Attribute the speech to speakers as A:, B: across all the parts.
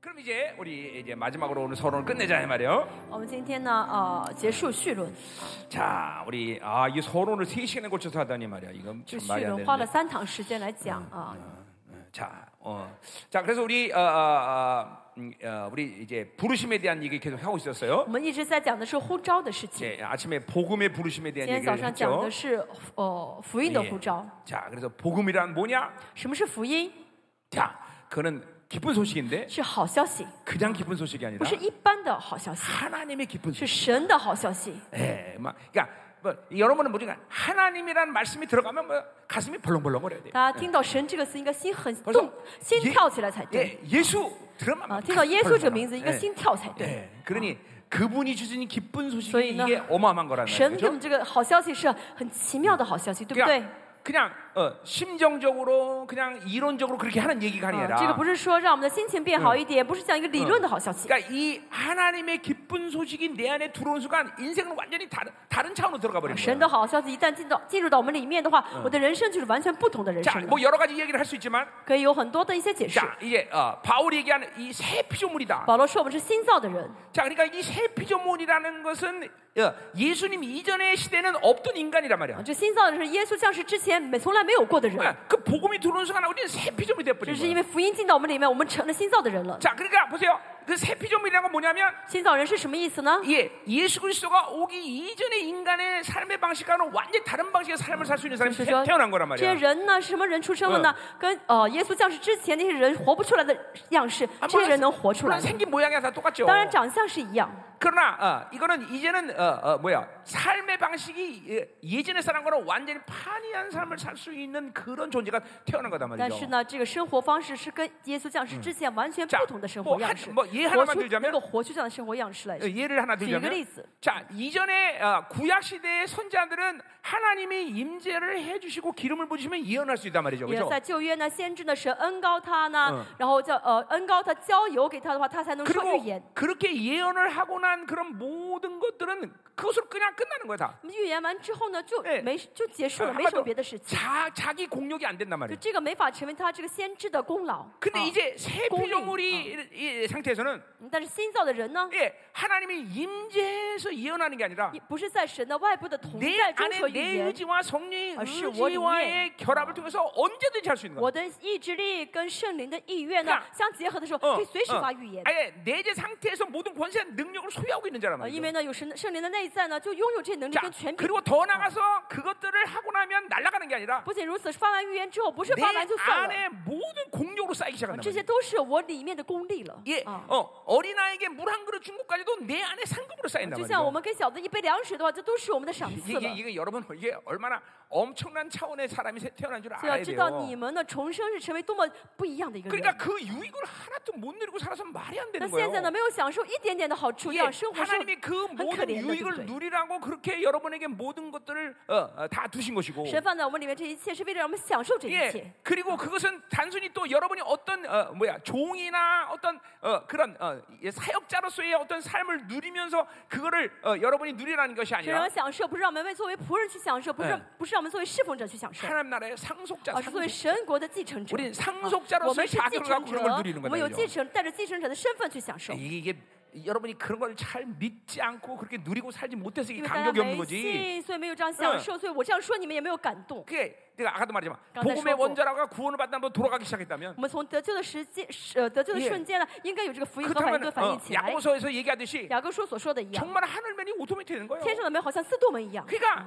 A: 그럼 이제 우리 이제 마지막으로 오늘 서론을 끝내자 이 말이요.
B: 我们今天呢，呃，结束绪论，
A: 자 우리 아 이 서론을 세 시간에 걸쳐서 하다니 말이야. 이건
B: 这
A: 참
B: 绪
A: 말이 안
B: 论花了
A: 되는데.
B: 三堂时间来讲啊。
A: 자, 어, 자 그래서 우리 어, 어, 어, 음, 어, 우리 이제 부르심에 대한 얘기 계속 하고 있었어요.
B: 我们一直在讲的是呼召的事情，
A: 이제 아침에 복음의 부르심에
B: 今
A: 대한
B: 天早
A: 얘기를
B: 上讲的
A: 했죠.
B: 是呃福音的
A: 예.
B: 呼召。
A: 자, 그래서 복음이란 뭐냐?
B: 什么是福音？
A: 자, 그는 기쁜 소식인데
B: 是啊好消息，
A: 그냥 기쁜 소식이 아니라
B: 不是一般的好消息，
A: 하나님의 기쁜 소식.
B: 是神的好消息。
A: 예, 막 그러니까 뭐, 여러분은 뭐지? 하나님이라는 말씀이 들어가면 뭐 가슴이 벌렁벌렁거려야 돼.
B: 大家听到“神”这个词，应该心很
A: 벌써
B: 动，心
A: 예
B: 跳起来才对
A: 예, 예수 들어만
B: 啊！听到耶稣这个名字，应该
A: 예,
B: 心跳才对。
A: 예, 그러니 그분이 주신 기쁜 소식이
B: 저희는
A: 이게 어마어마한 거라는
B: 神给我
A: 거죠.
B: 们这个好消息是很奇妙的好消息，对不对？
A: 그냥 그냥 어, 심정적으로 그냥 이론적으로 그렇게 하는 얘기가
B: 啊
A: 아니라 ，
B: 这个不是说让我们的心情变好一点，不是讲一个理论的好消息。
A: 그러니까 이 하나님의 기쁜 소식이 내 안에 들어온 순간 인생은 완전히 다른 다른 차원으로 들어가 버리는
B: 神
A: 거예요.
B: 的好消息一旦进到进入到我们里面的话，我的人生就是完全不同的 아， 人
A: 자,
B: 生了。
A: 뭐 여러 가지 얘기를 할 수 있지만
B: 可以有很多的一些解释。
A: 자 이제 어, 바울이 얘기하는 이 새 피조물이다.
B: 保罗说我们是新造的人，
A: 자, 그러니까 이 새 피조물이라는 것은 어, 예수님 이전의 시대는 없던 인간이란 말이야.
B: 这新造的人是耶稣降世之前没从来没有过的人，
A: 그러니까 그 복음이 들어오는 순간 우리는 새 피조물이
B: 只
A: 돼버린
B: 是因
A: 거야.
B: 为福音进到我们里面，我们成了新造的人了。
A: 자, 그러니까 보세요. 그 새 피조물이라는 건 뭐냐면
B: 新造人是什么意思呢？
A: 예, 예수 그리스도가 오기 이전의 인간의 삶의 방식과는 완전히 다른 방식의 삶을 살 수 있는 사람이
B: 就是
A: 태,
B: 说，
A: 태어난 거란
B: 这些
A: 말이야.
B: 人呢是什么人出生了呢？跟呃耶稣降世之前那些人活不出来的样式，这些人能活出来
A: 물론 。 생긴 모양이 다 똑같죠.
B: 当然长相是一样，
A: 그러나 어, 이거는 이제는 어, 어, 뭐야 삶의 방식이 예, 예전의 사람과는 완전히 판이한 삶을 살 수 있는 그런 존재가 태어난 거단
B: 但
A: 말이죠.
B: 是呢，这个生活方式是跟耶稣降世之前完全
A: 자
B: 嗯不同的生活
A: 뭐한
B: 样式，
A: 뭐예하나만
B: 活出
A: 들자면
B: 那个活出这样的生活样式来
A: 어, 。 예를 하나
B: 举一个
A: 들자면
B: 例子，
A: 자 이전에 어, 구약 시대의 선자들은 하나님이 임재를 해주시고 기름을 부으시면 예언할 수 있단 말이죠,
B: 也
A: 그렇죠?
B: 在旧约呢，先知呢神恩高他呢，
A: 嗯
B: 然后叫呃恩高他浇油给他的话，他才能说预言。
A: 그리고 그렇게 예언을 하고 난 그런 모든 것들은 그것으로 그냥 끝나는 거야 다.
B: 那么预言完之后呢，就
A: 哎
B: 没就结束了，
A: 어,
B: 没什
A: 한마디로
B: 么别的事情。
A: 자 자기 공력이 안 된단
B: 就
A: 말이에요.
B: 这个没法成为他这个先知的功劳。
A: 근데
B: 啊
A: 이제 새
B: 어, 공이,
A: 피조물이 이- 이 상태에서는
B: 嗯但是新造的人呢，
A: 예, 하나님이 임재해서 예언하는 게 아니라
B: 也不是在神的外部的同
A: 내
B: 在中
A: 안에
B: 说预
A: 내
B: 言，
A: 의지와 성령의
B: 아, 시-
A: 의지와의 결합을 통해서 언제든지 할 수 있는 거야.
B: 我的意志力跟圣灵的意愿呢
A: 그냥
B: 相结合的时候，
A: 어,
B: 可以随时
A: 어.
B: 发预言。
A: 아예 내재 상태에서 모든 권세 능력을 소유하고 있는 자란
B: 呃，因
A: 말이죠.
B: 为呢有神圣灵的内在呢，就拥有这些能力
A: 자,
B: 跟权柄。
A: 그리고 더 나가서 그것들을 하고 나면 날아가는 게 아니라
B: 啊不仅如此，发完预言之后，不是
A: 내
B: 发完就算了，
A: 안에 모든 공력으로 쌓이기
B: 啊
A: 시작한다.
B: 这些都是我里面的功力了。
A: 예,
B: 啊
A: 어, 어린아이에게 물 한 그릇 준 것까지도 내 안에 상금으로 쌓인단
B: 就像我
A: 말이죠.
B: 们给小子一杯凉水的话，这都是我们的赏赐
A: 이게,
B: 了
A: 이게, 。 이게 여러분 이게 얼마나 엄청난 차원의 사람이 세- 태어난 줄
B: 所以要
A: 알아야
B: 知道
A: 돼요.
B: 你们呢重生是成为多么不一样的一个
A: 그러니까
B: 人。
A: 그 유익을 하나도 못 누리고 살아서 말이 안
B: 那
A: 되는
B: 现在呢
A: 거예요.
B: 没有享受一点点的好处，
A: 이게
B: 让生活是
A: 하나님이 그 모든
B: 그래요,
A: 유익을
B: 네, 네.
A: 누리라고 그렇게 여러분에게 모든 것들을 어, 어, 다 두신 것이고
B: 神放在我们里面，这一切是为了让我们享受这一切
A: 예, 。 그리고 그것은 단순히 또 여러분이 어떤 어, 뭐야 종이나 어떤 어, 그런 어, 예, 사역자로서의 어떤 삶을 누리면서 그거를 어, 여러분이 누리라는 것이
B: 是让我
A: 아니라
B: 们享受，不是让我们为作为仆人去享受，不是
A: 嗯
B: 不是让我们作为侍奉者去享受，
A: 하나님 나라의 상속자,
B: 而是作为
A: 상속.
B: 神国的继承者。
A: 우리는
B: 啊我
A: 상속자로서의
B: 们是继
A: 자격을
B: 承
A: 갖고 그런 걸
B: 者
A: 누리는 ，
B: 我们有
A: 거예요.
B: 继承，带着继承者的身份去享受。
A: 이게 여러분이 그런 걸 잘 믿지 않고 그렇게 누리고 살지 못해서 이게
B: 因为大家
A: 감격이 없는
B: 没
A: 거지.
B: 信，所以没有这样享受，所以我这样说你们也没有感动。
A: 그게 내가 아까도 말했지만
B: 그러니까
A: 복음의
B: 내가
A: 원자라가 구원을 받다 면 돌아가기 시작했다면
B: 我们从得救的时间，是呃，得救的
A: 예
B: 瞬间呢，应该有这个福音和反应
A: 그렇다면
B: 跟反
A: 어,
B: 应起来。
A: 야고보서에서 얘기하듯이
B: 雅各书所说的一样，
A: 정말 하늘면이 오토매틱 되는 거예요.
B: 天上的门好像四度门一样，
A: 그러니까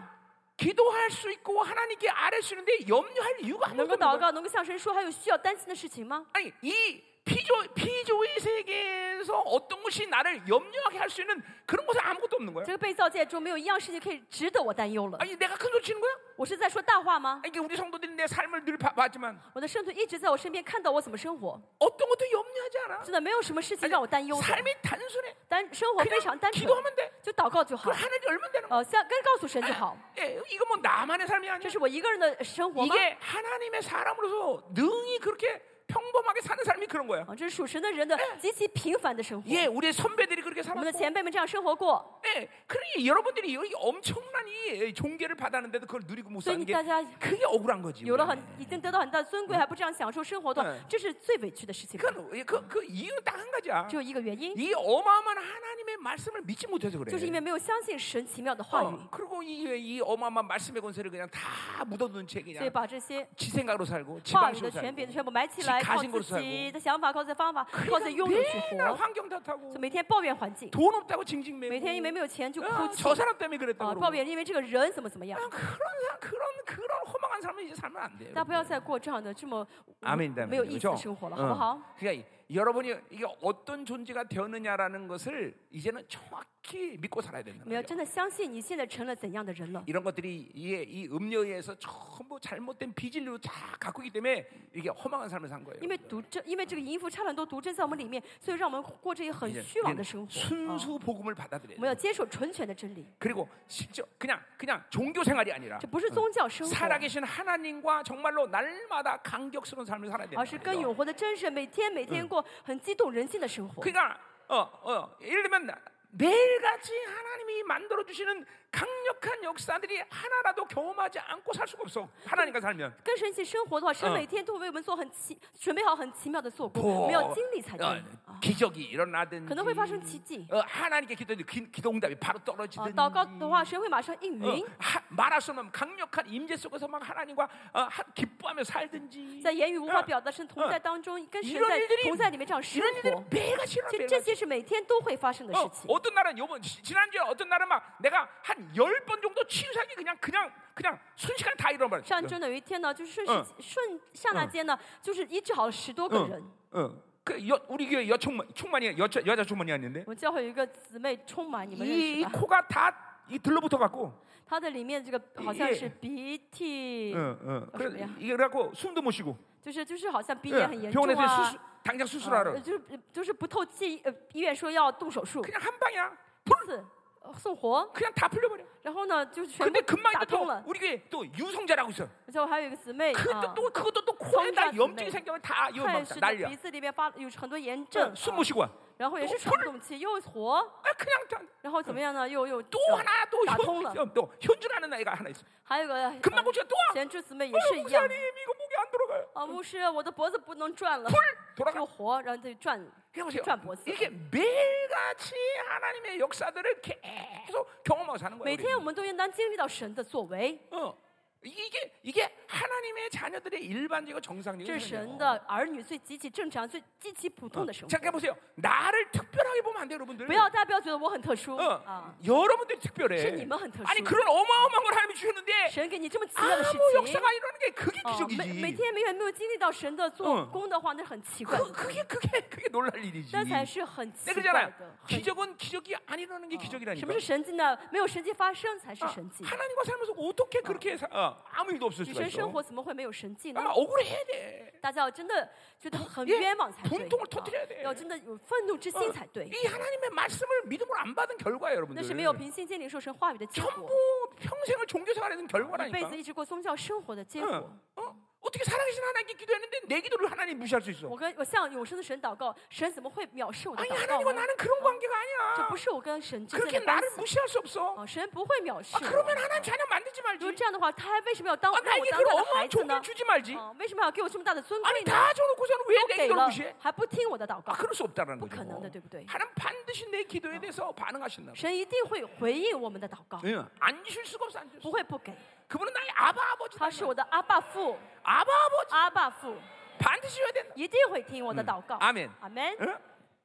A: 기도할 수 있고 하나님께 아뢰 수 있는데 염려할 이유가 하나도
B: 能够
A: 없는
B: 祷
A: 거예요.
B: 告，能够向神说，还有需要担心的事情吗？
A: 아니 이 피조 피조의 세계에서 어떤 것이 나를 염려하게 할 수 있는 그런 것은 아무것도 없는 거예요.
B: 这个被造界中没有一样事情可以值得我担忧了。
A: 아니 내가 큰 소리 치는 거야?
B: 我是在说大话吗？
A: 아니, 이게 우리 성도들이 내 삶을 늘 봐- 봤지만
B: 我的圣徒一直在我身边看到我怎么生活，
A: 어떤 것도 염려하지 않아.
B: 真的没有什么事情让我担忧的，
A: 삶이 단순해.
B: 单生活非常
A: 그냥
B: 单纯，
A: 기도하면 돼.
B: 就祷告就好
A: 그걸 ， 하나님 얼면 되는 거야.
B: 呃，向跟告诉神就好。
A: 예, 이거 뭐 나만의 삶이
B: 这
A: 아니야.
B: 哎是我一个人的生活吗？
A: 이게 하나님의 사람으로서 능히 그렇게 평범하게 사는 사람이 그런 거야.
B: 啊，这是属神的人的极其平凡的生活。
A: 예, 우리의 선배들이 그렇게
B: 我们的
A: 살았고,
B: 前辈们这样生活过，
A: 예, 그러니 여러분들이 여기 엄청난 이 종계를 받았는데도 그걸 누리고 못
B: 所以
A: 사는
B: 你
A: 게
B: 大家
A: 그게 억울한 거지.
B: 有了嗯
A: 우리는.
B: 很已经得到很大的尊贵，还不这样享受生活的话
A: 嗯，
B: 这是最委屈的事情。
A: 그건 그, 그 이유는 딱 한 가지야.
B: 只有一个原因，
A: 이 어마어마한 하나님의 말씀을 믿지 못해서 그래.
B: 就是因为哦没有相信神奇妙的话语
A: 어, ， 그리고 이, 이 어마어마한 말씀의 권세를 그냥 다 묻어둔 채
B: 所以
A: 그냥
B: 把这些
A: 지 생각으로 살고 지
B: 话语
A: 방식으로
B: 的权
A: 살고
B: 柄全部埋起来，
A: 지
B: 靠
A: 가진걸로
B: 自
A: 살고
B: 己的想法，靠自己的方法，靠自己的
A: 그러니까
B: 拥有去
A: 맨날
B: 活，
A: 환경 탓하고
B: 就每天抱怨环境，
A: 돈 없다고 징징매고 아,
B: 每天因为没有钱就
A: 어,
B: 哭泣
A: 저 사람 때문에
B: 啊，
A: 그랬다고
B: 抱
A: 그러고
B: 怨因为这个人怎么怎么样
A: 아, 。 그런 사- 그런 그런 허망한 삶은 이제 살면 안 돼요.
B: 大家不要再过这样的这么
A: 아멘
B: 没有
A: 아멘.
B: 意思的
A: 그렇죠?
B: 生活了，
A: 어.
B: 好不好？
A: 그러니까 이- 여러분이 이게 어떤 존재가 되었느냐라는 것을 이제는 정확히 믿고 살아야 된다.
B: 我们要真的相信你现在成了怎样的人了。
A: 이런 것들이 이게 이 음료에 의해서 전부 잘못된 비진리로 다 갖고 있기 때문에 이게 허망한 삶을 산 거예요.
B: 因为毒真，因为这个淫妇差了很多毒真在我们里面，所以让我们过这些很
A: 이제
B: 虚妄的生活。啊
A: 순수 복음을
B: 我们要
A: 받아들여요.
B: 接受纯全的真理，
A: 그리고 실제 그냥 그냥 종교 생활이 아니라
B: 这不是宗教生活，
A: 살아계신 하나님과 정말로 날마다 간격스러운 삶을 살아야
B: 而是
A: 된다.
B: 跟永活的真神每天每
A: 嗯
B: 天过很激动人心的生活。
A: 그러니까 어어 예를 들면 나- 매일같이 하나님이 만들어 주시는 강력한 역사들이 하나라도 경험하지 않고 살 수가 없어. 하나님과 살면.
B: 跟神一起生活的话，神
A: 嗯
B: 每天都会为我们做很奇，准备好很奇妙的做工，我
A: 뭐,
B: 们要经历才对
A: 어,
B: 啊，
A: 기적이 일어나든지
B: 可能会发生奇迹。
A: 어, 하나님께 기도했는데 기- 기도 응답이 바로
B: 啊，
A: 아, 떨어지든지
B: 祷告的话，神会马上应
A: 어,
B: 允，
A: 하- 말할 수 없는 강력한 임재 속에서 막 하나님과 어, 하- 기뻐하며 살든지
B: 在言语无法
A: 嗯
B: 表达神同在当中，跟神
A: 이런
B: 在
A: 일들이
B: 同在里面这样生
A: 이런 일들이
B: 活。
A: 매일같이
B: 其实
A: 일어나
B: 这些是每天都会发生的事
A: 어,
B: 情。
A: 어떤 날은 요번 지- 지난주에 어떤 날은 막 내가 한 열 번 정도 치유사기 그냥 그냥 그냥 순식간에 다 일어나버렸어
B: 上周呢有一天呢，就是顺
A: 嗯
B: 时顺刹那间呢，就是医治好了十多个人。
A: 어. 그 여, 우리 교회 여 총만 총만이 여자 여자 총만이 아닌데
B: 我们教会有一个姊妹充满，你们认
A: 이
B: 识
A: 이
B: 吧？
A: 코가 다 이 들러붙어 갖고
B: 她的里面这个好像
A: 이
B: 是鼻涕，
A: 예. 어, 그래
B: 그래요?
A: 이게 그래갖고 숨도 못 쉬고
B: 就是就是好像鼻
A: 예,
B: 炎很严重
A: 병원에서
B: 啊
A: 수술, ， 당장
B: 呃
A: 수술하러
B: 就是就是不透气，呃，医院说要动手术，
A: 그냥 한 방이야
B: 一次呃送活，
A: 그냥 다 풀려버려
B: 然后呢就是全部
A: 근데 금방
B: 打
A: 또
B: 通了。
A: 우리 교회 또 유성자라고 있어
B: 而且我还有一个姊妹啊
A: 그것도 ，또 그것도 또 코에다
B: 성자
A: 염증이
B: 姊妹。
A: 생기면 다 이거
B: 她也
A: 막
B: 是的
A: 날려
B: 鼻子里面发有很多炎症啊
A: 응, ，숨 못 쉬고 와
B: 然后嗯也是
A: 都
B: 喘不动气，又活，
A: 아, 그냥 다,
B: 然后怎么样呢？又又
A: 또
B: 呃
A: 하나 또,
B: 다 통라.
A: 현, 현, 또 현준하는 아이가 하나 있어
B: 还有一个呃
A: 금방 고치가 또 와.
B: 前之姊妹也
A: 아유,
B: 是一啊样
A: 목사님 이거 목이 안 들어가요
B: 啊，牧师，我的脖子不能转了，
A: 돌아가
B: 又活，然后就转
A: 그러세요.
B: 转脖子。
A: 이게 매일같이 하나님의 역사들을 계속 경험하고 사는 거예요.
B: 每
A: 우리.
B: 天我们都应当经历到神的作为，
A: 어. 이게 이게 하나님의 자녀들의 일반적이고
B: 这
A: 정상적인
B: 是神
A: 삶이에요.
B: 的嗯儿女最极其正常、最极其普通的生活。
A: 잠깐 보세요. 나를 특별하게 보면 안 돼요, 여러분들.
B: 不要，大家不要觉得我很特殊
A: 어,
B: 啊，
A: 여러분들이 특별해.
B: 是你们很特殊。
A: 아니 그런 어마어마한 걸 하나님이 주셨는데
B: 神给你这么奇妙的事
A: 아무
B: 情，
A: 역사가 일어나는 게 그게
B: 啊，每
A: 기적이지.
B: 每天每天没有经历到神的做
A: 嗯
B: 工的话，那是很奇怪的，
A: 그, 그게 그게 그게 놀랄 일이지.
B: 那
A: 내
B: 才是很奇怪
A: 그잖아요.
B: 的。很
A: 기적은 기적이 안 일어나는 게
B: 什
A: 기적이라니까.
B: 么是神迹呢？没有神迹发生才是
A: 아,
B: 神迹。
A: 하나님과 살면서 어떻게 그렇게 사, 어, 아무 일도 없을
B: 与
A: 수가
B: 神生
A: 있어?
B: 活怎么会没有神迹啊呢？
A: 아마 억울해야 돼.
B: 大家要真的觉得很
A: 예
B: 冤枉才对，
A: 분통을
B: 啊
A: 터뜨려야돼
B: 要真的有愤怒之心才对。
A: 이 하나님의 말씀을 믿음으로 안 받은 결과예요,
B: 那
A: 여러분들.
B: 是没有平心静灵受神话语的结果，
A: 전부 평생을 종교 생활에는
B: 一辈
A: 결과라니까.
B: 子一直过宗教生活的结果
A: 응. 。 어? 어떻게 살아계신 하나님께 기도했는데 내 기도를 하나님 무시할 수 있어? 어,
B: 我跟我向永生的神祷告，神怎么会藐视我的
A: 아니
B: 祷告
A: 하나님과
B: 呢？
A: 나는 그런 관계가
B: 这
A: 아니야.
B: 不是我跟神之间
A: 그렇게
B: 的关
A: 나를
B: 系
A: 무시할 수 없어.
B: 啊！神不会藐视
A: 아,
B: 我啊
A: 그러면 。 하나님 자녀 만들지
B: 如果
A: 말지.
B: 这样的话，他还为什么要当
A: 아,
B: 让
A: 나에게
B: 我当
A: 그런
B: 他的孩
A: 어마어마한 어.
B: 子
A: 종교를
B: 呢？
A: 주지 말지.
B: 啊，为什么要给我这么大的尊贵
A: 아니
B: 呢？
A: 다 줘놓고서는 왜
B: 都
A: 내
B: 啊给
A: 기도를
B: 了
A: 무시해? ，
B: 还不听我的祷告
A: 아, ， 그럴 수 없다라는 어. 거죠.
B: 不可能的,对不对?
A: 하나님 반드시 내 기도에 대해서 반응하신다.
B: 神一定会回应我们的祷告，
A: 응. 안 주실 수가 없어, 안 주실
B: 不
A: 수.
B: 会不给。
A: 그분은 나의 아바 아버지다.
B: 他是我的阿爸父，
A: 아바 아버지
B: 阿爸父
A: 반드시 해야 된다.
B: 一定会听我的祷告。
A: 阿门
B: 嗯阿门。啊
A: 응?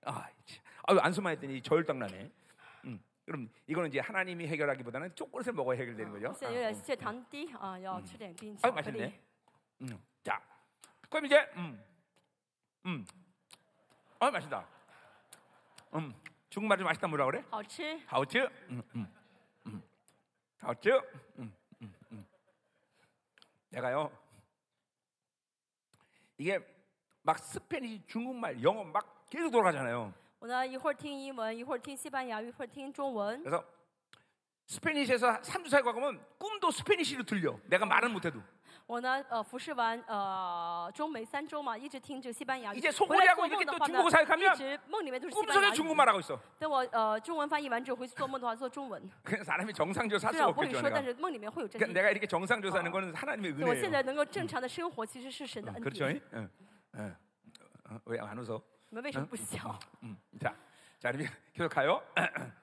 A: 아, 참. 아유 안수만했더니 저혈당 나네. 음, 그럼 이거는 이제 하나님이 해결하기보다는 초콜릿을 먹어야 해결되는
B: 我
A: 거죠.
B: 现在有点血糖低啊，要吃点冰
A: 아
B: 巧克力
A: 맛있네. 。 음, 자, 그럼 이제 음, 음, 아 맛있다. 음, 중국말 좀 맛있다 뭐라 그래?
B: 好吃，
A: 하우츠, 음, 음, 음, 하우츠, 음, 음, 음. 내가요. 이게 막 스페니, 중국말, 영어 막 계속 돌아가잖아요.
B: 我呢一会儿听英文，一会儿听西班牙语，一会儿听中文。
A: 그래서 스페니시에서 3주 살고 가면 꿈도 스페니시로 들려. 내가 말은 못해도.
B: 我呢呃服侍完呃中美三周嘛，一直听这个西班牙语。
A: 이제
B: 回来
A: 소고기하고
B: 做
A: 이렇게
B: 梦
A: 또
B: 的话
A: 중국어
B: 呢，
A: 사역하면
B: 一直梦里面都是西班牙
A: 꿈속에
B: 语。
A: 중국말 하고 있어.
B: 等我呃中文翻译完之后回去做梦的话做中文，
A: 그냥 사람이 정상적으로 살
B: 虽
A: 수
B: 然我不会
A: 없겠죠.
B: 说，但
A: 내가.
B: 是梦里面会有真
A: 그러니까
B: 经。
A: 내가 이렇게 정상조사하는 거는 하나님의
B: 对我现在
A: 은혜예요.
B: 能够正常的生活，其实是神的
A: 어,
B: 恩
A: 그렇죠?
B: 典。
A: 응. 응. 어, 왜안 웃어?
B: 你们为什么不笑？
A: 음. 자, 자, 그러면 계속 가요.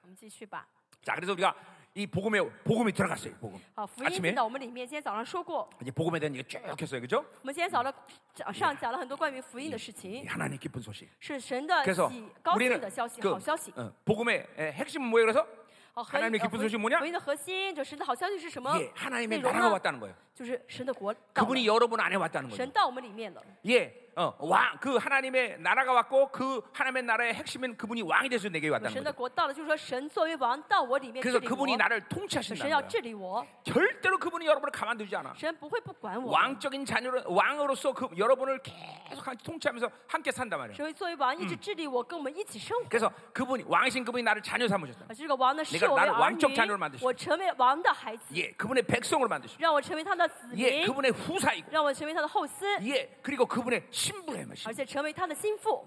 B: 我们继续吧。
A: 자, 그래서 우리가 이 복음에 복음이 들어갔어요. 복음.
B: 好，福音进到我们里面。今天早上说过，
A: 이제 복음에 대한 얘기 쭉 했어요, 그죠?
B: 我们今天早上早上讲了很多关于福音的事
A: 이
B: 情，
A: 하나님 기쁜 소식.
B: 是神的
A: 그래서
B: 喜高兴
A: 우리는
B: 的消息，
A: 그
B: 好消息。
A: 어, 복음의 에, 핵심은 뭐예요? 그래서
B: 好，合一
A: 하나님의기쁜소식이뭐냐
B: 福音的核心，就神的好消息是什么
A: 예, ？ 하나님의
B: 内容
A: 나라가
B: 呢？
A: 왔다는 거예요.
B: 就是神的国到了
A: 그분이 여러분 안에 왔다는
B: 神
A: 거죠.
B: 到我们里面了。
A: 예, 어, 왕, 그 하나님의 나라가 왔고 그 하나님의 나라의 핵심은 그분이 왕이 되서 내게
B: 神
A: 왔다는
B: 的
A: 거죠.
B: 国到了，就是说神作为王到我里面治
A: 그래서
B: 理我
A: 그분이 ， 나를
B: 神要
A: 통치하신다는 거예요.
B: 治理我，
A: 절대로 그분이 여러분을 가만두지 않아.
B: 神不会不管我，
A: 왕적인 자녀로 왕으로서 그 여러분을 계속 함께 통치하면서 함께 산단 말이에요.
B: 神会作为王一直治理我，跟我们一起生活。
A: 그래서 그분이 왕이신 그분이 나를 자녀 삼으셨다.
B: 啊，这个王呢，视
A: 가
B: 我为
A: 나를
B: 儿
A: 왕적자녀로만드셨
B: 女，
A: 다
B: 我成为王的孩子，
A: 예, 그분의 백성으로 만드셨다.
B: 让我成为他的子
A: 예,
B: 民，
A: 그분의 후사이고
B: 让我成为他的后嗣，
A: 예, 그리고 그분의 신부예요. 신부.
B: 而且成为他的心腹，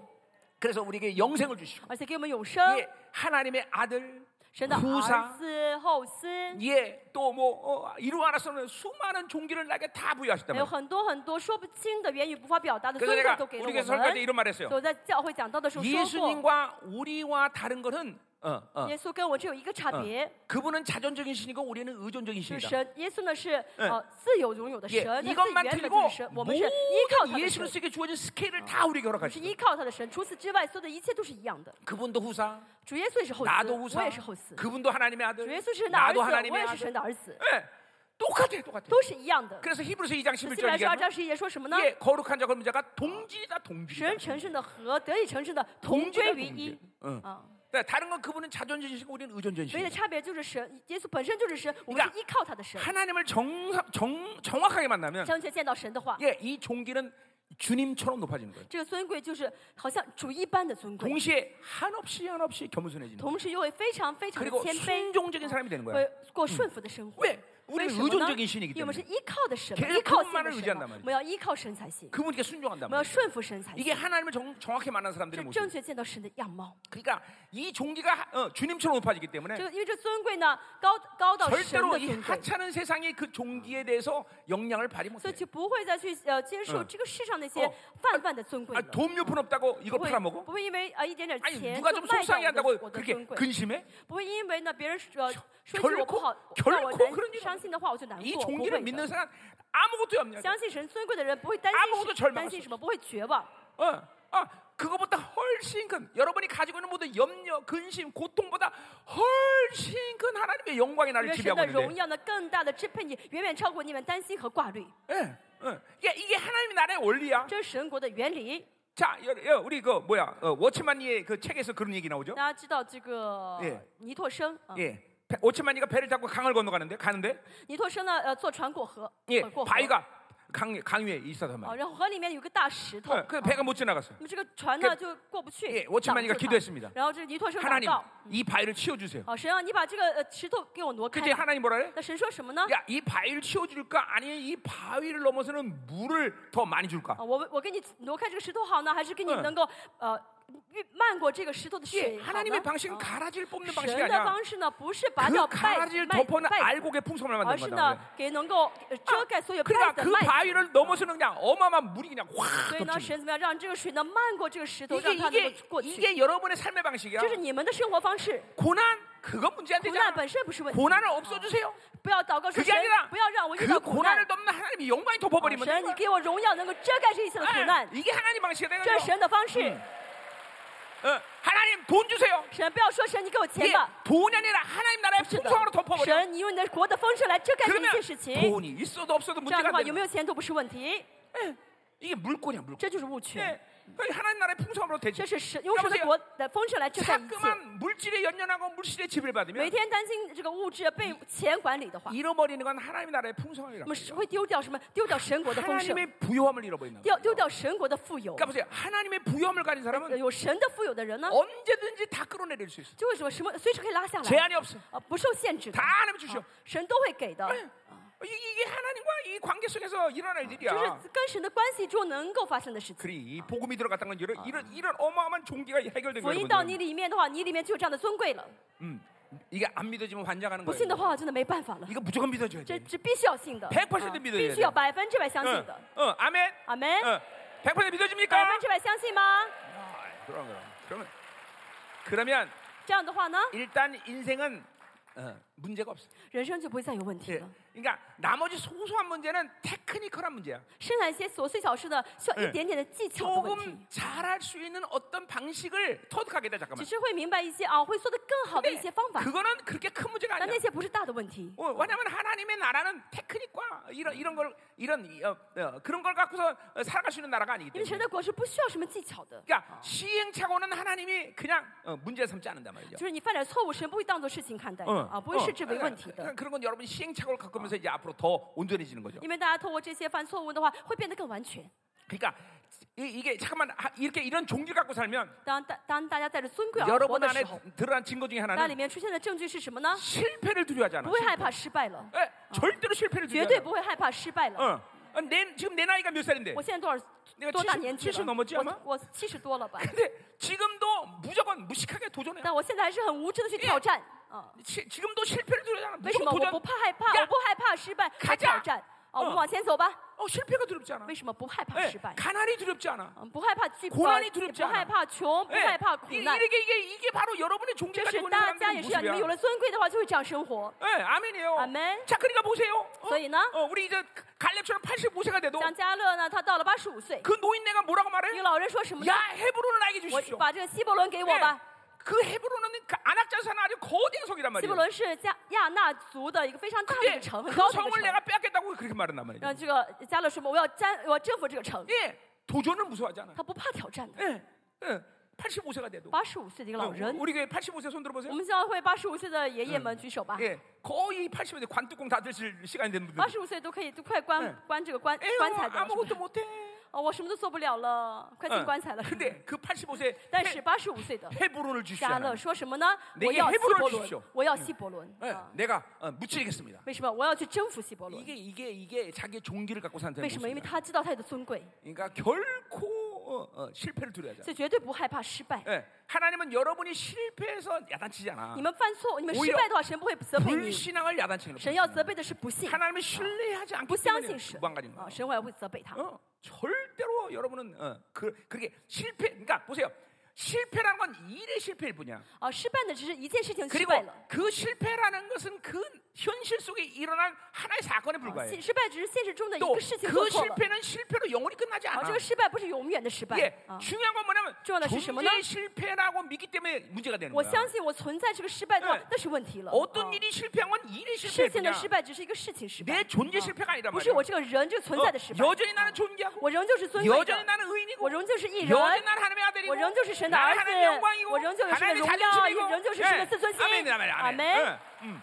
A: 그래서 우리에게 영생을 주시고
B: 而且给我们永生。
A: 예, 하나님의 아들
B: 神的儿
A: 후사
B: 子、后嗣，
A: 예, 또뭐 어, 이루 알아서는 수많은 종기를 나에게 다 부여하셨단
B: 还有
A: 말이에요.
B: 很多很多说不清的言语、无法表达的
A: 그래서
B: 尊贵
A: 내가
B: 都给了我
A: 우리에게
B: 们。
A: 설교할 때 이런 말 했어요.
B: 所以我在教会讲到的时候说过，
A: 예수님과 우리와 다른 것은 어, 어,
B: 耶稣跟我只有一个差
A: 어.
B: 别，
A: 그분은 자존적인 신이고 우리는 의존적인
B: 就是
A: 신이다.
B: 神。耶稣呢是呃自由拥有的
A: 예,
B: 神，他自己
A: 이것만
B: 原本就
A: 틀리고
B: 是神，我们是依靠他
A: 모든
B: 的神，
A: 예수님께 뭐 주어진 스케일을 다 우리에게
B: 是
A: 허락하셨어.
B: 依靠他的神。除此之外，所有的一切都是一样的。
A: 그분도 후사,
B: 主耶稣也是后
A: 나도
B: 嗣，
A: 후사,
B: 我也是后嗣。
A: 그분도 하나님의
B: 主
A: 아들,
B: 耶稣是神的儿子，
A: 나도
B: 我
A: 하나님의
B: 也是神
A: 아들.
B: 的儿子，
A: 예, 똑같아, 똑같아.
B: 都是一样的。
A: 그래서 히브리서 2장
B: 希伯
A: 11절
B: 来说二
A: 얘기하면
B: 章十一节说什么呢？
A: 예, 거룩한 자건 자가 동질이다, 동질이다.
B: 神成圣的和得以成圣的同归于一
A: 동질이다, 。 동질. 응.
B: 啊。
A: 그러니까 다른 건 그분은 자존심이시고 우리는
B: 唯一的
A: 의존전심이에요.
B: 差别就是神，耶稣本身就是神，我们
A: 그러니까
B: 是依靠他的神。
A: 하나님을 정, 정, 정확하게 만나면
B: 正确见到神的话，
A: 예, 이 종기는 주님처럼 높아지는 거예요.
B: 这个尊贵就是好像主一般的尊贵，
A: 동시에 한없이 한없이 겸손해지는 거예요.
B: 同时又会非常非常的
A: 그리고
B: 谦卑，
A: 순종적인 사람이 되는 거예요. 嗯
B: 会过顺服的生活。
A: 왜
B: 为
A: 우리는
B: 什么呢
A: 의존적인신이기
B: 因为我们是
A: 때문에
B: 依靠的神，
A: 계속
B: 依靠信
A: 그분만을
B: 的
A: 의지한
B: 神
A: 단말이죠
B: 嘛，我们要依靠神才行，
A: 그분께 순종한단
B: 我们要
A: 말이에요.
B: 顺服神才
A: 이게
B: 行。
A: 하나님을 정, 정확히 만난 사람들의
B: 这
A: 모습.
B: 正确见到神的样貌，
A: 그러니까 이 종기가 어, 주님처럼 높아지기
B: 这
A: 때문에
B: 个因为这尊贵呢，高高到神
A: 절대로
B: 的
A: 이
B: 尊贵，
A: 하찮은 세상의 그 종기에 대해서 영향을 발휘
B: 所
A: 못해요.
B: 以就不会再去呃接受
A: 嗯
B: 这个世上那些泛泛的尊贵
A: 아,
B: 了。
A: 돈 몇 푼 없다고
B: 不
A: 이걸
B: 会
A: 팔아먹어?
B: 不会因为啊一点点
A: 아니
B: 钱
A: 누가
B: 就
A: 좀
B: 卖掉
A: 속상해
B: 我的
A: 한다고
B: 我的
A: 그렇게
B: 尊贵，
A: 근심해?
B: 不会因为呢别人呃说
A: 결
B: 句我不
A: 코
B: 好
A: 결
B: 让我
A: 코그런일
B: 难伤心的话，我就难
A: 이
B: 过，不
A: 종기를
B: 会
A: 믿는
B: 的。
A: 사람 아무것도 없냐?
B: 相信神尊贵的人不会担
A: 아무것도절
B: 心
A: 망
B: 担心什么，不会绝望。
A: 어, 아, 그거보다 훨씬 큰 여러분이 가지고 있는 모든 염려, 근심, 고통보다 훨씬 큰 하나님의 영광이
B: 因
A: 나를
B: 为神
A: 지배하고
B: 的荣
A: 있는데.
B: 耀呢更大的支配你，远远超过你们担心和挂虑。
A: 예, 예. 이게, 이게 하나님의 나라의 원리야.
B: 这是神国的原理。
A: 자, 여, 여, 우리 그 뭐야 어, 워치만니의 그 책에서 그런 얘기 나오죠.
B: 大家知道这个
A: 예
B: 尼托生啊，
A: 예, 배- 워치만니가 배를 타고 강을 건너가는데 가는데
B: 尼托生呢呃坐船过河，
A: 예,
B: 呃过河
A: 바위가 강, 강 위에 있었단
B: 啊，
A: 말이야.
B: 然后河里面有个大石头，啊
A: 예, 그 배가 못 어, 지나갔어요.
B: 那么这个船呢
A: 그
B: 就过不去
A: 예，我亲爱的
B: 挡住
A: 你看기도했습니다
B: 它然后这尼托生祷
A: 하나님
B: 告，
A: 이 바위를 치워주세요.
B: 啊神啊，你把这个呃石头给我挪开
A: 그때 。 어, 하나님 뭐라 그래?
B: 那神说什么呢？
A: 야, 이 바위를 치워줄까? 아니면 이 바위를 넘어서는 물을 더 많이 줄까?
B: 啊，我我给你挪开这个石头好呢，还是给你
A: 嗯
B: 能够呃越漫过这个石头的
A: 예,
B: 水好呢？啊
A: 하나님의 방식은 가라지를 뽑는
B: 神
A: 방식이
B: 的
A: 아니야.
B: 方式呢，不是拔掉
A: 어. 그
B: 败
A: 가라지를
B: 败
A: 덮어는
B: 败，
A: 알곡의 풍성을
B: 而
A: 만드는
B: 是
A: 거다.
B: 呢
A: 그래.
B: 给能够呃遮盖所有败
A: 그러니까
B: 的
A: 그
B: 麦。
A: 바위를 넘어서는 그냥 어마어마한 물이 그냥 확
B: 所以呢，
A: 덮치는
B: 神怎么样让这个水呢漫过这个石头，
A: 거야.
B: 让它能
A: 이게
B: 够过
A: 이게
B: 去？
A: 이게 여러분의 삶의 방식이야.
B: 这是你们的生活方式。
A: 고난 그건 문제 안
B: 苦难
A: 되잖아.
B: 本身不是问题，
A: 고난을 없어주세요.
B: 不要祷告说
A: 그게
B: 神
A: 아니라 ，
B: 不要让我遇
A: 그
B: 到苦难
A: 고난을 。 넘는 하나님의 영광이 덮어버리면
B: 神，
A: 되는
B: 你哎
A: 거야.
B: 给我荣耀，能够遮盖这一切的苦难
A: 아, ， 이게 하나님 방식이야. 내가
B: 这是
A: 이거.
B: 神的方式。
A: 어, 하나님 돈 주세요.
B: 神，不要说神，你给我
A: 이게
B: 钱吧。
A: 돈이 아니라 하나님 나라의
B: 是的
A: 풍성으로 덮어버려.
B: 神，你用你的国的丰盛来遮盖这一切
A: 그러면
B: 事情。这
A: 돈이 있어도 없어도
B: 样
A: 문제가
B: 的话，
A: 안
B: 有没
A: 되는
B: 有钱都不是问题，
A: 거야. 예, 이게 물꼬냐 물꼬.
B: 这就是物权，
A: 예, 그러니까 하나님 나라의 풍성으로 되지.
B: 这是神用神的国的丰盛来遮盖一切。
A: 자꾸만 물질에 연연하고 물질에 지배를
B: 每
A: 받으면
B: 天担心这个物质被钱管理的话，
A: 잃어버리는 건 하나님 나라의
B: 我
A: 풍성함이라고.
B: 们是会丢掉什么？丢掉神国的丰盛，
A: 하나님의 부여함을 잃어버린다.
B: 丢丢掉神国的富有。
A: 그러니까 보세요. 하나님의 부여함을 가진
B: 呃
A: 사람은
B: 有神的富有的人呢，
A: 언제든지 다 끌어내릴 수 있어. 아.
B: 就会什么什么随时可以拉下来，
A: 제한이 없어.
B: 啊，不受限制的，
A: 아. 다 하나님 주셔.
B: 神都会给的。
A: 예. 이- 이게 하나님과 이 관계 속에서 일어날
B: 就是
A: 일이야.
B: 跟神的关系中能够发生的事情。
A: 그래, 이 복음이 들어갔다는 건 이런 이런, 이런 어마어마한 종기가 해결된
B: 福音到
A: 거예요.
B: 你里面的话，你里面就有这样的尊贵了。
A: 음, 이게 안 믿어지면 환장하는
B: 不信
A: 거예요.
B: 的话，真的没办法了。
A: 이거 무조건 믿어줘야
B: 这
A: 돼.
B: 是必须要信的，嗯啊
A: 100%믿어야
B: 必须要百分之百相信
A: 응,
B: 的。
A: 응, 어, 아멘.
B: 阿门，
A: 응, 100%
B: 百
A: 믿어집니까?
B: 分之百相信吗？
A: 아, 그럼 그럼. 그러면 그러면
B: 这样的话呢，
A: 일단 인생은 어, 문제가 없어.
B: 人生就不会再有问题
A: 예,
B: 了。
A: 그러니까 나머지 소소한 문제는 테크니컬한 문제야.
B: 剩下一些琐碎小事呢，需要
A: 嗯
B: 一点点的技巧的问
A: 조금 ，
B: 题
A: 잘할 수 있는 어떤 방식을 터득하게 돼
B: 只
A: 잠깐만.
B: 是会明白一些啊，会做的更好的
A: 근데
B: 一些方法。
A: 그거는 그렇게 큰 문제가
B: 但
A: 아니야.
B: 那些不是大的问题，
A: 어, 왜냐하면 하나님의 나라는 테크닉과 이런 이런 걸 이런 이, 어, 어, 그런 걸 갖고서 어, 살아갈 수 있는 나라가 아니기
B: 因为神
A: 때문에.
B: 的国是不需要什么技巧的，
A: 그러니까 시행착오는 하나님이 그냥 어, 문제 삼지 않는단 말이죠.
B: 就是你犯点错误，神不会当做事情看待的
A: 어,
B: 啊，不会视
A: 어.
B: 之为问题
A: 그러니까
B: 的。
A: 그런 건 여러분이 시행착오를 겪으면서 이제 앞으로 더 온전해지는 거죠.
B: 因为大家透过这些犯错误的话，会变得更完全。
A: 그러니까 이, 게 잠깐만 하- 이렇게 이런 종기 갖고 살면
B: 当大当大家带着尊贵而活
A: 여러분
B: 的
A: 안에
B: 时候，
A: 드러난 증거 중에
B: 那里
A: 하나는
B: 面出现的证据是什么呢？
A: 실패를 두려워하지 않아.
B: 不会害怕失败了。
A: 예, 절대로 실패를
B: 绝嗯对
A: 두려워하지
B: 嗯不会害怕失败了。
A: 않아. 어. 어, 내, 지금 내 나이가 몇 살인데?
B: 我现在多少
A: 那个
B: 多大
A: 70
B: 年纪
A: 70넘었지아마，
B: 了？我我七十多了吧
A: 근데 지금도 무조건 무식하게 도전해.
B: 但我现在还是很无知的去挑战啊。
A: 시, 지금도 실패를 두려워하지 않아.
B: 为什么
A: 무조건
B: 我不
A: 도전.
B: 怕害怕？
A: 야
B: 我不害怕失败，
A: 가
B: 还
A: 자
B: 挑战。哦，我们
A: 嗯
B: 往前走吧。
A: 어, 실패가 두렵지 않아.
B: 为什么不害怕
A: 예,
B: 失败？
A: 가난이 두렵지 않아.
B: 嗯，不害怕惧
A: 고난이두렵지
B: 也
A: 않아
B: 不害怕穷，不
A: 예,
B: 害怕苦
A: 이,
B: 难。
A: 이게 이게 이게 바로 여러분의
B: 这
A: 종기가
B: 是
A: 되고 있는
B: 大家
A: 사람들의
B: 也是一样，你们有
A: 모습이야.
B: 了尊贵的话，就会这样生活。
A: 예, 아멘이에요.
B: 아멘.
A: 자, 그러니까 보세요. 어?
B: 所以呢，
A: 어, 우리 이제 갈렙처럼 85세가 돼도
B: 像加勒呢，他到了八十五岁，
A: 그 노인네가 뭐라고 뭐
B: 那
A: 말해?
B: 个老人说什么呢？
A: 야 헤브론을 나에게
B: 我
A: 주십시오.
B: 把这个希伯伦给我
A: 예,
B: 吧。
A: 그 헤브론은 그 안악자산은 아주 거대한 성이란
B: 希
A: 말이에요.
B: 伯伦是加亚纳族的一个非常大的一个
A: 예,
B: 城，很
A: 그
B: 高的一个
A: 성을
B: 城
A: 내가 뺏겠다고 그렇게 말했단 말이에요.
B: 让这个加勒什么？我要占，我要征服这个城。
A: 예, 도전을 무서워하잖아.
B: 他不怕挑战的。
A: 예, 예, 85세가 돼도.
B: 八十五岁的一个
A: 어,
B: 老人，
A: 우리 교회 85세 손
B: 哎我
A: 들어보세요.
B: 们教会八十五岁的爷爷们举手吧。
A: 예, 거의 85세 관뚜껑 다 드실 시간이 된 분들.
B: 八十五岁都可以都快关
A: 嗯
B: 关这个棺
A: 에휴,
B: 棺材的了，是哎啊不
A: 아무것도
B: 是？
A: 못해.
B: 哦，我什么都做不嗯了了，快
A: 예,
B: 进棺材了。
A: 근데 그 85세
B: 但是啊八十五岁的
A: 헤브론을
B: 加
A: 주시잖아요.
B: 勒说什么呢？
A: 那
B: 我
A: 个
B: 要
A: 希
B: 希
A: 伯伦
B: 伯
A: 需求
B: 伦，我要希伯伦。
A: 예,
B: 啊
A: 내가 어, 묻히겠습니다.
B: 为什么我要去征服希伯伦？
A: 이게 이게 이게 자기의 종기를 갖고 사는
B: 为什么？因为
A: 모습이야.
B: 他知道他的尊贵，
A: 그러니까 결코 어, 어, 실패를 두려워하지 않아.
B: 所以绝对嗯不害怕失败。
A: 예, 하나님은 여러분이 실패해서 야단치지 않아.
B: 你们犯错，你们
A: 오히려
B: 失败的话，啊神不会责备你，
A: 불신앙을 야단치는
B: 神
A: 거예요.
B: 要责备的是不信，
A: 하나님을 신뢰하지 않기
B: 不相
A: 때문에
B: 信神
A: 무방관인
B: 啊，
A: 거예요.
B: 神我也会责备他。
A: 어, 절대로 여러분은 어, 그, 그게 실패. 그러니까 보세요. 실패라는 건 일의 실패일 뿐이야.
B: 啊，失败呢只是一件事情失
A: 그리고
B: 败了，
A: 그 실패라는 것은 그 현실 속에 일어난 하나의 사건에
B: 现
A: 불과해.
B: 啊失败只是现实中的一个事情
A: 또
B: 做
A: 그
B: 错了。
A: 어, 실패는 실패로 영원히 끝나지
B: 啊，
A: 않아.
B: 这个失败不是永远的失败
A: 예,
B: 啊！
A: 중요한 건 뭐냐면
B: 중요한 것이
A: 존재의
B: 뭐냐?
A: 실패라고 믿기 때문에 문제가 되는
B: 我
A: 거야.
B: 相信我存在这个失败的话
A: 예 ，
B: 那是问题了。
A: 어떤
B: 啊
A: 일이 실패한 건 일의
B: 事情
A: 실패뿐이야.
B: 的失败只是一个事情失败
A: 내 ， 존재
B: 어.
A: 실패가 아니란
B: 不
A: 말이야.
B: 是我这个人这个存
A: 어,
B: 在的失败。
A: 여전히 나는 어. 뭐 존귀하고
B: 我仍旧是尊贵
A: 여전히
B: 的，
A: 나는 의인이고
B: 我仍旧是艺人，
A: 여전히 나는 하나님의 뭐 아들이고
B: 我仍旧是神的
A: 나는
B: 儿
A: 하나님의
B: 子，
A: 영광이고
B: 我仍旧有神的
A: 하나님의
B: 荣
A: 자존심이고
B: 耀，仍旧是神的
A: 예.
B: 自尊心。
A: 아멘 아멘
B: 阿嗯
A: 아멘
B: 门。
A: 예. 음.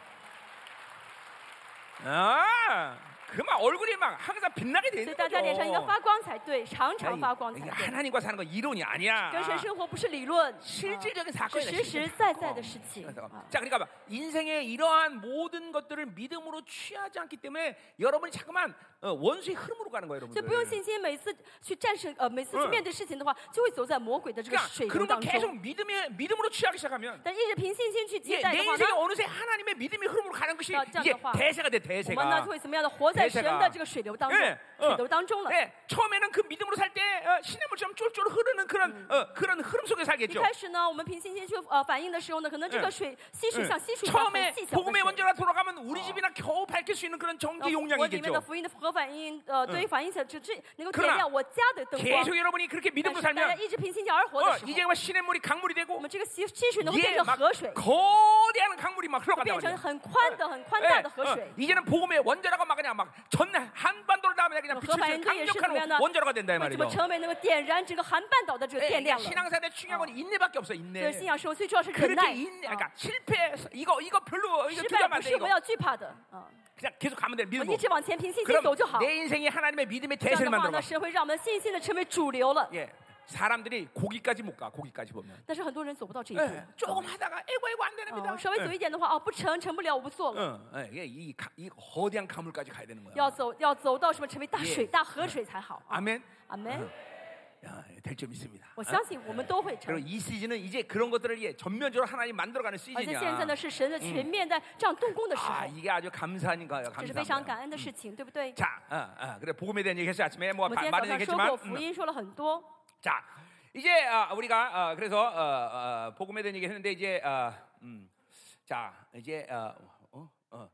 A: 아, 그막 얼굴이 막 항상 빛나게
B: 所
A: 되는
B: 以大家脸上应该
A: 거죠
B: 发光才对，常常发光
A: 아니,
B: 才
A: 이게
B: 对。
A: 하나님과 사는 건 이론이 아니야
B: 跟神生活哎不是理论，啊
A: 실질적인
B: 是
A: 사건이다
B: 实实在在的事情。
A: 그래서,
B: 啊
A: 자, 그러니까 봐. 인생의 이러한 모든 것들을 믿음으로 취하지 않기 때문에 여러분이 자꾸만 어, 원수의 흐름으로 가는 거예요,
B: 所以不用
A: 여러분들.
B: 信心，每次去战胜，呃，每次去
A: 嗯
B: 面对事情的话，就会走在魔鬼的这个
A: 그러니까
B: 水流
A: 그런
B: 当
A: 걸
B: 中。
A: 계속 믿음에 믿음으로 취하기 시작하면
B: 但一直凭信心去
A: 이게
B: 接待
A: 예, 내
B: 的话呢
A: 인생이 ， 어느새 하나님의 믿음의 흐름으로 가는 것이
B: 자, 자,
A: 이게
B: 자, 자.
A: 대세가 돼
B: 我们呢
A: 대세가.
B: 就会怎么样的活在神
A: 대세가
B: 的啊这个啊嗯水流当中，
A: 예, 어.
B: 水流当中了。
A: 예, 처음에는 그 믿음으로 살 때 신의 물처럼 쫄쫄 흐르는 그런 어, 그런 흐름 속에
B: 一
A: 살겠죠.
B: 开始呢，我们凭信心去呃反应的时候呢，可能这
A: 예
B: 个水溪水
A: 예.
B: 像溪水一样很
A: 처음에
B: 细小的
A: 복음의
B: 水。
A: 원자가 돌아가면 우리 집이나 겨우 밝힐 수 있는 그런 전기
B: 然后我里面
A: 용량이겠죠.
B: 的福音的核反应，呃，对于反应者，这这能够
A: 그러나
B: 点亮我家的灯光。
A: 계속 여러분이 그렇게
B: 但
A: 믿음으로
B: 是大家
A: 살면
B: 一直凭信心而活
A: 어,
B: 的时候，
A: 이제 막 신의 물이 강물이
B: 我
A: 되고
B: 们这个溪溪水能够
A: 예,
B: 变成
A: 막
B: 河水，
A: 거대한 강물이 막
B: 变
A: 흘러간다
B: 成
A: 말이야.
B: 很宽的、很宽
A: 예,
B: 大的河
A: 어,
B: 水。
A: 이제는 복음의 원자라고 막 그냥 막전 한반도를 다 그냥 그냥
B: 그
A: 비칠 수 있는
B: 반도에
A: 강력한
B: 있으면은 뭐
A: 원자로가 된다 이
B: 那怎么
A: 말이죠.
B: 成为能够点燃整个韩半岛的这个
A: 예,
B: 电
A: 그러니까
B: 量了？
A: 신앙사의 중요한 건 인내밖에 없어
B: 对
A: 인내.
B: 信仰生活最重要是忍耐
A: 그렇게 ， 인내.
B: 啊
A: 그러니까 실패 이거 이거 별로 이거
B: 失
A: 두려움
B: 败不
A: 안 돼.
B: 是我
A: 이거
B: 们要惧怕的啊！
A: 그냥 계속 가면 돼
B: 我
A: 믿음.
B: 一直往前凭信心走就好
A: 그럼 。내 인생이 그러니까 하나님의 믿음의
B: 这样
A: 대세를
B: 的话呢，
A: 만들어.
B: 神会让我们信心的成为主流了。
A: 예. 사람들이 고기까지 못 가. 고기까지 보면.
B: 但是很多人走不到哎这一
A: 예, 어,
B: 步。
A: 조금 하다가 에고 에고 안
B: 哦，
A: 되랍니다.
B: 稍微走一点的话，哦，不成，成不了，我不做了。
A: 응, 예, 이게 이, 가- 이 거대한 가물까지 가야 되는 거야.
B: 要走，要走到什么成为大水、
A: 예
B: 大河水才好。
A: 아멘. 어.
B: 阿
A: 네.
B: 门。
A: 야, 될줄 믿습니다.
B: 我
A: 어?
B: 相信我们都会成
A: 그리고 。이 시즌은 이제 그런 것들을 이제 전면적으로 하나님 만들어가는
B: 而且现
A: 시즌이야.
B: 在呢，是神的全面在这样动工的时
A: 아,
B: 候，
A: 이게 아주 감사한 거예요.
B: 这是非常
A: 감사합니다.
B: 感恩的事嗯情，对不对？
A: 자, 어, 어, 그래 복음에 대한 얘기했어요. 아침에 뭐
B: 我们今
A: 바-
B: 天
A: 많은
B: 早上说过
A: 얘기했지만,
B: 福
A: 음,
B: 音，说了很多。
A: 자, 이제 아, 우리가 어, 그래서 어, 어, 복음에 대한 얘기했는데 이제, 어, 음, 자, 이제 어, 어, 어,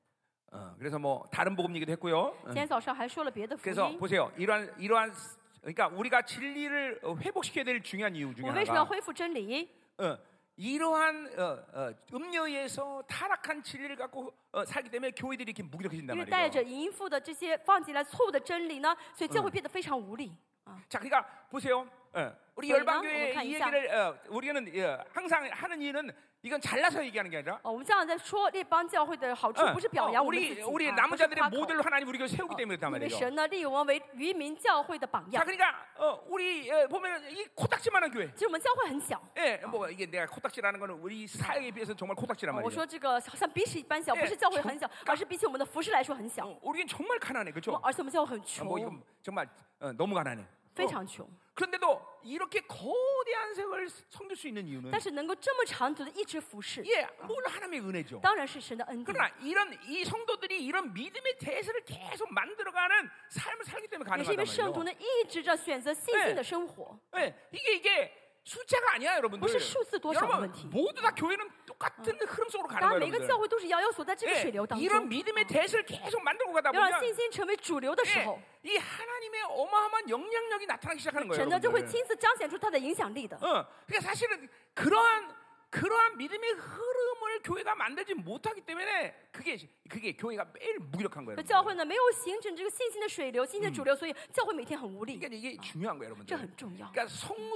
A: 어, 그래서 뭐 다른 복음 얘기도 했고요.
B: 今天早上还说了别的福
A: 그래서
B: 音。
A: 보세요. 이러한 이러한 그러니까 우리가 진리를 어, 회복시켜야 될 중요한 이유 중에
B: 我为什么要
A: 하나가
B: 恢复真理？
A: 어, 이러한 어, 어, 음녀에서 타락한 진리를 갖고 어, 살기 때문에 교회들이 이렇게 무기력해진단
B: 因为带
A: 말이에요.
B: 着淫妇的这些放进来错误的真理呢，所以教会变得非常无力啊。
A: 자, 그러니까 보세요. 어, 우리
B: 저희가
A: 열방교회
B: 오늘
A: 이
B: 가이사.
A: 얘기를 어, 우리는 어, 항상 하는 이유는 이건 잘나서 얘기하는 게 아니라
B: 哦，我们这样在说列邦教会的好处
A: 어, ，
B: 不是表扬
A: 어,
B: 我们
A: 우리
B: 自己，
A: 우리
B: 啊不是
A: 남자들의
B: 夸口。
A: 모델로 하나님 우리가 세우기 때문에 그단
B: 因为
A: 말이죠.
B: 神呢立我们为渔民教会的榜
A: 자,
B: 样。
A: 그러니까 어, 우리 어, 보면 이 코딱지만한 교회.
B: 其实我们教会很小，
A: 예, 뭐 이게 내가 코딱지라는 거는 우리 사역에 비해서 정말 코딱지란
B: 哦我
A: 말이에요.
B: 说这个像比起一般小，
A: 哎
B: 不是教会很小，而是比起我们的服饰来说很小。
A: 어, 우리는 정말 가난해, 그렇죠?
B: 而且我们教会嗯
A: 어,
B: 很
A: 뭐
B: 穷，
A: 이건 정말 어, 너무 가난해.
B: 非
A: 어,
B: 常穷。
A: 그런데도 이렇게 거대한 세월 섬길 수 있는 이유는
B: 但是能够这么长久的一直服侍，
A: 예, 물론 하나님의 은혜죠.
B: 当然是神的恩典。
A: 그러나 이런 이 성도들이 이런 믿음의 대세를 계속 만들어가는 삶을 살기 때문에
B: 也是
A: 가능하단
B: 因为圣徒
A: 말이에요.
B: 呢一直着选择信心的生活，
A: 예, 이게 이게 숫자가 아니야, 여러분들.
B: 무슨 숫자 또
A: 여러분
B: 상관없지. 어.
A: 모두 다 교회는 똑같은 흐름 속으로
B: 当
A: 가는
B: 然
A: 거예요.
B: 每个教
A: 여러분들.
B: 会都是遥遥锁在这个
A: 예,
B: 水流当
A: 이런
B: 中，
A: 믿음의 대세를 계속 만들고 가다
B: 要让
A: 보면
B: 信心成为主流的时
A: 예,
B: 候，
A: 이 하나님의 어마어마한 영향력이 나타나기 시작하는 거예요.
B: 神呢就会
A: 여러분들.
B: 亲自彰显出他的影响力的。
A: 어, 그러니까 사실은 그러한 그러한 믿음의 흐름을 교회가 만들지 못하기 때문에 그게 그게 교회가 매일 무기력한 거예요.
B: 那
A: 여러분들.
B: 教会呢没有形成这个信心的水流、信心的主流，所以教会每天很无力，
A: 그러니까 이게 중요한 거예요,
B: 这
A: 여러분들.
B: 很重要。
A: 그러니까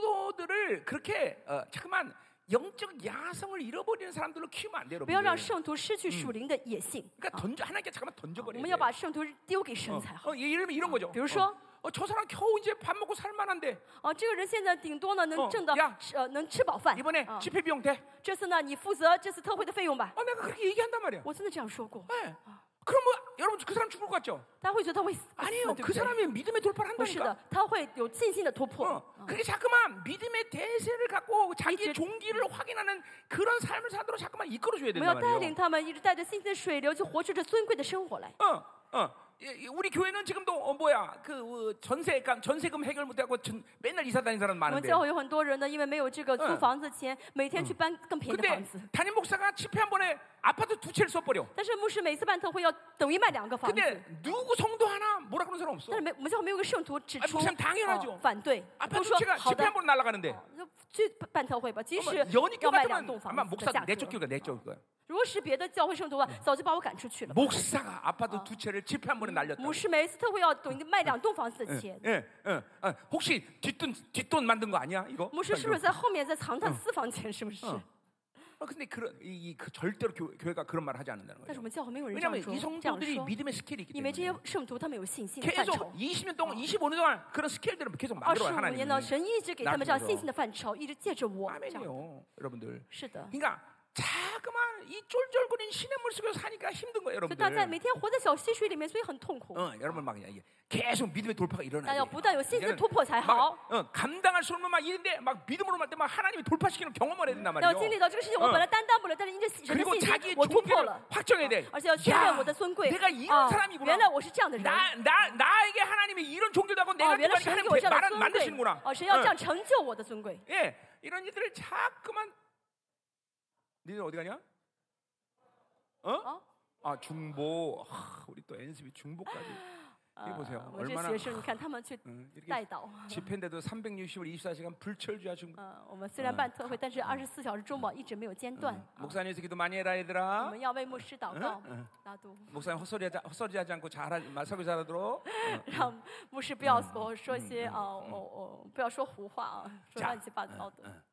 A: 성도들을 그렇게 어, 잠깐만 영적 야성을 잃어버리는 사람들로 키우면 안 돼요,
B: 不要让
A: 여러분들.
B: 圣徒失去属灵的野性，啊
A: 그러니까 던져 하나님께 잠깐만
B: 我
A: 던져버려야
B: 们
A: 돼요.
B: 要把圣徒丢给神才
A: 어,
B: 好。
A: 어, 예를 들면 이런 거죠.
B: 比如说，
A: 어, 어, 저 사람 겨우 이제 밥 먹고 살만한데
B: 哦，这个人现在顶多呢
A: 哦
B: 能挣到
A: 呀
B: 吃呃能吃饱饭。
A: 이번에
B: 啊
A: 집회 비용 돼?
B: 这次呢，你负责这次特会的费用吧。
A: 어, 내가 그렇게 얘기한단 말이야.
B: 我真的这样说过，
A: 예. 그럼 뭐 여러분 그 사람 죽을 것 같죠?
B: 大家会觉得他会死，
A: 아니에요.
B: 对
A: 그
B: 不对
A: 사람이 믿음의 돌파를
B: 不是
A: 한다니까.
B: 的，他会有信心的突破。啊
A: 어, 그게 자꾸만 믿음의 대세를 갖고 자기의 종기를 확인하는 그런 삶을 사도록 자꾸만 뭐 이끌어줘야
B: 我们要
A: 된단
B: 带
A: 말이에요.
B: 领他们一直带着信心的水流，去活出这尊贵的生活来。
A: 어, 어. 예, 예, 우리 교회는 지금도 어, 뭐야 그 어, 전세 감 전세금 해결 못하고 전- 맨날 이사 다니는 사람
B: 我们
A: 많은데.
B: 教会有很多人呢，因为没有这个租
A: 嗯
B: 房子钱，每天去搬更便宜的
A: 근데
B: 房子。
A: 담임 목사가 집회 한 번에 아파트 두 채를 써버려.
B: 但是牧师每次办特会要等于卖两个房子，
A: 근데 누구 성도 하나 뭐라 그 그러는 사람
B: 但
A: 없어.
B: 是没我们教会没有个圣徒指
A: 哎
B: 出、
A: 不像唐人那种
B: 哦反对，
A: 아파트 두
B: 不说
A: 채가
B: 好
A: 집회
B: 的
A: 한 ， 번 날아가는데.
B: 就去办特会吧。即使
A: 연이교
B: 要卖两
A: 같으면
B: 栋房
A: 아마
B: 子的
A: 목사 어.
B: 价
A: 내쫓
B: 格，
A: 교가 내쫓 교가.
B: 如果是别的教会圣徒啊，早就把我赶出去了。
A: 목사가 아파트 두 채를 집회 한 번에 날렸다.
B: 牧师每一次特会要等于卖两栋房子的
A: 예,
B: 钱。
A: 예, 예. 혹시 뒷돈 뒷돈 만든 거 아니야 이거?
B: 牧师是不是在后面在藏他私房钱？是不是？
A: 어, 근데 그런 이, 이- 그 절대로 교, 교회가 그런 말을 하지 않는다는
B: 但
A: 거예요.
B: 是我们教会没有人这样
A: 왜냐하면
B: 说
A: 이 ，
B: 这样
A: 성도들이
B: 说，
A: 믿음의 스킬이 있기
B: 因为这些
A: 때문에
B: 圣徒他们有信心的范
A: 계속
B: 畴。
A: 20년 동안 25년 동안 그런 스킬들을 계속
B: 二十
A: 만들어
B: 五年
A: 하나님.
B: 呢，神一直给他们这样信心的范畴，一直借着嗯我这样。
A: 아멘이요, 여러분들.
B: 是的，
A: 그러니까 자그만 이 쫄쫄거리는 신의 물 속에서 사니까 힘든 거예요,
B: 所以大家
A: 여러분들.
B: 每天活在小溪水里面，所以很痛苦。
A: 어, 여러분 막 그냥 이게 계속 믿음의 돌파가
B: 大
A: 일어나야
B: 家
A: 돼.
B: 不但有信心的突破才好，
A: 막, 어, 감당할 수 없는 막 일인데 막 믿음으로 말 때 막 하나님이 돌파시키는 경험을 해야 된단
B: 要经历
A: 말이에요.
B: 到这个事情，我本来担当不了，但是因着神的
A: 그리고 뭐
B: 信心
A: 자기의 ，
B: 我突破
A: 종교를
B: 了，
A: 확정해야 돼.
B: 而且要确认我的尊贵
A: 내가 이런
B: 啊！
A: 사람이구나.
B: 原来我是这样的人。
A: 나, 나, 나에게 하나님이 이런 종교를 하고
B: 哦，
A: 내가
B: 原来
A: 어, 그렇게
B: 神给我
A: 하나님이
B: 这样的
A: 말,
B: 尊贵
A: 만드시는구나. ！
B: 哦，神要这
A: 어,
B: 样成就我的尊贵。
A: 예, 이런 일들을 자꾸만 니들 어디 가냐? 어?
B: 哦，
A: 아 중보. 하, 우리 또 NCB 중보까지.
B: 呃
A: 보세요
B: 我们
A: 얼마나
B: 这学生，你看他们去
A: 응, 이렇게
B: 带导。
A: 집회인데도 360일 24시간 불철주야 중보.
B: 呃，我们虽然办特会，但是二十四小时中保一直没有
A: 어,
B: 间断。啊
A: 목사님에서 기도 많이 해라
B: 我
A: 얘들아.
B: 们要为牧师
A: 뭐
B: 祷告
A: 嗯，
B: 拉都，
A: 목사님 헛소리 하지, 헛소리 하지 않고 잘하지 말 설교 잘하도록.
B: 让牧师不要我说一些啊，我我不要说胡话啊，说
A: 자
B: 乱七八糟的。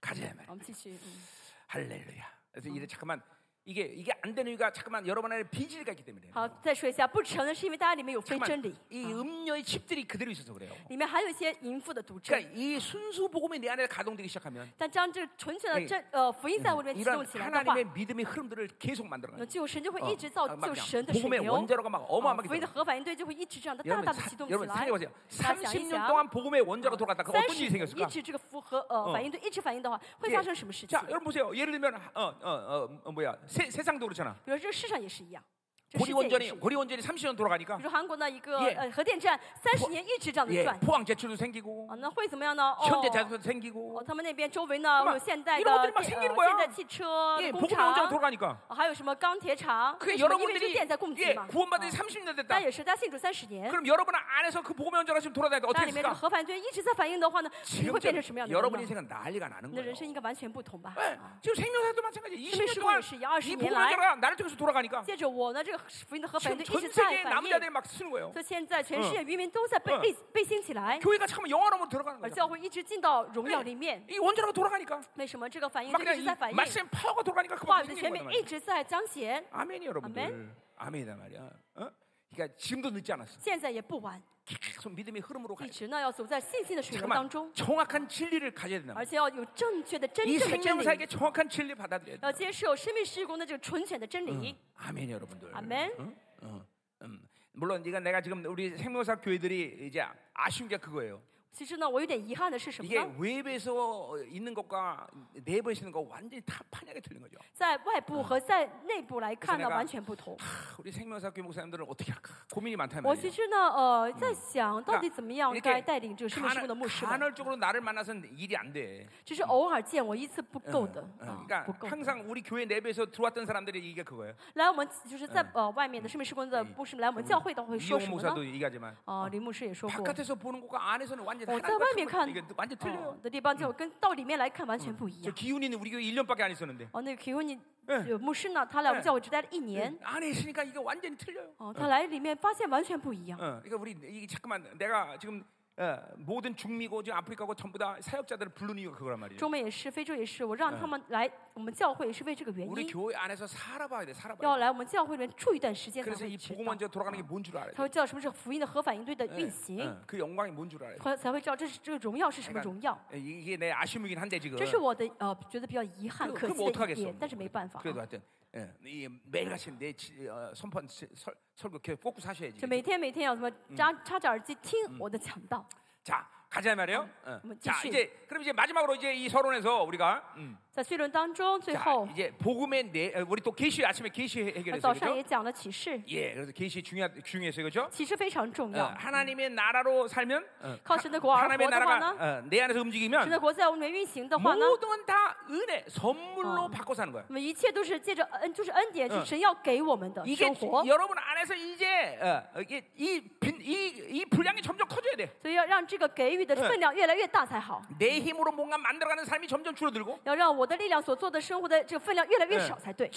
A: 가자 말.
B: 我们继续，嗯
A: 어. 할렐루야. 그래서 이래 잠깐만 이게 이게 안 되는 이유가 잠깐만 여러분 안에 빈실가 있기 때문에.
B: 好，再说一下，不成呢是因为大家里面有非
A: 잠깐만
B: 真理，
A: 이 음녀의 아. 칩들이 그대로 있어서 그래요.
B: 里面还有一些淫妇的毒质。
A: 그러니까 이 순수 복음이 내 안에 가동되기 시작하면
B: 但将这纯粹
A: 네
B: 的真呃福音在我里面嗯啊启
A: 이런
B: 动起来的话，
A: 하나님의 믿음의 흐름들을 계속 만들어가요.
B: 那就神就会
A: 어,
B: 一直造
A: 아, 막
B: 就
A: 그냥
B: 神的水
A: 복음의
B: 流。
A: 원자로가 막
B: 啊
A: 어마어마하게
B: 福音的
A: 돼요.
B: 核反应堆就会一直这样的大
A: 여러분,
B: 大的
A: 사,
B: 启动起
A: 여러분
B: 来。
A: 생각해보세요.
B: 大家想一
A: 30년
B: 想，
A: 동안 복음의 원자로 돌아갔다가
B: 三
A: 어떤
B: 十
A: 일이
B: 年
A: 생겼을까?
B: 一直这个复合呃
A: 어
B: 反应堆一直反应的话，会
A: 예.
B: 发生什么事情？
A: 자, 여러분 보세요. 예를 들면 어, 어, 어, 어, 뭐야? 세, 세상도 그렇잖아.
B: 比如说这个世上也是一样，这个世
A: 고리
B: 界也是
A: 원전이
B: 一样。
A: 고리 원전이 30년
B: 比
A: 돌아가니까
B: 如说韩国呢一个
A: 예.
B: 呃核电站，三十年一直这样的
A: 예,
B: 转，
A: 포항 제철도 어, 생기고
B: 啊，那会怎么样呢？哦
A: 현대 ， 자동차도
B: 哦，
A: 생기고
B: 他们那边周围呢
A: 그
B: 会
A: 막
B: 有现代
A: 이런
B: 的
A: 것들이막생기는거야
B: 呃现代汽车
A: 예,
B: 工
A: 복음의
B: 厂，
A: 원자로 돌아가니까
B: 啊还有什么钢铁厂？为
A: 그
B: 什么因为这
A: 여러분들이
B: 个电在供给
A: 예,
B: 嘛。
A: 구원받은 지
B: 啊
A: 30년
B: 那
A: 됐다.
B: 也是在信主三十年，
A: 그럼 여러분 안에서 그 복음의 원자가 지금 돌아다니다
B: 那
A: 어떻게
B: 里面的
A: 될까?
B: 核反应堆一直在反应的话呢，你
A: 지금
B: 会变成什么样的啊人
A: 여러분
B: 呢？
A: 인생은 난리가 나는
B: 你的
A: 거예요.
B: 人生应该完全不同吧？
A: 예,
B: 啊
A: 지금 생명사도 마찬가지. 20년
B: 생명
A: 동안
B: 시간이
A: 이
B: 20년
A: 복음의
B: 날-
A: 원자가 나를 통해서 돌아가니까
B: 借着我呢，这个福音的核反应
A: 지금
B: 堆一直
A: 전
B: 在
A: 세계
B: 反
A: 남자들이
B: 应，
A: 막 쓰는 거예요.
B: 所以现在全世界渔民都在被
A: 嗯
B: 被被兴起来，
A: 교회가 잠깐 영화로만 들어가는
B: 而
A: 거죠.
B: 教会一直进到荣耀里面。
A: 이 원자로가 돌아가니까
B: 为什么这个反应
A: 막
B: 堆一
A: 그냥
B: 直在反
A: 이
B: 应？
A: 말씀 파워가 돌아가니까
B: 话
A: 그만
B: 语的权
A: 생기는
B: 柄
A: 거란
B: 一
A: 말이야.
B: 直在彰显，
A: 아멘이 여러분들. 아멘이다 말이야. 어? 그러니까 지금도 늦지 않았어.
B: 现在也不晚，
A: 계속 믿음의 흐름으로 가.
B: 一直呢要走在信心的水流当
A: 잠깐만
B: 中，
A: 정확한 진리를 가져야 된다.
B: 而且要有正确的、真
A: 이
B: 正的真
A: 생명사에게
B: 理，
A: 정확한 진리 받아들여야 돼.
B: 要接受生命事工的这个纯全的真理。
A: 아멘 여러분들.
B: 아멘.
A: 응? 응, 응. 물론 이건 내가 지금 우리 생명사 교회들이 이제 아쉬운 게 그거예요.
B: 其实呢，我有点遗憾的是什么
A: 이게
B: 呢？
A: 외부에서 있는 것과 내부에 있는 것 완전히 다 판약이 틀린 거죠.
B: 在外部和在内部来看呢，
A: 그래서 내가
B: 完全不同。
A: 하, 우리 생명사 교회 목사님들은 어떻게 할까 고민이 많단
B: 我其
A: 말이에요.
B: 实呢，呃，在想到底怎么样
A: 이렇게
B: 该带领这个生命事
A: 간헐,
B: 工的牧师们，
A: 간헐적으로 나를 만나서는 일이 안 돼.
B: 只是偶尔见我一次不够的
A: 어,
B: 啊，
A: 그러니까
B: 不够的。
A: 항상 우리 교회 내부에서 들어왔던 사람들이 이게 그거예요.
B: 来，我们就是在呃外面的生命事工的牧师们来我们教会的会说
A: 이용
B: 什么呢
A: 목사도 ？ 얘기하지만
B: 啊，林牧师也说过，
A: 바깥에서 보는 것과 안에서는 완전
B: 我在
A: 하나님과
B: 外面
A: 틀려.
B: 看
A: 이게 어, 완전
B: 哦
A: 틀려요.
B: 的地方，就跟到里面来看完全不一
A: 저
B: 样。
A: 기훈이는 우리 교회 1년밖에 안 있었는데
B: 哦，那个 Kuni
A: 嗯
B: 有牧师呢，他来我们教会只待了一
A: 예?
B: 年，
A: 안에 있으니까 이게 완전히 틀려요.
B: 哦，他来里面发现完全不一样。
A: 어, 그러니까 우리 이게 잠깐만 내가 지금 어, 모든 중미고 지금 아프리카고 전부 다 사역자들을 부르는 이유가 그거란 말이에요.
B: 中美也是，非洲也是，我让他们来我们教会也是为这个原
A: 우리
B: 因，
A: 교회 안에서 살아봐야 돼, 살아봐야
B: 要
A: 돼.
B: 来我们教会里面住一段时间才
A: 그래서
B: 会
A: 이
B: 知
A: 복음
B: 道。
A: 먼저 돌아가는 게 뭔 줄 알아야
B: 他
A: 돼.
B: 会知道什么是福音的核反应堆的运
A: 예,
B: 行，
A: 예, 그 영광이 뭔 줄 알아야 돼.
B: 才才会知道这是这个荣耀是什么荣耀。
A: 예, 이게 내 아쉬움이긴 한데 지금.
B: 这是我的呃觉得比较遗憾、
A: 그
B: 可
A: 그럼
B: 惜
A: 어떡하겠어
B: 的一点
A: 뭐 ，
B: 但是没办法啊、
A: 그래도 하여튼 예, 이 매일같이 내 지- 어, 선판 시- 설, 설교 계속 꼭꼭 하셔야지.
B: 就每天每天要什么扎插着耳机听我的讲道。
A: 자 가자 말이에요. 어.
B: 한번
A: 자
B: 继续。
A: 이제 그럼 이제 마지막으로 이제 이 서론에서 우리가 음,
B: 在碎论当中，最
A: 자
B: 后
A: 이제 복음의 내 어, 우리 또 계시 아침에 계시
B: 呃
A: 해결했어요,
B: 早上
A: 그렇죠?
B: 也讲了启示，
A: 예, 그래서 계시 중요 중요했어요, 그렇죠?
B: 启示非常重
A: 어,
B: 要。
A: 하나님의 나라로 살면 어,
B: 靠神的国
A: 하-
B: 而
A: 하나님의
B: 活的
A: 나라가
B: 话呢，
A: 어, 내 안에서
B: 神的
A: 움직이면
B: 国在我们里面运行的话呢，
A: 모든 건다 은혜 선물로
B: 어.
A: 바꿔 사는 거야.
B: 我们一切都是借着恩，就是恩典，
A: 嗯
B: 是神要给我们的
A: 이게
B: 生活。
A: 여러분 안에서 이제 어, 어, 이게 이, 빈- 이, 이 분량이 점점 커져야 돼.
B: 所以要让这个给予的
A: 嗯
B: 分量越来越大才好，
A: 내 힘으로 뭔가 만들어가는 삶이 점점 줄어들고
B: 要让我的力量所做的生活的这个分量越来越
A: 嗯
B: 少才对。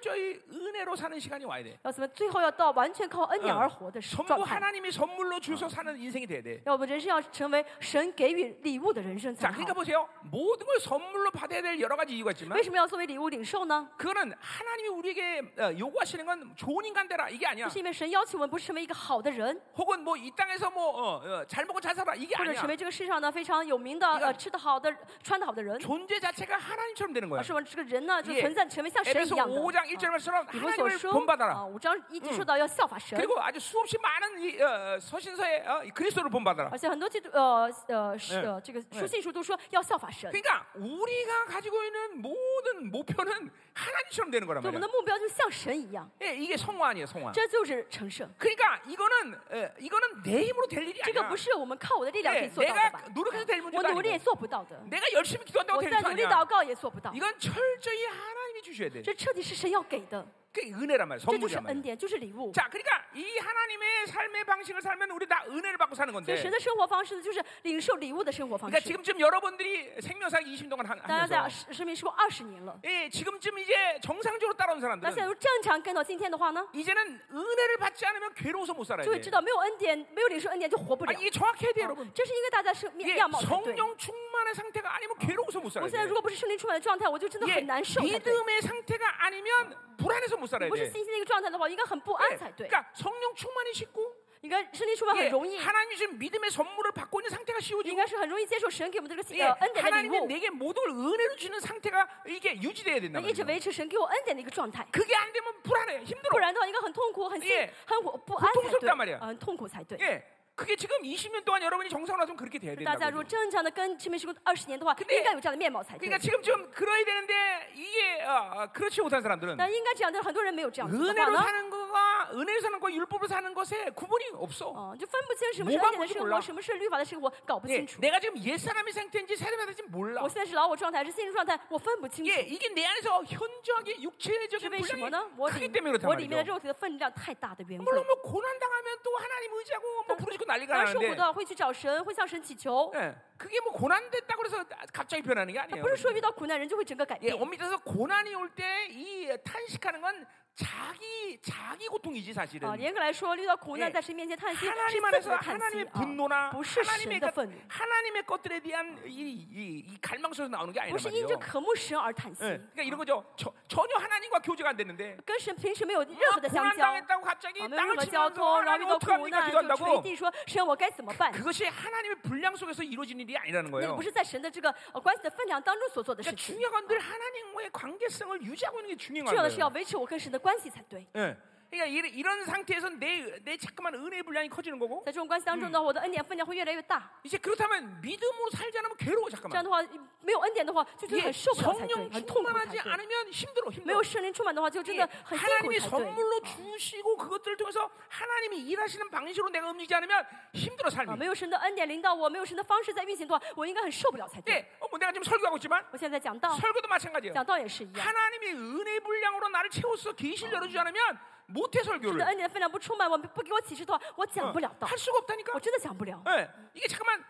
A: 철저히 은혜로 사는 시간이 와야 돼.
B: 要怎么最后要到完全靠恩典
A: 嗯
B: 而活的时状
A: 전부
B: 态？
A: 하나님이 선물로 주셔 사는 인생이 돼야 돼.
B: 要我们人生要成为神给予礼物的人生才
A: 자,
B: 好
A: 그러니까 。 보세요. 모든 걸 선물로 받아야 될 여러 가지 이유가
B: 为
A: 있지만
B: 什么要作为礼物领受呢？
A: 그거는 하나님이 우리에게 어, 요구하시는 건 좋은 인간 되라 이게 아니야.
B: 是因为神要求我们不是成为一个好的人，
A: 혹은 뭐 이 땅에서 뭐잘 먹고 잘 살아 이게
B: 或者
A: 아니야.
B: 成为这个世上呢非常有名的
A: 你看
B: 呃吃得好的、穿得好的人，啊
A: 존재 자체가 하나님처럼 되는 거야.
B: 而是我们这个人呢就
A: 예
B: 存在成为像神一
A: 에베소
B: 样的。啊
A: 5장 1절 말씀처럼
B: 以弗所
A: 하나님을 어,
B: 书
A: 본받아라.
B: 啊，五章一直说到要效法神，
A: 그리고 아주 수없이 많은 이, 어, 서신서에 어, 이 그리스도를 본받아라.
B: 而且很多基督呃呃是
A: 예
B: 呃这个书信书都说要效法神，所
A: 그러니까 우리가 가지고 있는 모든 목표는 하나님처럼 되는 거란
B: 以我们的
A: 말이야.
B: 目标就像神一样，
A: 예, 이게 성화 아니에요, 성화.
B: 这就是成圣。
A: 그러니까 이거는 에, 이거는 내 힘으로 될 일이
B: 这个
A: 아니야.
B: 不是我们靠我的力量可以
A: 예,
B: 做到的
A: 내가
B: 吧？
A: 노력해서 될
B: 我
A: 문제도
B: 努力也
A: 아니고
B: 做不到的，
A: 내가 열심히 기도한다고
B: 我
A: 될
B: 再
A: 일
B: 努力
A: 아니야.
B: 祷告也做不到。
A: 이건 철저히 하나님이 주셔야 돼.
B: 这彻底是神要给的，
A: 그게 은혜란 말이야,
B: 这就是
A: 선물이란
B: 恩
A: 말이야.
B: 典，就是礼物。
A: 자, 그러니까 이 하나님의 삶의 방식을 살면 우리 다 은혜를 받고 사는
B: 所以
A: 건데.
B: 神的生活方式呢，就是领受礼物的生活方
A: 그러니까
B: 式。
A: 지금쯤 여러분들이 생명상 20 동안 하-
B: 大家在
A: 하면서
B: 生生命生活二十年了，
A: 예, 지금쯤 이제 정상적으로 따라온
B: 那现在
A: 사람들은
B: 如果正常跟到今天的话呢，
A: 이제는 은혜를 받지 않으면 괴로워서 못 살아야
B: 就会知
A: 돼.
B: 道没有恩典，没有领受恩典就活不了
A: 아니, 。 이게 정확해야 돼,
B: 啊
A: 여러분.
B: 这是应该大家是面
A: 어. 이게
B: 样貌才对。
A: 성령 충만한 상태가 아니면 괴로워서 못
B: 我
A: 살아야
B: 现在
A: 돼.
B: 如果不是圣灵充满的状态，我就真的
A: 예,
B: 很难受才对。
A: 믿음의 상태가 아니면 불안해서 못 살아야
B: 不是
A: 돼.
B: 信心的一个状态的话，我应该很不
A: 예,
B: 安才对。
A: 그러니까 성령 충만이 쉽고
B: 应该圣灵充满
A: 예,
B: 很容易，
A: 하나님이 지금 믿음의 선물을 받고 있는 상태가
B: 应
A: 쉬워지고
B: 该是很容易接受神给我们的这个
A: 예,
B: 呃恩典的礼
A: 하나님이
B: 物，
A: 내게 모든 걸 은혜로 주는 상태가 이게 유지돼야 된다
B: 能一直
A: 말이에요.
B: 维持神给我恩典的一个状态。
A: 그게 안 되면 불안해,
B: 不
A: 힘들어.
B: 然的话，应该很痛苦、很心
A: 예 、
B: 很我不安才对，
A: 고통스럽단말이야
B: 啊很痛苦才对。
A: 예, 그게 지금 20년 동안 여러분이 정상으로 왔으면 그렇게 돼야
B: 大
A: 된다.
B: 家如果
A: 말이에요.
B: 正常的跟陈明师工二十年的话，
A: 근데
B: 应该有这样的面貌才对
A: 그러니까 。 지금 좀 그러야 되는데 이게 어, 어, 그렇지 못한 사람들은
B: 但应该这样，但是很多人没有这样子的
A: 은혜로
B: 话呢，
A: 사는 거가 은혜로 사는 거 율법으로 사는 것에 구분이 없어.
B: 哦，就分不清什么
A: 뭐가
B: 是恩
A: 뭔
B: 典的
A: 지
B: 生
A: 몰라
B: 活，什么是律法的生活，搞不
A: 예,
B: 清楚。
A: 내가 지금 옛 사람의 상태인지 새 사람의 상태인지 몰라.
B: 我现在是老我状态还是新人状态，我分不清
A: 예,
B: 楚。
A: 이게 내 안에서 현저하게
B: 是
A: 육체적인
B: 为什么
A: 분량이
B: 呢？我里
A: 크기 때문에
B: 我
A: 그렇단
B: 里面的
A: 말이죠.
B: 肉体的分量太大的缘故。
A: 물론 뭐 고난 당하면 또 하나님 의지하고 뭐 부르짖고 난리가
B: 当然受苦
A: 나는데
B: 的会去找神，会向神祈求，
A: 예, 그게 뭐 고난 됐다고 해서 갑자기 변하는 게
B: 他
A: 아니에요.
B: 不是说遇到苦难人就会整个改
A: 예,
B: 变。
A: 엄밀히 따서 고난이 올 때 이 탄식하는 건 자기 자기 고통이지
B: 啊，
A: 사실은.
B: 严格来说，遇到苦
A: 예
B: 难在神面前叹息是
A: 하나님
B: 自
A: 안에서
B: 己的叹息
A: 하나님의
B: 啊，
A: 분노나
B: 不是
A: 하나님의
B: 神的
A: 것,
B: 愤怒，
A: 하나님의 것들에 대한 이, 이, 이 갈망스러워서 나오는 게
B: 不
A: 아니란
B: 是因着
A: 말이에요.
B: 渴慕神而叹息
A: 예, ， 그러니까 이런 거죠. 저- 전혀 하나님과 교제가 안 됐는데
B: 跟神平时没有任何
A: 아,
B: 的相
A: 난
B: 交，
A: 당했다고 갑자기
B: 啊，没有任
A: 땅을
B: 何交
A: 치면서
B: 通，然后
A: 하나님
B: 遇到苦
A: 어떡합니까
B: 难就垂
A: 기도한다고
B: 地说：“神，我该怎么办
A: 그것이 하나님의 분량 속에서 이루어진 일이 아니라는 ？”
B: 那个
A: 거예요.
B: 不是在神的这个呃关系的分量当中所做的事
A: 그러니까
B: 情。
A: 중요한 건 늘 하나님과의 관계성을 유지하고 있는 게
B: 重要
A: 중요한
B: 的是要
A: 거예요.
B: 维持我跟神的关系才对。
A: 예. 그러니까 이런, 이런 상태에서 내, 내 자꾸만 은혜의 분량이 커지는 거고
B: 在这种关系当中呢，我的恩典分量会越来越大。
A: 이제 그렇다면 믿음으로 살지 않으면 괴로워
B: 这样
A: 잠깐만.
B: 的话，没有恩典的话，就觉得
A: 이게
B: 很受不了才对，
A: 예, 성령
B: 很痛苦才
A: 충만하지
B: 对。
A: 않으면 힘들어
B: 没
A: 힘들어.
B: 有圣灵充满的话，就真
A: 이게
B: 的很辛苦
A: 하나님이
B: 才对。
A: 선물로 주시고 그것들을 통해서 하나님이 일하시는 방식으로 내가 움직이지 않으면 힘들어
B: 啊，
A: 삶이.
B: 没有神的恩典领导我，没有神的方式在运行的话，我应该很受不了才对。
A: 네, 어, 뭐 내가 지금 설교하고 있지만
B: 我现在在讲道，
A: 설교도 마찬가지예요.
B: 讲道也是一样。
A: 하나님의 은혜 분량으로 나를 채워서 계시를 열어주지 않으면 못해
B: 神的
A: 설교를 어,
B: 恩典的分量不充满，我不给我启示的话，我讲不了道，
A: 할 수가 없다니까.
B: 我真的讲不了。
A: 예, 이게 잠깐만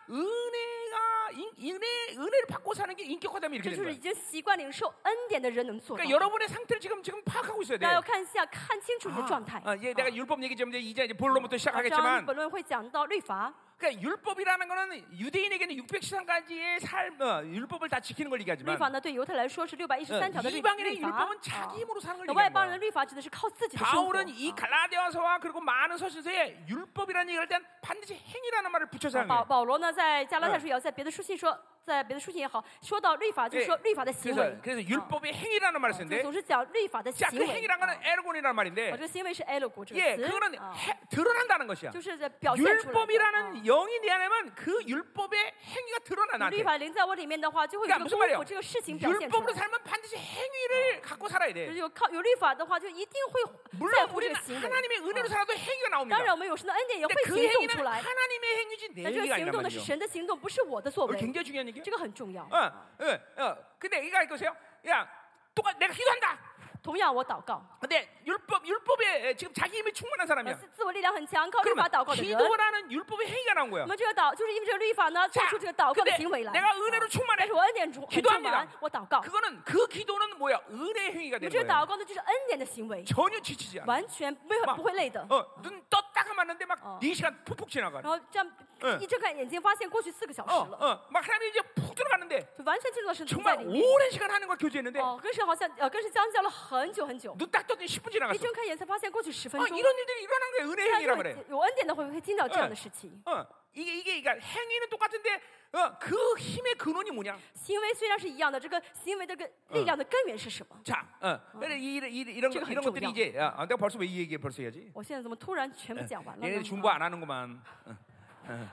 A: 은혜가 인, 은혜 은혜를 받고 사는 게 인격화되면 이렇게
B: 这就
A: 되는
B: 是已
A: 거예요.
B: 经习惯领受恩典的人能做到
A: 그러니까 。 여러분의 상태를 지금 지금 파악하고 있어야
B: 大家
A: 돼.
B: 要看一下，看清楚你的状态。啊
A: 아, 예, 내가 율법 얘기 좀 이제 이제 이제 본론부터
B: 这样
A: 시작하겠지만,
B: 本论会讲到律法，
A: 그러니까 율법이라는 거는 유대인에게는 613가지의 삶, 어, 율법을 다 지키는 걸
B: 律
A: 얘기하지만,
B: 法呢对犹太来说是呃六百一十三条的
A: 어,
B: 律
A: 이방인의
B: 律法。
A: 율법은 자기
B: 啊
A: 힘으로 사는 걸
B: 那外邦人
A: 얘기하는 거야.
B: 的律法指的是靠自己的生活。
A: 바울은 이
B: 啊
A: 갈라디아서와 그리고 많은 서신서에 율법이라는 얘기할 땐 반드시 행위라는 말을 붙여서
B: 啊
A: 하는 거예요.
B: 保保罗呢，在加拉太书也好，在别的书信说，在别的书信也好，说到律哎法，就是说
A: 对
B: 律法的行为啊
A: 그래서, ， 그래서 율법의 행위라는 말을
B: 就
A: 쓰는데,
B: 总是讲律法的
A: 자,
B: 行
A: 그
B: 为。
A: 행위라는
B: 啊
A: 거는 에르곤이라는
B: 啊
A: 말인데,
B: 这个行为是 “elo” 这
A: 예,
B: 个
A: 그거는
B: 词，啊
A: 해- 드러난다는 것이야.
B: 就是在表现出来的。啊
A: 율법이라는 영이 내 안에면 그 율법의 행위가 드러나
B: 啊律
A: 나한테.
B: 法临在我里面的话，就会有
A: 그러니까
B: 一个
A: 무슨
B: 功
A: 말이에요?
B: 夫，这个事情表现出
A: 율법으로
B: 来。
A: 살면 반드시 행위를 갖고 살아야
B: 就是
A: 돼.
B: 有靠有律法的话，就一定会在
A: 물론
B: 乎这
A: 우리는
B: 个行为。
A: 하나님의 은혜로 살아도 행위가
B: 当
A: 나옵니다.
B: 然，我们有神的恩典也会
A: 근데 그
B: 行动
A: 행위는
B: 出来，
A: 하나님의 행위지 내
B: 但这个
A: 행위가
B: 行
A: 아니란
B: 动呢是
A: 말이죠.
B: 神的行动，不是我的作
A: 오늘
B: 为，
A: 굉장히 중요한 얘기야.
B: 这个很重要
A: 어, 。 어, 어. 근데 이거 알거세요? 야, 똑같 내가 기도한다.
B: 同样，我祷告，
A: 근데 율법 율법에 지금 자기 힘이 충만한
B: 呃
A: 사람이야.
B: 自自我力量很强，靠律法
A: 그러면
B: 祷告的人。
A: 기도라는 율법의 행위가 나온 거야.
B: 我们这个祷就是因为这个律法呢，做
A: 자,
B: 出这个祷告的
A: 근데
B: 行为来。
A: 내가 은혜로 어.
B: 但
A: 충만해.
B: 是我恩典主
A: 기도합니다
B: 充满，我祷告。
A: 그거는 그 기도는 뭐야? 은혜 행위가
B: 我
A: 되는
B: 们这个
A: 거야.
B: 祷告呢，就是恩典的行为，
A: 전혀 지치지 않아.
B: 完全不会
A: 막
B: 不会累的。
A: 어, 눈 떴다 감았는데 막
B: 어.
A: 네시간 푹푹 지나가.
B: 然后这
A: 嗯
B: 样一睁开眼睛，发现过去四个小
A: 어,
B: 时了，
A: 어, 막 하나님이 이제 푹 들어갔는데
B: 就完全进入到神同在
A: 정말
B: 里面。
A: 오랜 시간 하는 걸 교제했는데
B: 哦，跟神好像呃，跟神相交了很久很久，
A: 눈 딱 떴더니 10분
B: 一
A: 지나갔어.
B: 睁开眼才发现过去十分
A: 어,
B: 钟。
A: 이런 일들이 일어난 거야. 은혜
B: 大
A: 행위라
B: 家
A: 그래.
B: 有有恩典的会会听到这样的事情。
A: 어, 이게 이게 그러니까 행위는 똑같은데 어, 그 힘의 근원이 뭐냐?
B: 行为虽然是一样的，这个行为的个力量的根源是什么？
A: 자, 어, 그래, 이, 이, 이런 거-
B: 지금
A: 이런 것들이
B: 중요한
A: 이제 야, 아, 내가 벌써 왜 이 얘기 벌써 해야지?
B: 我现在怎么突然全部讲完了
A: 얘네
B: 呢？
A: 중보 안그 하는구만.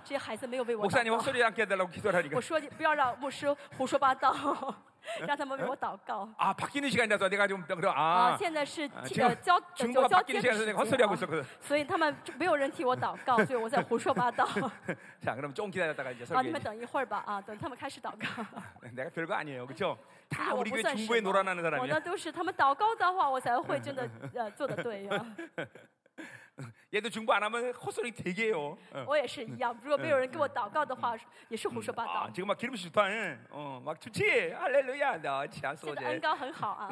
B: 这些孩子没有为我祷
A: 목사님
B: 告。
A: 헛소리 않게 해달라고 기도를 하니까.
B: 我说你不要让牧师胡说八道， 让他们为我祷告。
A: 아 바뀌는 시간이라서 내가 좀 그래 아,
B: 啊，现在是
A: 啊
B: 这
A: 这个
B: 个交
A: 중국
B: 交
A: 가
B: 交
A: 바뀌는
B: 接
A: 시간에서
B: 的
A: 내가헛
B: 时
A: 소리하고
B: 间
A: 있었거든
B: 啊所以他们就没有人替我祷告， 所以我在胡说八 道。啊
A: 자 그럼 조금 기다렸다가 이제
B: 啊，
A: 설교해.
B: 你们等一会儿吧，啊，等他们开始祷告。
A: 내가 별거 아니에요, 그렇죠?
B: 但
A: 다
B: 是我
A: 우리
B: 不
A: 교회
B: 算
A: 중보에
B: 什么
A: 놀아나는
B: 我
A: 사람이야.
B: 呢都是他们祷告的话，我才会 真的呃做的对呀。
A: 얘도 중보 안 하면 헛소리 되게 해요. 어.
B: 我也是一样，如果没有人给我祷告的话，也是胡说八道
A: 아, 。 지금 막 기름 슈탄, 어, 막 좋지, 할렐루야, 나 참
B: 现在恩
A: 소재.
B: 高很好啊，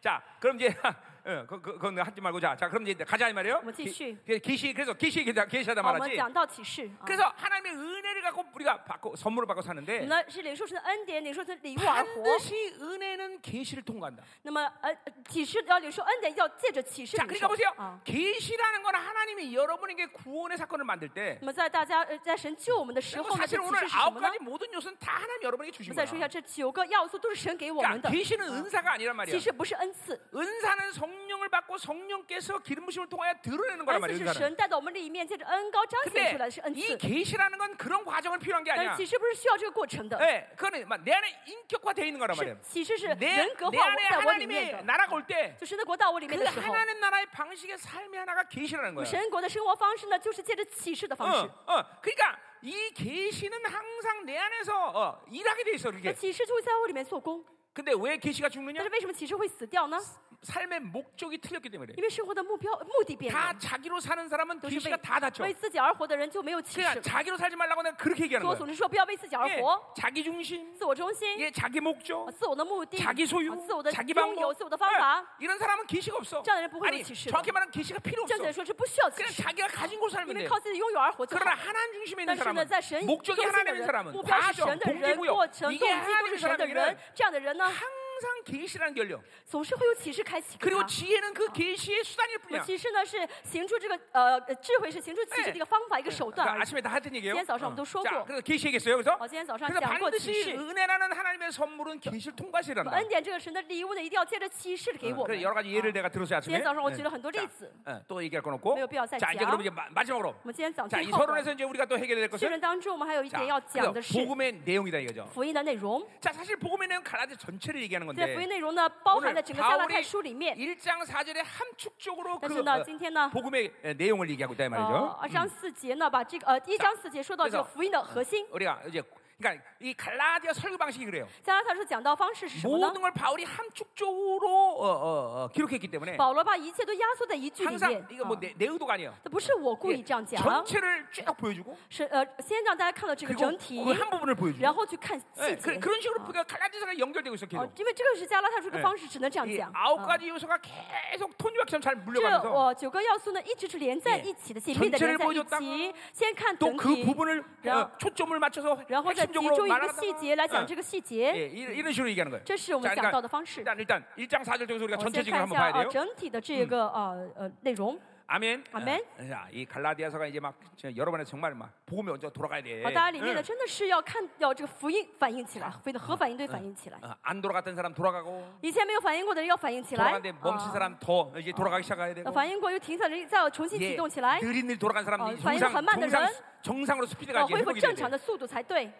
A: 자, 그럼 이제, 어, 그, 그, 그건 하지 말고 자, 자, 그럼 이제 가자 이 말이에요.
B: 뭐,
A: 기-
B: 지시.
A: 기- 기시, 그래서 기시 기시하다
B: 好我们
A: 말하지.
B: 讲到启示啊。
A: 그래서 하나님의 은혜를 은혜를 갖고 우리가 받고 선물을 받고 사는데
B: 那是领受神的恩典，领受神的
A: 뭐
B: 礼物而活。
A: 반드시 은혜는 계시를 통과한다.
B: 那么呃，启示要领受恩典，要借着启示
A: 자,
B: 领
A: 그러니까
B: 受
A: 보세요.
B: 啊。
A: 계시라는 건 하나님이 여러분에게 구원의 사건을 만들 때
B: 那么在大家呃在神救我们的时候，那
A: 사실
B: 这启
A: 오늘
B: 示是什
A: 아홉
B: 么呢
A: 가지 ？ 모든 요소는 다 하나님 여러분에게 주신 거야.
B: 我再说一下，这九个要素都是神给我们
A: 그러니까
B: 的，
A: 계시는 은사가 아니란
B: 其
A: 말이야.
B: 实不是恩赐，
A: 은사는 성령을 받고 성령께서 기름 부심을 통하여 드러내는 거란
B: 恩赐
A: 말이야.
B: 是
A: 은사는.
B: 神带到我们里面，借着恩高彰显出来的
A: 근데
B: 是恩
A: 이
B: 赐，
A: 계시라는 건 그런 과정을 필요한 게
B: 但是
A: 아니야.
B: 启示不是需要这个过程的，
A: 예, 그거는 막내 안에 인격화돼 있는 거란
B: 是
A: 말이야.
B: 启示是人格
A: 내
B: 化我
A: 내 안에
B: 在我里面
A: 하나님의
B: 的，
A: 나라가 올 때 그
B: 就神的国到我里面的时候，
A: 하나님 나라의 방식의 삶의 하나가 계시라는 거야.
B: 神国的生活方式呢，就是借着启示的方式。
A: 어, 어, 그러니까 이 계시는 항상 내 안에서 어, 일하게 돼 있어
B: 那
A: 그렇게.
B: 启示就会在我里面做工，
A: 근데 왜 계시가
B: 但
A: 죽느냐?
B: 是为什么启示会死掉呢？
A: 삶의 목적이 틀렸기 때문에
B: 因
A: 그래.
B: 为生活的目标呃目的变
A: 다
B: 了，
A: 자기로 사는 사람은
B: 都是
A: 계시가 다
B: 为
A: 다쳐.
B: 为自己而活的人就没有启示
A: 그러니까 。 자기로 살지 말라고 내가 그렇게
B: 所
A: 얘기하는
B: 以我总
A: 거야.
B: 是说不要为自己而
A: 예,
B: 活，
A: 자기 중심,
B: 自我中心，
A: 예, 자기
B: 啊
A: 목적,
B: 自我的目的，
A: 자기
B: 啊
A: 소유,
B: 自我的
A: 자기
B: 拥有、
A: 방법.
B: 自我的方法。
A: 예, 이런 사람은 계시가 없어.
B: 这样的人不会有
A: 아니,
B: 启示的。
A: 정확히 말하면 계시가 필요
B: 正
A: 없어.
B: 确的说是不需要启
A: 그냥
B: 示，
A: 자기가 가진 곳
B: 因
A: 살면
B: 为
A: 돼.
B: 靠自己的拥有而活就好
A: 그러나 。 하나님 중심에 있는
B: 但是呢，
A: 사람은
B: 在神中
A: 목적이
B: 心的
A: 하나님인
B: 人，
A: 사람은
B: 目标是神
A: 과정,
B: 的人，
A: 동기부여
B: 过程、动
A: 이게
B: 机都
A: 하나님인
B: 是神的人
A: 사람이면 。
B: 这样的人呢，
A: 항상 계시라는 결령.
B: 总是会有启示开启啊给
A: 그리고
B: 他。
A: 지혜는 그 계시의 수단일
B: 那
A: 뿐이야.
B: 启示呢是行出这个呃呃智慧是行出启示的一个方法一个手
A: 그러니까
B: 段而已。
A: 아침에 다 하던 얘기예요.
B: 지난 早上
A: 어.
B: 我们都说过。
A: 자, 그래서 계시 얘기했어요. 그래서
B: 我今天早上
A: 그래서
B: 讲过启
A: 반드시
B: 示，
A: 은혜라는 하나님의 선물은 계시를
B: 我
A: 통과시란다. 어,
B: 们恩典这个神的礼物呢，一定要借着启示给我
A: 그래
B: 们。
A: 여러 가지 예를
B: 啊
A: 내가 들었어요
B: 今
A: 아침에.
B: 天早上我
A: 네.
B: 举了很多例
A: 자,
B: 子，
A: 어, 또 얘기할 건 없고.
B: 没有必要再
A: 자, 이제
B: 讲。
A: 그러면 이제 마, 마지막으로
B: 我们今天讲
A: 자,
B: 最
A: 이
B: 后的
A: 서론에서 이제 우리가 또 해결해야 될
B: 这
A: 것은
B: 论当中，我们还有一
A: 자,
B: 点要讲的
A: 그래서
B: 是
A: 복음의 내용이다 이거죠.
B: 福音的内容。
A: 자, 사실 복음의 내용 갈라디 전체를 얘기하는
B: 这福
A: 건데
B: 音内容呢，包含在整个加拉
A: 오늘
B: 太书里面。
A: 1장 4절에 함축적으로
B: 但
A: 그
B: 是呢，
A: 어,
B: 今天呢，
A: 복음의 에, 내용을 얘기하고 있다 이
B: 呃
A: 말이죠. ，
B: 二章四节呢，把这个呃一章四节说到这个
A: 그래서
B: 福音的核心。
A: 우리가 이제 그러니까 이 갈라디아 설교 방식이 그래요.
B: 加拉太书讲到方式是什么呢
A: 모든 ？걸 바울이 함축적으로 어, 어, 어, 기록했기 때문에
B: 保罗把一切都压缩在一句里面。
A: 항상 이거
B: 啊
A: 뭐 내 의도가 아니에요.
B: 这不是我故意这样
A: 예,
B: 讲，
A: 전체를 쭉 보여주고
B: 是呃，先让大家看到这个
A: 그리고
B: 整体，
A: 그 한 부분을
B: 然
A: 보여주고
B: 后去看细
A: 예,
B: 节
A: 그, 。런 식으로
B: 啊
A: 우리가 갈라디아가 연결되고 있어
B: 哦
A: 계속 ，
B: 因为这个是加拉太书的
A: 哎
B: 方式，只能这样
A: 이
B: 讲。
A: 아홉 어,
B: 啊
A: 가지 요소가 계속 톤조각처럼 잘
B: 这哎
A: 물려가면서
B: 我九个要素呢，一直是连在
A: 예
B: 一起的，紧密的
A: 전체를
B: 连在一
A: 보여줬다가
B: 起。先看整
A: 또 그
B: 体，
A: 부분을
B: 야.
A: 어, 초점을 맞춰서
B: 然后再集中
A: 핵심적으로
B: 一个细节来讲
A: 말하다가
B: 这个细
A: 예,
B: 节，
A: 이- 이런 식으로 얘기하는 거예요.
B: 这是我们
A: 자
B: 啊嗯哎讲到
A: 그러니까
B: 的方式。
A: 일단 일단 1장 4절 쪽에서 우리가
B: 我们先
A: 전체적으로
B: 看一
A: 한번 봐야
B: 下啊，
A: 돼요.
B: 整体的这个呃呃内容。
A: 아멘.
B: 아멘.
A: 어, 자, 이 갈라디아서가 이제 막 저 여러 번에 정말 막 복음이 먼저 돌아가야 돼.
B: 好，大家里面呢，
A: 응.
B: 真的是要看要这个福音反应起来，福音的核反应堆反应起来。
A: 어, 안 돌아갔던 사람 돌아가고
B: 以前没有反应过的人要反应起来，
A: 돌아갔는데 멈춘
B: 啊
A: 사람 더 이제 돌아가기 시작해야
B: 那
A: 되고
B: 反应过又停下来，再要重新
A: 이제
B: 启动起来，
A: 느린 일 돌아간 사람
B: 어,
A: 이 정상
B: 반응을
A: 정상
B: 반응은? 어,
A: 정상으로 스피드가
B: 要
A: 이제
B: 恢复
A: 회복이
B: 正
A: 돼야 돼.
B: 常的速度才对。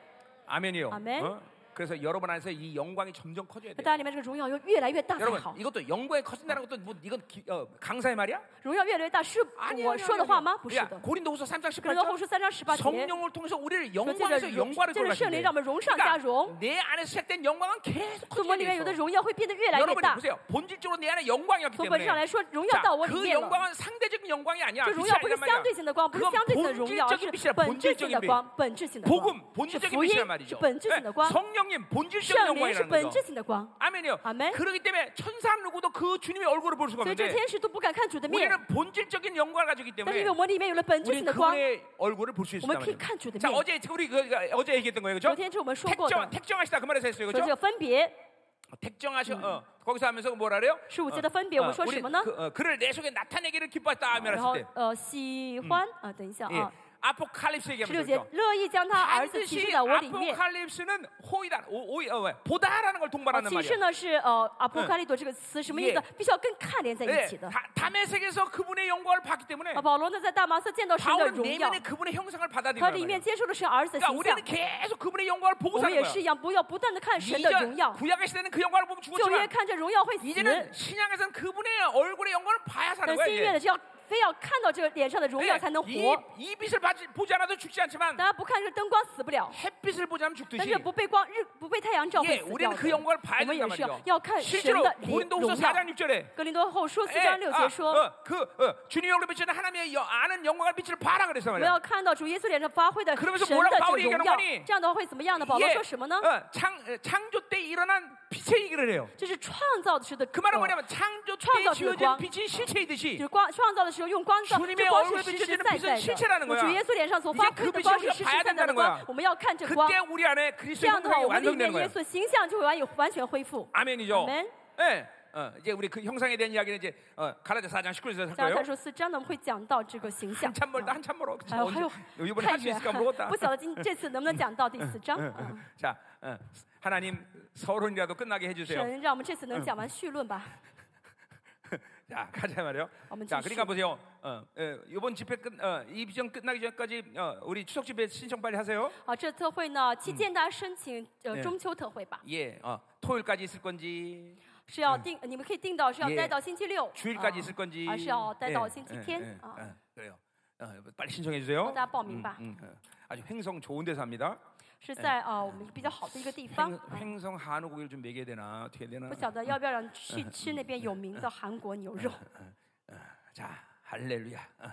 A: 아멘이요.
B: 아멘.
A: 어? 그래서 여러분 안에서 이 영광이 점점 커져야
B: 那
A: 돼.
B: 大家里面这个荣耀要越来越大才
A: 여러분
B: 好，
A: 이것도 영광이 커진다는 것도 뭐 이건 기, 어, 강사의 말이야?
B: 荣耀越来越大是
A: 아니야.
B: 我说的话吗？不是
A: 야,
B: 的。
A: 고린도후서 3장
B: 格罗后
A: 18절
B: 书三章十八节说，
A: 성령을 통해서 우리를
B: 借
A: 영광에서
B: 着荣
A: 영광을
B: 借着圣
A: 돌아가신대.
B: 灵让我们荣上加荣，
A: 그러니까 내 안에서 시작된 영광은 계속
B: 从我
A: 커지게
B: 里面有的
A: 돼요.
B: 荣耀会变得越来越
A: 여러분
B: 大。
A: 보세요. 본질적으로 내 안에 영광이었기
B: 从本质上
A: 때문에
B: 来说，荣啊耀
A: 자,
B: 到我里
A: 그
B: 面了。
A: 영광은 상대적인 영광이 아니야.
B: 这荣耀不是
A: 빛이 아니란
B: 相
A: 말이야.
B: 对性的光，不是
A: 그건
B: 相对性的荣耀，而
A: 본질적인
B: 是
A: 빛이야본
B: 本
A: 질
B: 质
A: 적인
B: 性的
A: 빛
B: 光，本质性的光
A: 복음 ，
B: 是
A: 본질적인
B: 福音
A: 빛이란 ，
B: 是
A: 말이죠.
B: 本质性
A: 예,
B: 的光，
A: 성령님 본질적인
B: 圣灵是
A: 영광이라는
B: 本
A: 거죠.
B: 质性的光。
A: 아멘이요.
B: 아멘.
A: 그렇기 때문에 천사 누구도 그 주님의 얼굴을 볼 수가
B: 所以这
A: 없는데
B: 天使都不敢看主的面，
A: 우리는 본질적인 영광을 가지기
B: 但是
A: 때문에
B: 因为我们里面有了本质性
A: 우리는
B: 的光，
A: 그분의 얼굴을 볼 수
B: 我们
A: 있다는
B: 可以
A: 거예요.
B: 看主的
A: 자
B: 面。
A: 어제 우리 그 어제 얘기했던 거예요,
B: 昨
A: 그렇죠?
B: 天是我们说过的，
A: 택정 택정하시다 그 말에서 했어요,
B: 说这
A: 그렇죠?
B: 个分别，
A: 택정하셔 어, 거기서 하면서 뭐라 그래요?
B: 十五节的分别，呃我们说
A: 우리
B: 什么呢？
A: 그, 어, 그를 내 속에 나타내기를 기뻐했다 하며
B: 然后
A: 했을 때
B: 呃，喜欢啊，等一下
A: 예,
B: 啊，
A: 아포칼립스
B: 十六
A: 얘기하면서
B: 节
A: 그렇죠?
B: 乐意将他儿子启示
A: 반드시
B: 在我里面。
A: 아포칼립스는 호이다 오, 오, 어, 왜? 보다라는 걸
B: 啊
A: 동반하는
B: 启示
A: 말이야
B: 呢是呃阿波卡利多这个词什么意思
A: 예 ？
B: 必须要跟看连在一
A: 예,
B: 起的。
A: 다- 아, 뭐, 다메섹에서 그분의 영광을 봤기 때문에
B: 啊，保罗呢在大马色见到神的
A: 바울은
B: 荣耀
A: 내면에 ， 그분의 형상을
B: 他
A: 받아들이는
B: 里面
A: 거예요
B: 接受了神儿子的
A: 그러니까
B: 形象
A: 우리는 。 계속 그분의 영광을 보고
B: 我们
A: 사는
B: 也是
A: 거야
B: 一样，不要不断的看神的荣耀
A: 이전 。 구약의 시대는 그 영광을 보면
B: 旧约
A: 죽었지만
B: 看着荣耀会死，
A: 이제는 신약에서는 그분의 얼굴의 영광을 봐야 사는
B: 但
A: 거야
B: 新约
A: 이제.
B: 的是要非要看到这个脸上的荣耀
A: 예,
B: 才能
A: 이
B: 活。
A: 이 빛을 봐지- 보지 않아도 죽지 않지만
B: 大家不看这个灯光死不了，
A: 햇빛을 보지 않으면
B: 但
A: 죽듯이
B: 是不被光日不被太阳照
A: 예,
B: 会死掉
A: 우리는
B: 的。
A: 그 영광을 봐야
B: 我们
A: 된단
B: 也是要
A: 말이죠
B: 要看神
A: 실제로
B: 的脸荣
A: 고린도후서
B: 耀。
A: 4장 6절에
B: 格林多后书四
A: 예,
B: 章六节
A: 아,
B: 说，
A: 어, 그, 어, 주님 얼굴 비치는 하나님의 여- 아는 영광을 빛을 봐라 그랬어
B: 我
A: 말이야.
B: 们要看到主耶稣脸上发挥的
A: 그러면서
B: 神
A: 뭐라
B: 的
A: 고
B: 这
A: 바울
B: 个
A: 이
B: 荣
A: 얘기하는 거
B: 耀
A: 니 。
B: 这样的话会怎么样呢？保罗
A: 예,
B: 说什么呢？
A: 어, 창, 어, 창조 때 일어난 빛의 얘기를 해요.
B: 这是创造的时的
A: 그 말은
B: 呃
A: 뭐냐면 창조 때
B: 창조
A: 지어진
B: 주의
A: 빛이 실체이듯이
B: 就是光创造的时候用光照，
A: 주님의
B: 这光
A: 얼굴에
B: 是实实在
A: 비춰지는빛
B: 在
A: 은 실체라는
B: 的。
A: 거야
B: 主耶稣脸上所发
A: 이제그
B: 挥的光
A: 빛을
B: 是实实
A: 봐야
B: 在在
A: 된다는 거야
B: 的光，我们要看这光
A: 그때 。 우리 안에
B: 这
A: 그리스도의
B: 样的话，
A: 형상이
B: 我们里面
A: 완성되는
B: 耶
A: 거예요.
B: 稣的哎形象就会完有完全恢复。
A: 아멘이죠.
B: 아멘.
A: 예. 어, 이제 우리 그 형상에 대한 이야기는 이제 어, 가라데 4장 19절에서 할
B: 然后
A: 거예요.
B: 他说四章呢，我们会讲到这个形 象。
A: 한참 멀다 한참 멀어. 그치?
B: 哎呦，还
A: 언제,
B: 有
A: 이번에
B: 太
A: 할 수
B: 远
A: 있을까 ，모르겠다.
B: 不晓得今这次能不能讲到第四章。嗯
A: 자, 어, 하나님 서론이라도 끝나게 해주세요.
B: 神让我们这次嗯能讲完绪论吧。
A: 자, 가자 말이요.
B: 한번
A: 자, 그러니까
B: 주시죠.
A: 보세요. 어, 어, 이번 집회 끝, 어, 이 비전 끝나기 전까지 어, 우리 추석 집회 신청 빨리 하세요.
B: 好，这特会呢，期间大家申请呃
A: 네
B: 中秋特会吧，
A: 예, 어, 토요일까지 있을 건지,
B: 是要定，你们可以定到是要
A: 예
B: 待到星期六，
A: 주일까지
B: 啊
A: 있을 건지.
B: 아, 쉬어.
A: 예,
B: 따다오 신치
A: 예,
B: 캔.
A: 예,
B: 어.
A: 예, 그래요. 어, 빨리 신청해 주세요.
B: 大家报
A: 嗯
B: 名吧，
A: 음, 어, 아주 횡성 좋은 데서 합니다.
B: 是在啊我们比较好的一个地方，
A: 횡,
B: 啊
A: 횡성 한우 고기를 좀 먹여야 되나 어떻게 해야 되나.
B: 不晓得要不要让去吃那边有名的韩国牛肉。
A: 자, 할렐루야. 어.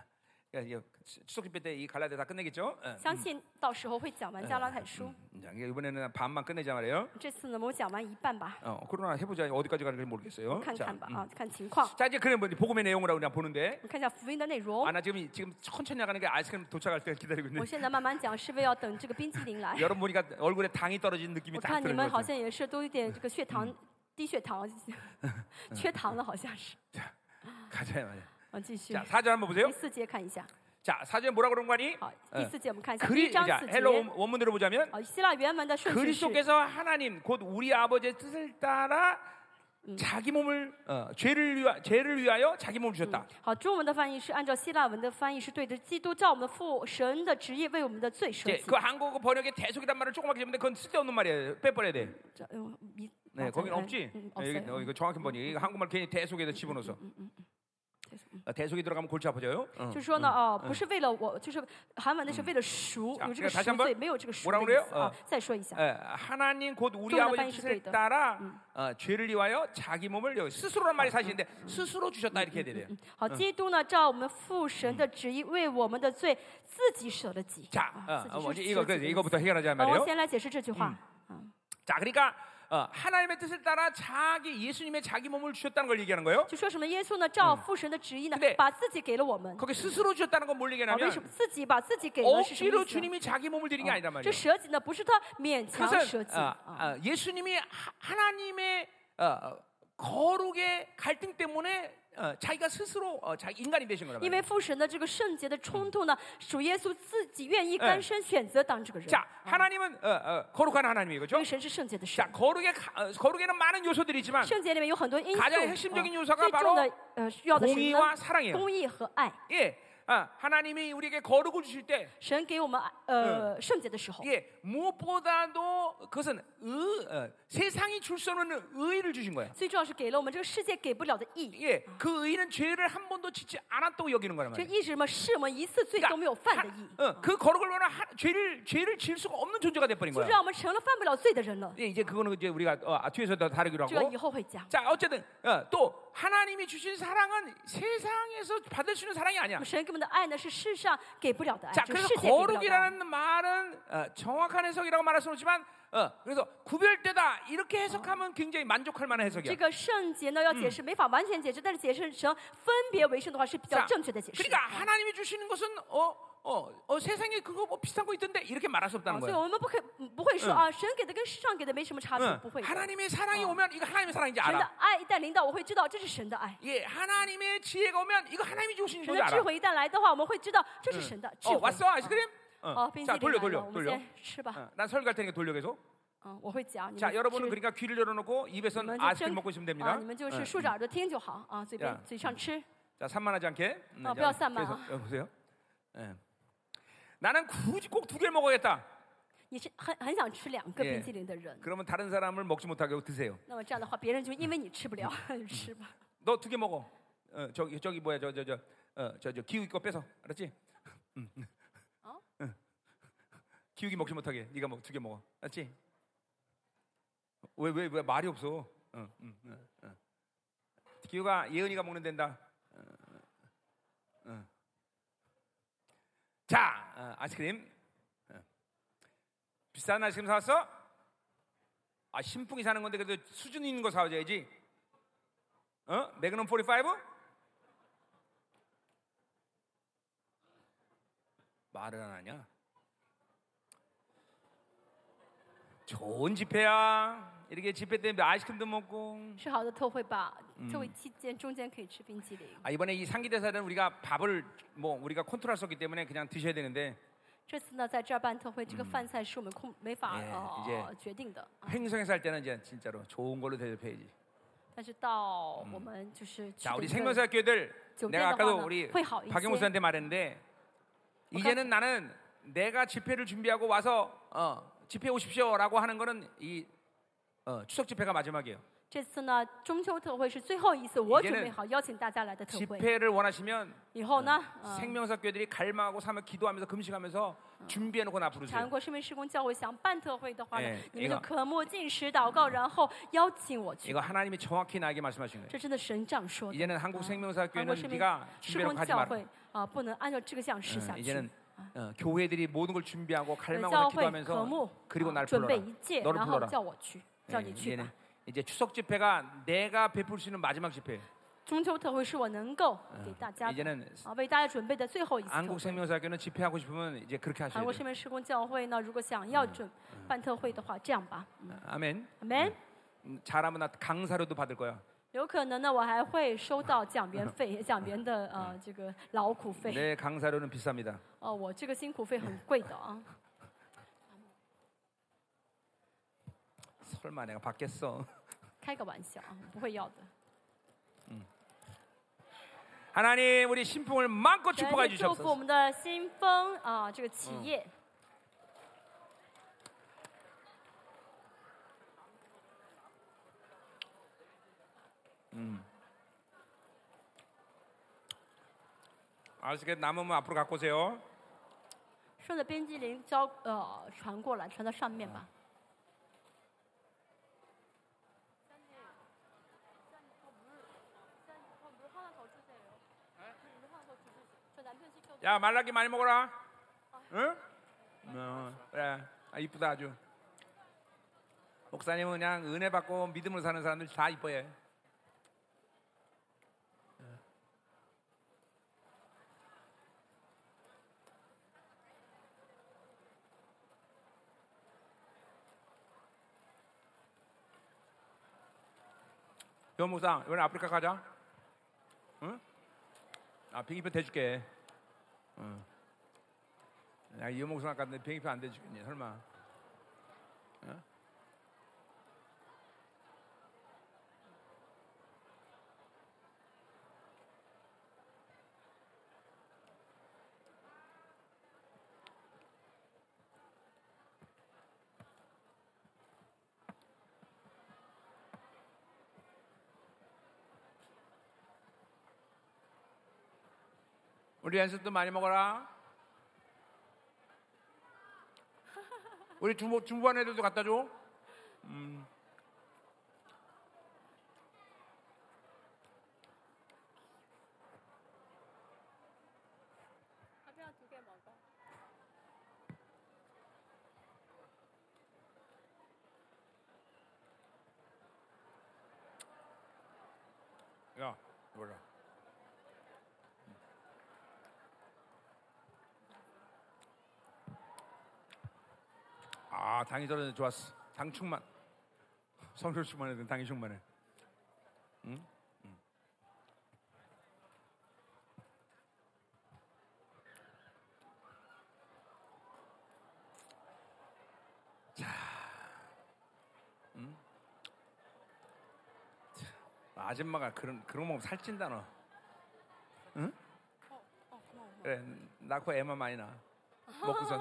A: 그러니까 이거 수- 추석 집회 때 이 갈라데 다 끝내겠죠? 어. 음.
B: 相信到时候会讲完加拉太书，
A: 자, 이게 이번에는 반만 끝내자 말이에요.
B: 这次呢我们讲完一半吧，
A: 어, 코로나 해보자 어디까지 가는지 모르겠어요.
B: 看
A: 자,
B: 看吧
A: 음.
B: 啊，看情况。
A: 자 이제 그래 뭐 이제 복음의 내용으로 그냥 보는데
B: 我们看一下福音的内容
A: 아 。나 지금 이- 지금 천천히 나가는 게 아이스크림 도착할 때 기다리고
B: 我
A: 있는데
B: 现在慢慢讲，是为要等这个冰淇淋 来。
A: 여러분 보니까 얼굴에 당이 떨어진 느낌이
B: 我
A: 딱
B: 看你们
A: 드는
B: 好
A: 거죠.
B: 像也是都有点这个血糖低血糖， 缺糖了好像是。
A: 가자 말이야.
B: 啊，继续
A: 자 。 사절 한번
B: 第
A: 보세요.
B: 四节看一下，
A: 자 사절 뭐라 그런 거니?
B: 好，第四节我们看一下第
A: 어, 그리
B: 一章
A: 자
B: 四
A: 헬로
B: 节
A: 원- 。 원문으로 보자면
B: 啊，希腊原文的顺序是
A: 그리스도께서 하나님 곧 우리 아버지의 뜻을 따라
B: 음.
A: 자기 몸을 어, 죄를 위하, 죄를 위하여 자기 몸을 주셨다.
B: 嗯好，中文的翻译是按照希腊文的翻译是对着基督照我们的父神的职业为我们的罪舍
A: 이제
B: 己
A: 그 。 한국어 번역에 대속이란 말을 조그맣게 잡는데 그건 쓸데없는 말이에요. 빼버려야 돼.
B: 这嗯一
A: 네,
B: 啊
A: 거긴
B: 这个
A: 없지.
B: 嗯
A: 네, 여기,
B: 음, 없어요 음,
A: 어, 이거 정확히 번역. 이거 한국말 괜히 대속에다 집어넣어서. 아, 대속에 들어가면 골치 아파져요. 어.
B: 就是说呢，哦，不是为了我，就是韩文的是为了赎，
A: 자
B: 有嗯这个
A: 그러니까다시
B: 赎
A: 한번
B: 罪，没有这个赎
A: 뭐라
B: 的
A: 그래요
B: 意思啊。再说一下，
A: 예, 하나님 곧 우리
B: 좀
A: 아버지
B: 약간
A: 뜻을
B: 있을
A: 따라 어, 죄를 위하여 자기 몸을 여기 스스로란
B: 아,
A: 말이 사실인데
B: 음,
A: 스스로 주셨다 이렇게 해야 돼요.
B: 嗯好，基督呢，照我们父神的旨意，为我们的罪自己舍了己。
A: 자,
B: 啊
A: 어,
B: 自
A: 먼저
B: 己是
A: 이거
B: 舍
A: 그래서
B: 己的意思
A: 이거부터 해결하자
B: 好我
A: 말이에요.
B: 先来解释这句话。
A: 자, 그러니까 어, 하나님의 뜻을 따라 자기 예수님의 자기 몸을 주셨다는 걸 얘기하는 거예요.
B: 就说什么耶稣呢，照父神的旨意呢
A: 근데 ，
B: 把自己给了我们。
A: 거기 스스로 주셨다는 건 뭘
B: 啊，为什
A: 얘기하냐면
B: 么自己把自己给了是什么
A: 억지로 어, 아,
B: 意思呢？啊
A: 주님이 자기 몸을 드린 게 아니란
B: 这
A: 말이에요.
B: 舍己呢，不是他勉强舍
A: 그것은
B: 己
A: 어,
B: 啊，
A: 어, 예수님이 하- 하나님의 어, 어, 거룩의 갈등 때문에 어, 자기가 스스로 어, 자기 인간이 되신 거란
B: 因
A: 말이에요.
B: 为父神的这个圣洁的冲突呢，主耶稣自己愿意甘身选择当这个人。
A: 자, 하나님은 어, 어, 거룩한 하나님이
B: 因
A: 그죠?
B: 为神是圣洁的神
A: 자, ， 거룩의 가- 어, 거룩에는 많은 요소들이 있지만
B: 圣洁里面有很多因素，
A: 가장
B: 啊
A: 핵심적인
B: 最
A: 요소가바로
B: 重的呃需要的是什
A: 공의와
B: 么呢？
A: 사랑이에요.
B: 公义和爱。
A: 예. 아, 하나님이 우리에게 거룩을 주실 때
B: 神给我们呃圣洁的时候，
A: 예, 무엇보다도 그것은 의, 어, 세상이 줄 수 없는 의를 주신 거야.
B: 最重要是给了我们这个世界给不了的义。
A: 예, 그 의는 죄를 한 번도 짓지 않았다고 여기는 거란
B: 这
A: 말이야.
B: 义是什么？是我们一次罪都没有犯的义，
A: 하- 어, 그 거룩을 원한 하- 죄를 죄를 지을 수가 없는 존재가 돼버린
B: 就
A: 거야.
B: 让我们成了犯不了罪的人了。
A: 예, 이제 그거는 이제 우리가 어, 아, 뒤에서 더 다루기로
B: 这个
A: 하고.
B: 以后会讲。
A: 자, 어쨌든 어, 또 하나님이 주신 사랑은 세상에서 받을 수 있는 사랑이 아니야.
B: 神给我们的爱呢，是世上给不了的爱，
A: 자,
B: 这个
A: 그래서
B: 世界给不了的爱。
A: 거룩이라는 말은 어, 정확한 해석이라고 말할 수는 없지만 어, 그래서 구별되다 이렇게 해석하면 굉장히 만족할 만한
B: 这
A: 해석이야.
B: 个圣洁呢，要解释没法完全解释，但是解释成分别为圣的话是比较
A: 자,
B: 正确的解释。
A: 그러니까 하나님이 주시는 것은 어, 어, 어, 세상에 그거 뭐 비슷한 거 있던데 이렇게 말할 수
B: 啊
A: 없다는
B: 所以
A: 거예요. 아,
B: 我们不可不会说啊，神给的跟世上给的没什么差别，
A: 응.
B: 不会的。
A: 하나님의 사랑이 오면 이거 하나님의 사랑인지
B: 神的
A: 알아.
B: 爱一旦临到，我会知道这是神的爱。
A: 예, 하나님의 지혜가 오면 이거 하나님이 주신
B: 神
A: 건지
B: 的嗯智
A: 알아.
B: 慧一旦来的话，我们会知道这是神的智
A: 어,
B: 慧。
A: 왔어
B: 啊
A: 아이스크림?
B: 哦，
A: 어.
B: 冰淇
A: 자
B: 淋
A: 돌려
B: 来了，
A: 돌려
B: 我们
A: 돌려.
B: 先吃吧。
A: 어, 난 서울 갈 테니까 돌려 계속.
B: 嗯，我会讲。你们
A: 자
B: 吃
A: 여러분은 그러니까 귀를 열어놓고
B: 你们
A: 입에선
B: 就睁
A: 아이스크림 먹고 있으면
B: 啊，
A: 됩니다.
B: 你们就是竖着耳朵听就好啊，嘴边
A: 呀
B: 嘴上吃。
A: 자 산만하지 않게. 음,
B: 어,
A: 자,
B: 뼈 산만.
A: 계속, 어, 보세요. 예. 나는 굳이 꼭 두 개를 먹어야겠다.
B: 你是很很想吃两个
A: 예
B: 冰淇淋的人，
A: 그러면 다른 사람을 먹지 못하게 하고 드세요.
B: 那么这样的话，别人就因为你吃不了 吃吧。
A: 너 두 개 먹어. 어, 저기 저기 뭐야 저 저 저 어, 저, 저 기우기 거 빼서 알았지? 음.
B: 어?
A: 응. 기우기 먹지 못하게 네가 먹 두 개 먹어. 알았지? 왜 왜 왜 말이 없어? 응, 응, 응, 응. 기우가 예은이가 먹는 된다. 응, 응, 응. 자 어, 아이스크림 응. 비싼 아이스크림 사왔어? 아 신풍이 사는 건데 그래도 수준 있는 거 사와줘야지. 어? 매그넘 45? 말을 안 하냐? 좋은 집회야. 이렇게 집회 때 아이스크림도 먹고.
B: 吃好的特惠吧，特惠期间中间可以吃冰淇淋。
A: 아 이번에 이 상기 대사는 우리가 밥을 뭐 우리가 컨트롤할 수 없기 때문에 그냥 드셔야 되는데
B: 这次呢，在这儿办特惠，这个饭菜是我们控没法
A: 哎
B: 呃
A: 이제
B: 决定的，啊
A: 행성에서 할 때는 이제 진짜로 좋은 걸로 대접해야지.
B: 但是到我们嗯就是去
A: 자
B: 的
A: 우리
B: 一个
A: 생명사 교회들
B: 좀
A: 내가 아까도
B: 빼다가
A: 우리
B: 회好一些.
A: 박영수한테 말했는데 이제는 나는 내가 집회를 준비하고 와서 어, 집회 오십시오라고 하는 거는 이 어, 추석 집회가 마지막이에요.
B: 这次呢，中秋特惠是最后一次我
A: 이제는
B: 准备好邀请大家来的特惠。
A: 집회를 원하시면
B: 以后呢，
A: 어.
B: 嗯，
A: 생명사 교회들이 갈망하고 사며 기도하면서 금식하면서 준비해놓고 나 부르세요.
B: 全国圣民施工教会想办特惠的话呢
A: 哎，
B: 你们就可默进食祷告，然后邀请我去
A: 이거 。 하나님이 정확히 나에게 말씀하신 거예요.
B: 这真的神这样说的。
A: 이제는 어, 네. 한국 생명사
B: 韩
A: 교회는
B: 国圣民
A: 네가
B: 施
A: 준비하고
B: 工
A: 가지
B: 教
A: 마라.
B: 会啊，不能按照这个样式下
A: 응,
B: 去
A: 이제는 。 어, 교회들이 모든 걸 준비하고
B: 呃
A: 갈망하고
B: 教会
A: 기도하면서
B: 渴慕，
A: 그리고 날
B: 啊准备
A: 불러라.
B: 一切，
A: 너를
B: 然后
A: 불러라.
B: 叫我去，
A: 예,
B: 叫你去吧
A: 이제는 。 이제 추석 집회가 내가 베풀 수 있는 마지막 집회.
B: 中秋特会是我能够
A: 嗯
B: 给大家的
A: 아, 이제는
B: 啊为大家准备的最后一次特
A: 한국
B: 会。
A: 생명사교는 집회하고 싶으면 이제 그렇게
B: 韩
A: 하셔야
B: 国
A: 돼요.
B: 圣民施工教会呢，如果想要准办特会的话，这样吧，
A: 嗯 아멘.
B: 阿门。
A: 음, 잘하면 나 강사료도 받을 거야.
B: 有可能呢，我还会收到讲员费，讲员的呃这个劳苦费。
A: 내 강사료는 비쌉니다.
B: 哦，我这个辛苦费很贵的啊。
A: 설마 내가 받겠어.
B: 开个玩笑啊，不会要的。
A: 하나님 우리 신풍을 마음껏
B: 神
A: 축복해
B: 祝福我
A: 주시옵소서.
B: 们的新风啊、这个企业。
A: 아시게 그 남으면 앞으로 갖고 오세요.
B: 顺着冰激凌交呃传过来，传到上面吧。嗯
A: 야 말라기 많이 먹어라. 응? 어, 그래. 아 이쁘다 아주. 목사님은 그냥 은혜 받고 믿음으로 사는 사람들 다 이뻐해. 여 목사 이번에 아프리카 가자. 응? 아 비행기표 대줄게. 야, 이목사 아까 내 비행기표 안 대주겠니? 설마. 어? 우리 연습도 많이 먹어라. 우리 주부 주부한 애들도 갖다 줘. 음. 야, 몰라. 아 당이 저는 좋았어. 당 충만. 성격 충만해든 당이 충만해. 응? 응. 자, 응? 자, 아줌마가 그런 그런 몸 살찐다 너. 응? 그래 낳고 애만 많이 나. 먹고선.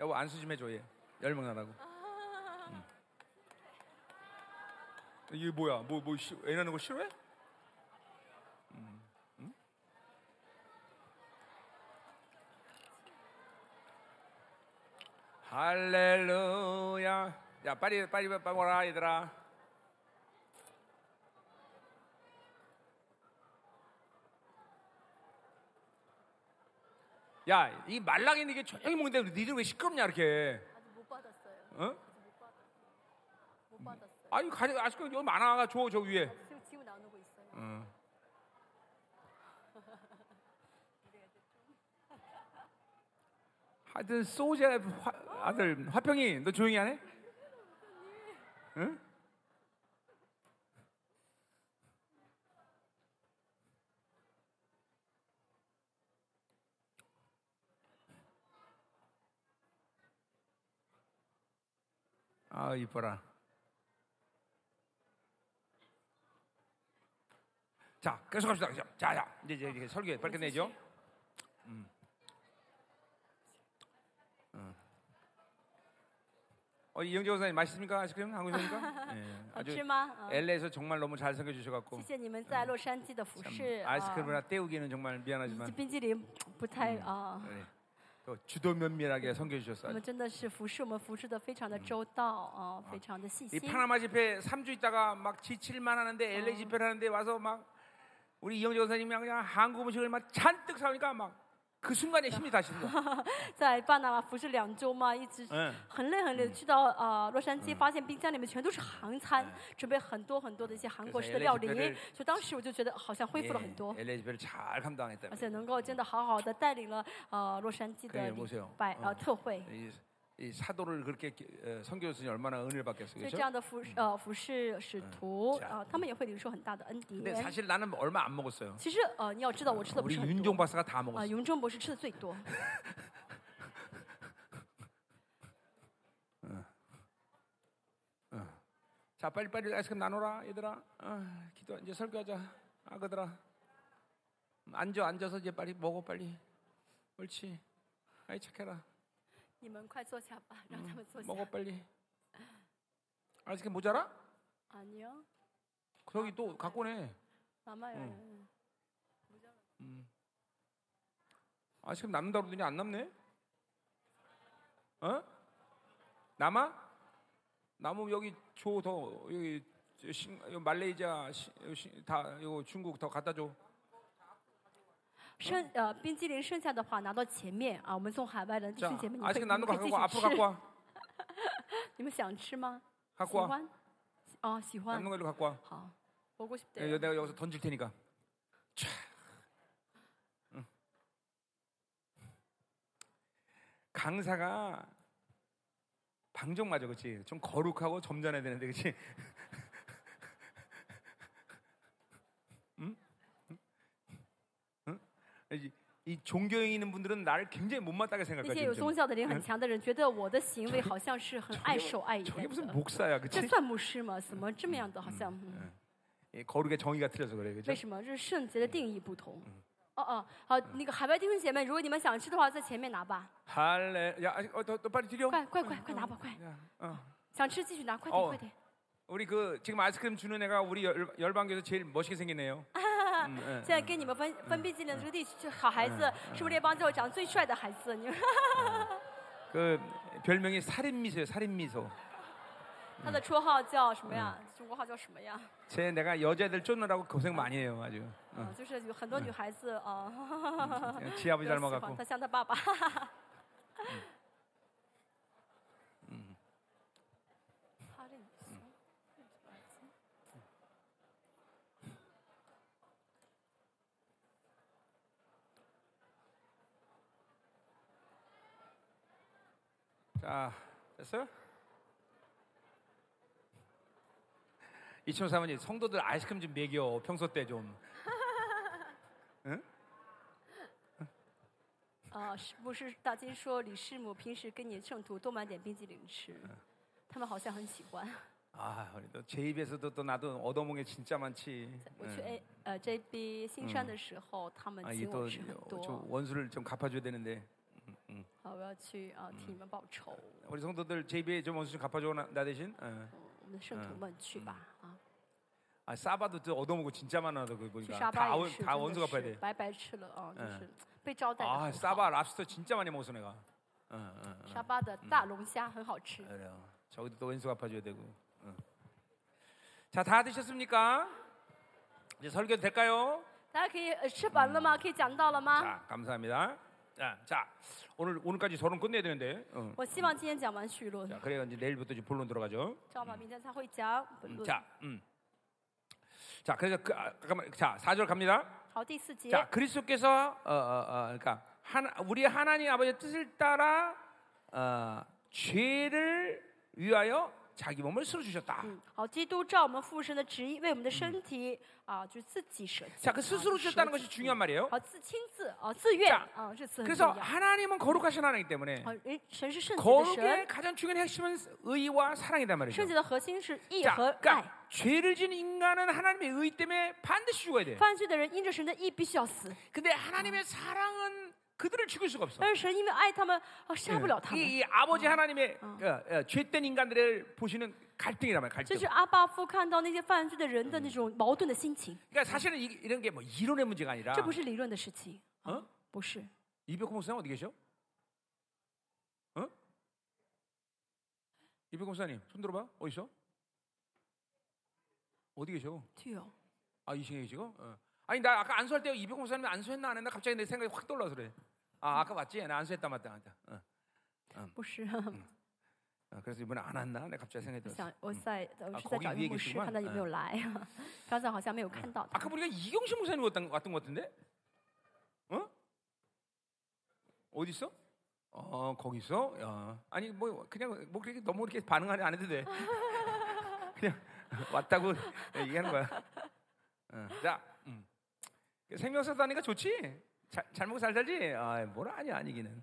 A: 여보 안수 좀 해줘 얘 열명 나라고 응. 이게 뭐야 뭐 뭐 애 낳는 거 싫어해? 음, 음? 할렐루야 야 빨리 빨리 빨리 와라 얘들아 야 이 말랑이는 이게 조용히 먹는데 니들 왜 시끄럽냐 이렇게 어? 아니 가져 아직도 여기 많아 줘 저 위에 응. 하여튼 소재 화, 아들 화평이 너 조용히 하네? 응? 아 이뻐라. 자 계속 합시다. 자, 자, 자 이제 이제, 이제 설교에 밝게 내죠. 어, 이영재 교사님 맛있습니까? 아이스크림 한국에서입니까? 예,
B: 好
A: 아주
B: 吃吗？啊
A: LA에서 정말 너무 잘 섬겨 주셔갖고
B: 谢谢你们在洛杉矶的服侍啊，
A: 아이스크림 뭐 하나 때우기는 정말
B: 以及
A: 미안하지만
B: 冰激凌不太啊，
A: 예, 또 주도 면밀하게 섬겨
B: 我
A: 주셨어요.
B: 们真的是服侍我们服侍的非常的周到啊，非常的细
A: 이
B: 心。
A: 파나마 집회 3주 있다가 막 지칠만 하는데 LA 집회를 하는데 와서 막 우리 이영재 교사님이 그냥 한국 음식을 막 잔뜩 사오니까 막 그 순간에 힘이 다시 든다.
B: 在巴拿马服侍两周嘛，一直
A: 예.
B: 很累很累，去到
A: 嗯
B: 啊、呃洛杉矶，发现冰箱里面全都是韩餐，准备很多很多的一些韩国式的料理
A: 就是 LA 这边，
B: 就当时我就觉得好像恢复了很多
A: 예, ， LA 집회를 잘 감당했다.
B: 而且能够真的好好的带领了呃洛杉矶
A: 可
B: 的
A: 以摸
B: 礼
A: 索
B: 拜
A: 嗯
B: 呃特会，
A: 어. 이, 이 사도를 그렇게 어, 섬겨줬으니 얼마나 은혜를 받겠어요.
B: 所以
A: 그렇죠?
B: 这样的服呃服侍使徒
A: 嗯
B: 啊、呃他们也会领受很大的恩
A: 근데
B: 典。
A: 사실 나는 얼마 안 먹었어요.
B: 其实呃你要
A: 뭐
B: 知道我吃的不
A: 아, 우리
B: 是很
A: 윤종
B: 多。
A: 박사가 다
B: 啊、
A: 먹었어.
B: 永正博士吃的最 多，
A: 자 빨리 빨리 아이스크림 나눠라 얘들아. 아, 기도 이제 설교하자. 아그들아. 앉아 앉아서 이제 빨리 먹어 빨리. 옳지. 아이 착해라.
B: 你们快坐下吧，让他们坐下。
A: 먹어 빨리. 아이스크림 모자라?
B: 아니요，
A: 거기 또 갖고 오네.
B: 아마요
A: 嗯 음. 아이스크림 남는다 그러더니 안 남네. 어? 남아? 남으면 여기 줘 더 여기 저 싱, 여기 말레이시아 시, 여기 시- 다 이거 중국 더 갖다 줘.
B: 剩呃冰激凌剩下的话拿到前面啊，我们从海外的弟
A: 자,
B: 兄姐妹，你们可以
A: 아이스크림
B: 你们
A: 남는 거
B: 可以继
A: 갖고 와.
B: 续
A: 앞으로 갖고
B: 吃。
A: 와.
B: 你们想吃吗？喜
A: 갖고 와.
B: 欢？哦，喜
A: 남는
B: 欢。
A: 거 일로 갖고 와.
B: 好，먹고싶
A: 예,
B: 대
A: 내가 여기서 던질 테니까. 촤. 응. 강사가 방정 맞아, 그렇지? 좀 거룩하고 점잖아야 되는데, 그렇지? 응? 응? 응? 이, 이 종교에 있는 분들은 나를 굉장히 못마땅하게
B: 那些
A: 생각하죠.
B: 有
A: 지금.
B: 宗教的灵很强的人，觉得我的行为好像是很碍手碍眼
A: 저게 무슨
B: 的。
A: 목사야,
B: 这
A: 뭐 그렇지?
B: 算牧师吗？怎么这么样的？好像嗯
A: 거룩의 정의가 틀려서 그래,
B: 为
A: 그렇죠?
B: 什么？这是圣洁的定义不同。哦哦，好，那个海外弟兄姐妹，如果你们想吃的话，在前面拿吧，
A: 할래, 야, 아직- 어, 더, 더 빨리 드려.
B: 快快快快拿吧，快！
A: 야, 어.
B: 想吃继续拿，快
A: 哦
B: 点快点。
A: 우리 그 지금 아이스크림 주는 애가 우리 열, 열방교에서 제일 멋있게 생겼네요. 음, 예.
B: 现在给你们分分冰激凌的这个地区这好孩子，是不是这帮教会长最帅的孩子？你们
A: 그 별명이 살인 미소예요. 살인 미소.
B: 他的绰号叫什么呀？中国号叫什么呀？
A: 제 내가 여자들 쫓느라고 고생 많이 해요. 아주. 음,
B: 啊，就是有很多女孩子啊，
A: 예, 지
B: 比
A: 아버지
B: 较喜欢
A: 닮아갖고.
B: 他，像他爸爸。哈林斯
A: 자, 됐어요? 2003년 성도들 아이스크림 좀 먹여. 평소 때 좀.
B: 啊，是不是大金说李师母平时跟你圣徒多买点冰激凌吃？他们好像很喜欢。
A: 아, 우리 또제 입에서도 또 나도 얻어먹은 게 진짜 많지. 예.
B: 我去 A 呃 JB 新山的时候，他们
A: 아,
B: 请我
A: 이
B: 吃很
A: 또
B: 多。
A: 원수를 좀 갚아줘야 되는데
B: 好，我要去啊替你们报仇。
A: 우리 성도들 제 입에 좀 원수 좀 갚아줘 나, 나 대신. 예.
B: 嗯我们的圣徒们去吧啊，
A: 아 사바도 또 얻어먹고 진짜 많아서 그
B: 去
A: 보니까
B: 沙巴
A: 다
B: 也
A: 원-
B: 是，
A: 다 원수
B: 真的
A: 갚아야
B: 是
A: 돼
B: 白白吃了啊，就
A: 嗯
B: 是被招待
A: 아
B: 的。
A: 사바 랍스터 진짜 많이 먹었어 내가. 응, 응, 응.
B: 沙巴的大龙虾很好吃。
A: 그래요. 저기도 또 원수 갚아줘야 되고. 응. 자다 드셨습니까? 이제 설교 될까요?
B: 大家可以呃吃完了吗？可以讲到了吗？
A: 자 감사합니다. 자, 자 오늘 오늘까지 저론 끝내야 되는데. 응.
B: 我希望今天讲完绪论，
A: 자 그래야 이제 내일부터 이제 본론 들어가죠.
B: 知道吗？明天才会嗯讲本
A: 음,
B: 论。
A: 자, 음. 자 그래서 그, 아, 잠깐만 자 4절 갑니다.
B: 好，第四节，
A: 예? 자 그리스도께서 어, 어, 어, 그러니까 하나, 우리 하나님 아버지의 뜻을 따라 어, 죄를 위하여 자기 몸을 쓰러 주셨다.
B: 嗯，好，基督照我们父神的旨意，为我们的身体啊，就是自己舍己。
A: 자, 그 스스로 주셨다는 것이
B: 啊
A: 중요한 말이에요.
B: 好，自亲自啊，自愿
A: 자
B: 啊，这次很重
A: 아, 그래서
B: 要。
A: 하나님은 거룩하신 하나님이기 때문에
B: 好，人神是圣洁的神
A: 거룩의 ， 가장 중요한 핵심은 의와 사랑이란 말이죠.
B: 圣洁的核心是义
A: 자,
B: 和爱。
A: 그러니까 죄를 지은 인간은 하나님의 의 때문에 반드시 죽어야 돼.
B: 犯罪的人因着神的义必须要死，
A: 근데 하나님의 사랑은 아. 그들을 죽일 수가 없어.
B: 但是神因为爱他们，啊，杀不了他
A: 예.
B: 们。
A: 이, 이 아버지 하나님의
B: 어.
A: 어, 어, 죄된 인간들을 보시는 갈등이란 말이야.
B: 这
A: 갈등.
B: 是阿巴夫看到那些犯罪的人的那种矛盾的心情，
A: 그러니까 사실은 이, 이런 게 뭐 이론의 문제가 아니라
B: 这不是理论的事情，
A: 어?
B: 不是。
A: 이백호 목사님 어디 계셔? 어? 이백호 목사님 손 들어봐. 어디 있어? 어디 계셔?
B: 对哦，
A: 아 이승혜 계시고? 어. 아니 나 아까 안수할 때 이백호 목사님 안수했나 안 했나 갑자기 내 생각이 확 떠올라서 그래. 아 아까 맞지? 나 안수했다 맞다 맞다. 어.
B: 不是。
A: 어, 그래서 이번에 안 왔나? 내가 갑자기 생각이
B: 我
A: 들었어.
B: 想我在我
A: 啊
B: 是在
A: 口
B: 找
A: 语
B: 一
A: 也
B: 个牧
A: 给
B: 师
A: 习惯
B: 看他有没有来，
A: 嗯
B: 刚才好像没有看到他。
A: 아까 보니까 이경식 목사님 왔던, 왔던 것 같은데? 어? 어디 있어? 어 거기 있어? 야. 아니 뭐 그냥 뭐 그렇게 너무 이렇게 반응 안 해도 돼. 그냥 왔다고 얘기하는 거야. 어, 자, 음. 생명사 다니까 좋지? 잘, 잘 먹고 잘 살지? 아, 뭐라 아니 아니기는.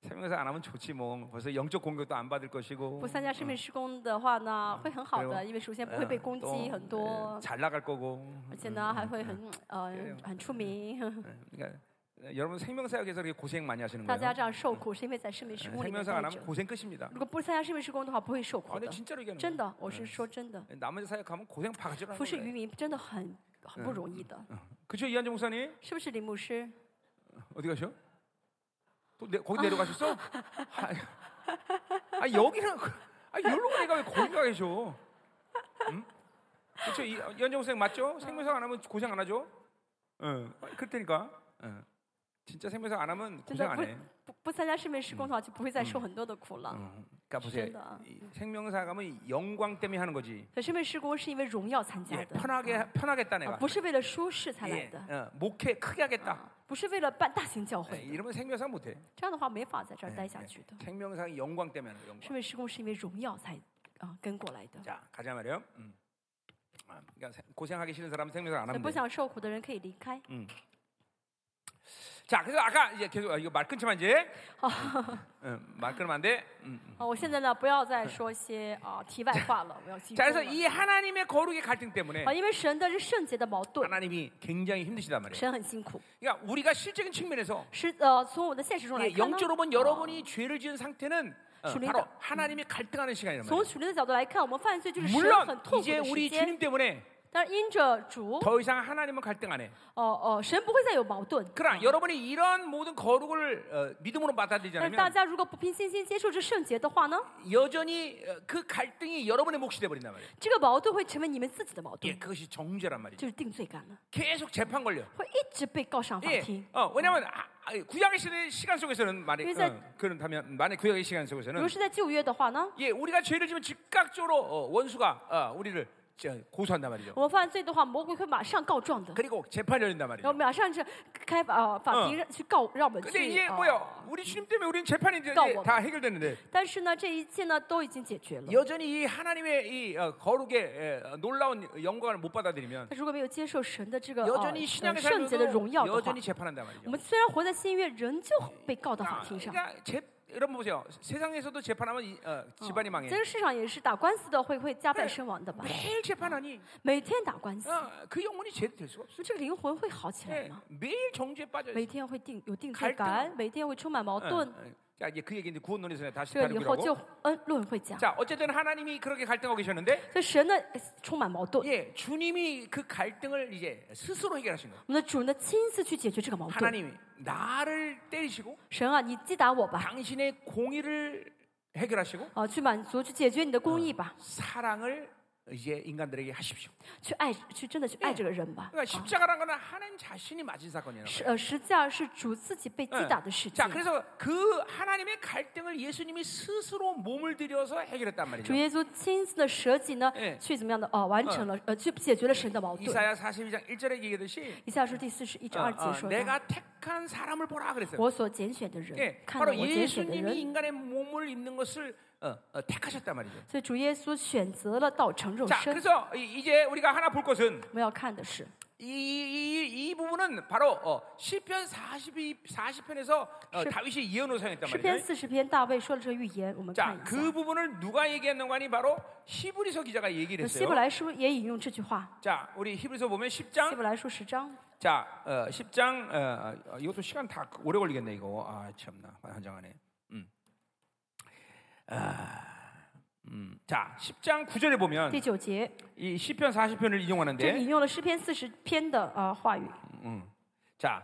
A: 생명사 안 하면 좋지 뭐. 벌써 영적 공격도 안 받을 것이고.
B: 不参加生命施工的话呢，会很好
A: 嗯对
B: 的，
A: 哦嗯
B: 因为首先不
A: 어,
B: 会被攻
A: 또
B: 击很多，
A: 잘 나갈 거고. 음.
B: 而且呢还会很呃
A: 嗯对哦
B: 很出名。
A: 예, 그러니까 어, 여러분 생명사역에서 이렇게 고생 많이 하시는
B: 大家
A: 거예요.
B: 这样受苦是因为在生命
A: 예,
B: 施工里面
A: 생명사역 안
B: 待着
A: 하면 。 고생 끝입니다.
B: 如果不参加生命施工的话，不会受
A: 아,
B: 苦
A: 근데
B: 的。嗯
A: 진짜로 얘기하는
B: 哦真
A: 거예요.
B: 的，我是说真的，
A: 예, 나머지 사역하면 고생 바가지로
B: 服
A: 하는
B: 侍
A: 거예요.
B: 于民真的很很不容易的，
A: 그죠 이한정 목사님
B: 是不是林牧师？
A: 어디 가셔? 또 내, 거기 내려가셨어? 아, 아 여기는 아 여기로 내가 왜 거기 가 계셔? 음? 그렇죠 이한정 목사님 맞죠? 생명사역 안 하면 고생 안 하죠? 응 그럴 테니까. 응. 진짜 생명사역 안 하면
B: 真的
A: 고생 안 해.
B: 不不参加生命施工的话，就不会再受很多的苦了。
A: 응. 그러니까 보세요.
B: 진짜.
A: 이 생명사역하면 영광 때문에 하는 거지.
B: 所以生命施工是因为荣耀参加
A: 예,
B: 的，
A: 편하게 편하겠다
B: 啊
A: 내가.
B: 不是为了舒适才
A: 예,
B: 来的，
A: 어, 목회 크게 하겠다.
B: 啊哎不是为了办大型教
A: 예,
B: 会的。
A: 이러면 생명상 못해.
B: 这样的话没法在这儿
A: 예,
B: 待下
A: 예.
B: 去的。
A: 생명상 영광 때문에 하는 거예요, 영광.
B: 圣命施工是因为荣耀才啊、跟过来的。
A: 자, 가자 말이요. 음. 아, 그러니까 세- 고생하기 싫은 사람은 생명상 안
B: 那不
A: 하면 돼.
B: 想受苦的人可以离开。
A: 자, 그래서 아까 이제 계속 아, 이거 말 끊지만 이제 음, 음, 말 끊으면 안 돼. 음, 음.
B: 啊、我现在呢，不要再说一些啊、题外话了，我要集
A: 자,
B: 中
A: 그래서
B: 了。
A: 이 하나님의 거룩의 갈등
B: 啊，
A: 때문에
B: 因为神的是圣洁的矛盾，
A: 하나님이 굉장히 힘드시단 말이에요.
B: 神很辛苦。
A: 그러니까 우리가 실적인 측면에서
B: 是呃，从我的现实中来
A: 예,
B: 看呢，
A: 영적으로 본 여러분이 죄를 지은 상태는 어,
B: 아. 주님과- 그러니까
A: 바로 하나님이 갈등하는 시간이란
B: 从
A: 말이에요.
B: 属灵的角度来看，我们犯罪就是神很
A: 물론
B: 痛苦
A: 이제
B: 的
A: 우리
B: 时间。
A: 주님 때문에
B: 但是因着主，哦
A: 더 이상 하나님은 갈등 안 해.
B: 哦、神不会再有矛盾。
A: 그러나
B: 啊
A: 여러분이 이런 모든 거룩을 어, 믿음으로
B: 但是大
A: 받아들이자면
B: 家如果不凭信心接受这圣洁的话呢，
A: 여전히 어, 그 갈등이 여러분의 몫이 돼 버린단 말이에요.
B: 这个矛盾会成为你们自己的矛
A: 예,
B: 盾，
A: 그것이 정죄란 말이죠.
B: 就是定罪感了，
A: 계속 재판 걸려.
B: 会一直被告上法
A: 예,
B: 庭。
A: 어, 왜냐하면 아, 아, 구약의 시대 시간 속에서는 만약
B: 그래서-
A: 어, 그렇다면 만약 구약의 시간
B: 如果
A: 속에서는
B: 是在旧约的话呢，
A: 예, 우리가 죄를 지면 즉각적으로 어, 원수가 어, 우리를 저, 고소한단 말이죠.
B: 我们犯罪的话，魔鬼会马上告状的，
A: 그리고 재판 열린단
B: 然
A: 말이죠.
B: 后马上是开呃法庭去告，让我们
A: 근데
B: 去
A: 이게
B: 呃。
A: 뭐야? 우리 주님 때문에 우리는 재판이 이제
B: 까워.
A: 다 해결됐는데
B: 但是呢，这一切呢都已经解决
A: 네.
B: 了。
A: 여전히 이 하나님의 이 어, 거룩의 에, 어, 놀라운 영광을 못 받아들이면
B: 如果没有接受神的这个呃
A: 여전히
B: 呃
A: 신앙의
B: 圣洁的荣
A: 삶으로
B: 耀的话，
A: 여전히 재판한단 말이죠.
B: 我们虽然活在新约，仍旧被告到
A: 아,
B: 法庭上。
A: 그러니까 재, 여러분 보세요. 세상에서도 재판하면 이, 어, 집안이
B: 在
A: 망해.
B: 这个嗯世上也是打官司的会会加倍身亡的吧？
A: 매일 재판하니
B: 每天打官司，
A: 어, 그 영혼이 제대될 수가 없어.
B: 那这个灵魂会好起来
A: 예,
B: 吗？
A: 매일 정죄에 빠져
B: 每
A: 있어.
B: 天会定有定嗯
A: 갈등
B: 罪感，每天会充满矛
A: 어,
B: 盾。
A: 어. 자 이제 그 얘기 이제 구원론에서 내가 다시
B: 这个以
A: 다루기로
B: 后就
A: 하고.
B: 恩论会讲，
A: 자 어쨌든 하나님이 그렇게 갈등하고 계셨는데,
B: 所以神呢呃充满矛盾。
A: 예, 주님이 그 갈등을 이제 스스로 해결하신 거예요.
B: 我们的主呢亲自去解决这个矛盾。
A: 하나님이 나를 때리시고
B: 神啊，你击打我吧，
A: 당신의 공의를 해결하시고
B: 啊，去满足，去解决你的公义吧，
A: 사랑을 이제 인간들에게 하십시오.
B: 去爱，去真的去爱这个人吧。
A: 그러니까 십자가라는 거는 하나님 자신이 맞은 사건이에요.
B: 是呃，十字架是主自己被击打的事
A: 자,
B: 情。
A: 그래서 그 하나님의 갈등을 예수님이 스스로 몸을 들여서 해결했단
B: 主
A: 말이죠.
B: 耶稣亲自的舍己呢
A: 哎，
B: 去怎么样的哦，完成了呃，去解决了神的矛盾。
A: 이사야 42장 1절에 얘기하듯이
B: 以下是第四十一
A: 어,
B: 章二
A: 어,
B: 节说的，
A: 내가 택한 사람을 보라 그랬어요.
B: 我所拣啊选的
A: 예,
B: 人，看到
A: 바로
B: 我拣选的
A: 예수님이
B: 人。
A: 인간의 몸을 입는 것을 어, 어, 택하셨단 말이죠.
B: 所以主耶稣选择了道成肉
A: 자,
B: 身。
A: 그래서 이- 이제 우리가 하나 볼 것은
B: 我们要看的是，
A: 이, 이, 이 부분은 바로 어, 시편 42, 40편에서 어,
B: 시-
A: 다윗이 예언을 사용했단
B: 诗篇
A: 말이죠.
B: 四十篇大卫说了这个预言，我们看
A: 자,
B: 一
A: 그
B: 下。
A: 부분을 누가 얘기했는가 하니 바로 히브리서 기자가 얘기를
B: 那希伯
A: 했어요.
B: 来书也引用这句话，
A: 자, 우리 히브리서 보면
B: 希
A: 10장
B: 伯来书十章。
A: 자, 어, 10장 어, 어, 이것도 시간 다 오래 걸리겠네 이거. 아, 참나. 한장 안에. 음. 아. 음. 자, 10장 9절에
B: 第
A: 보면
B: 九节，
A: 이 시편 40편을
B: 这
A: 인용하는데
B: 引用了诗篇四十篇的呃话语。
A: 자,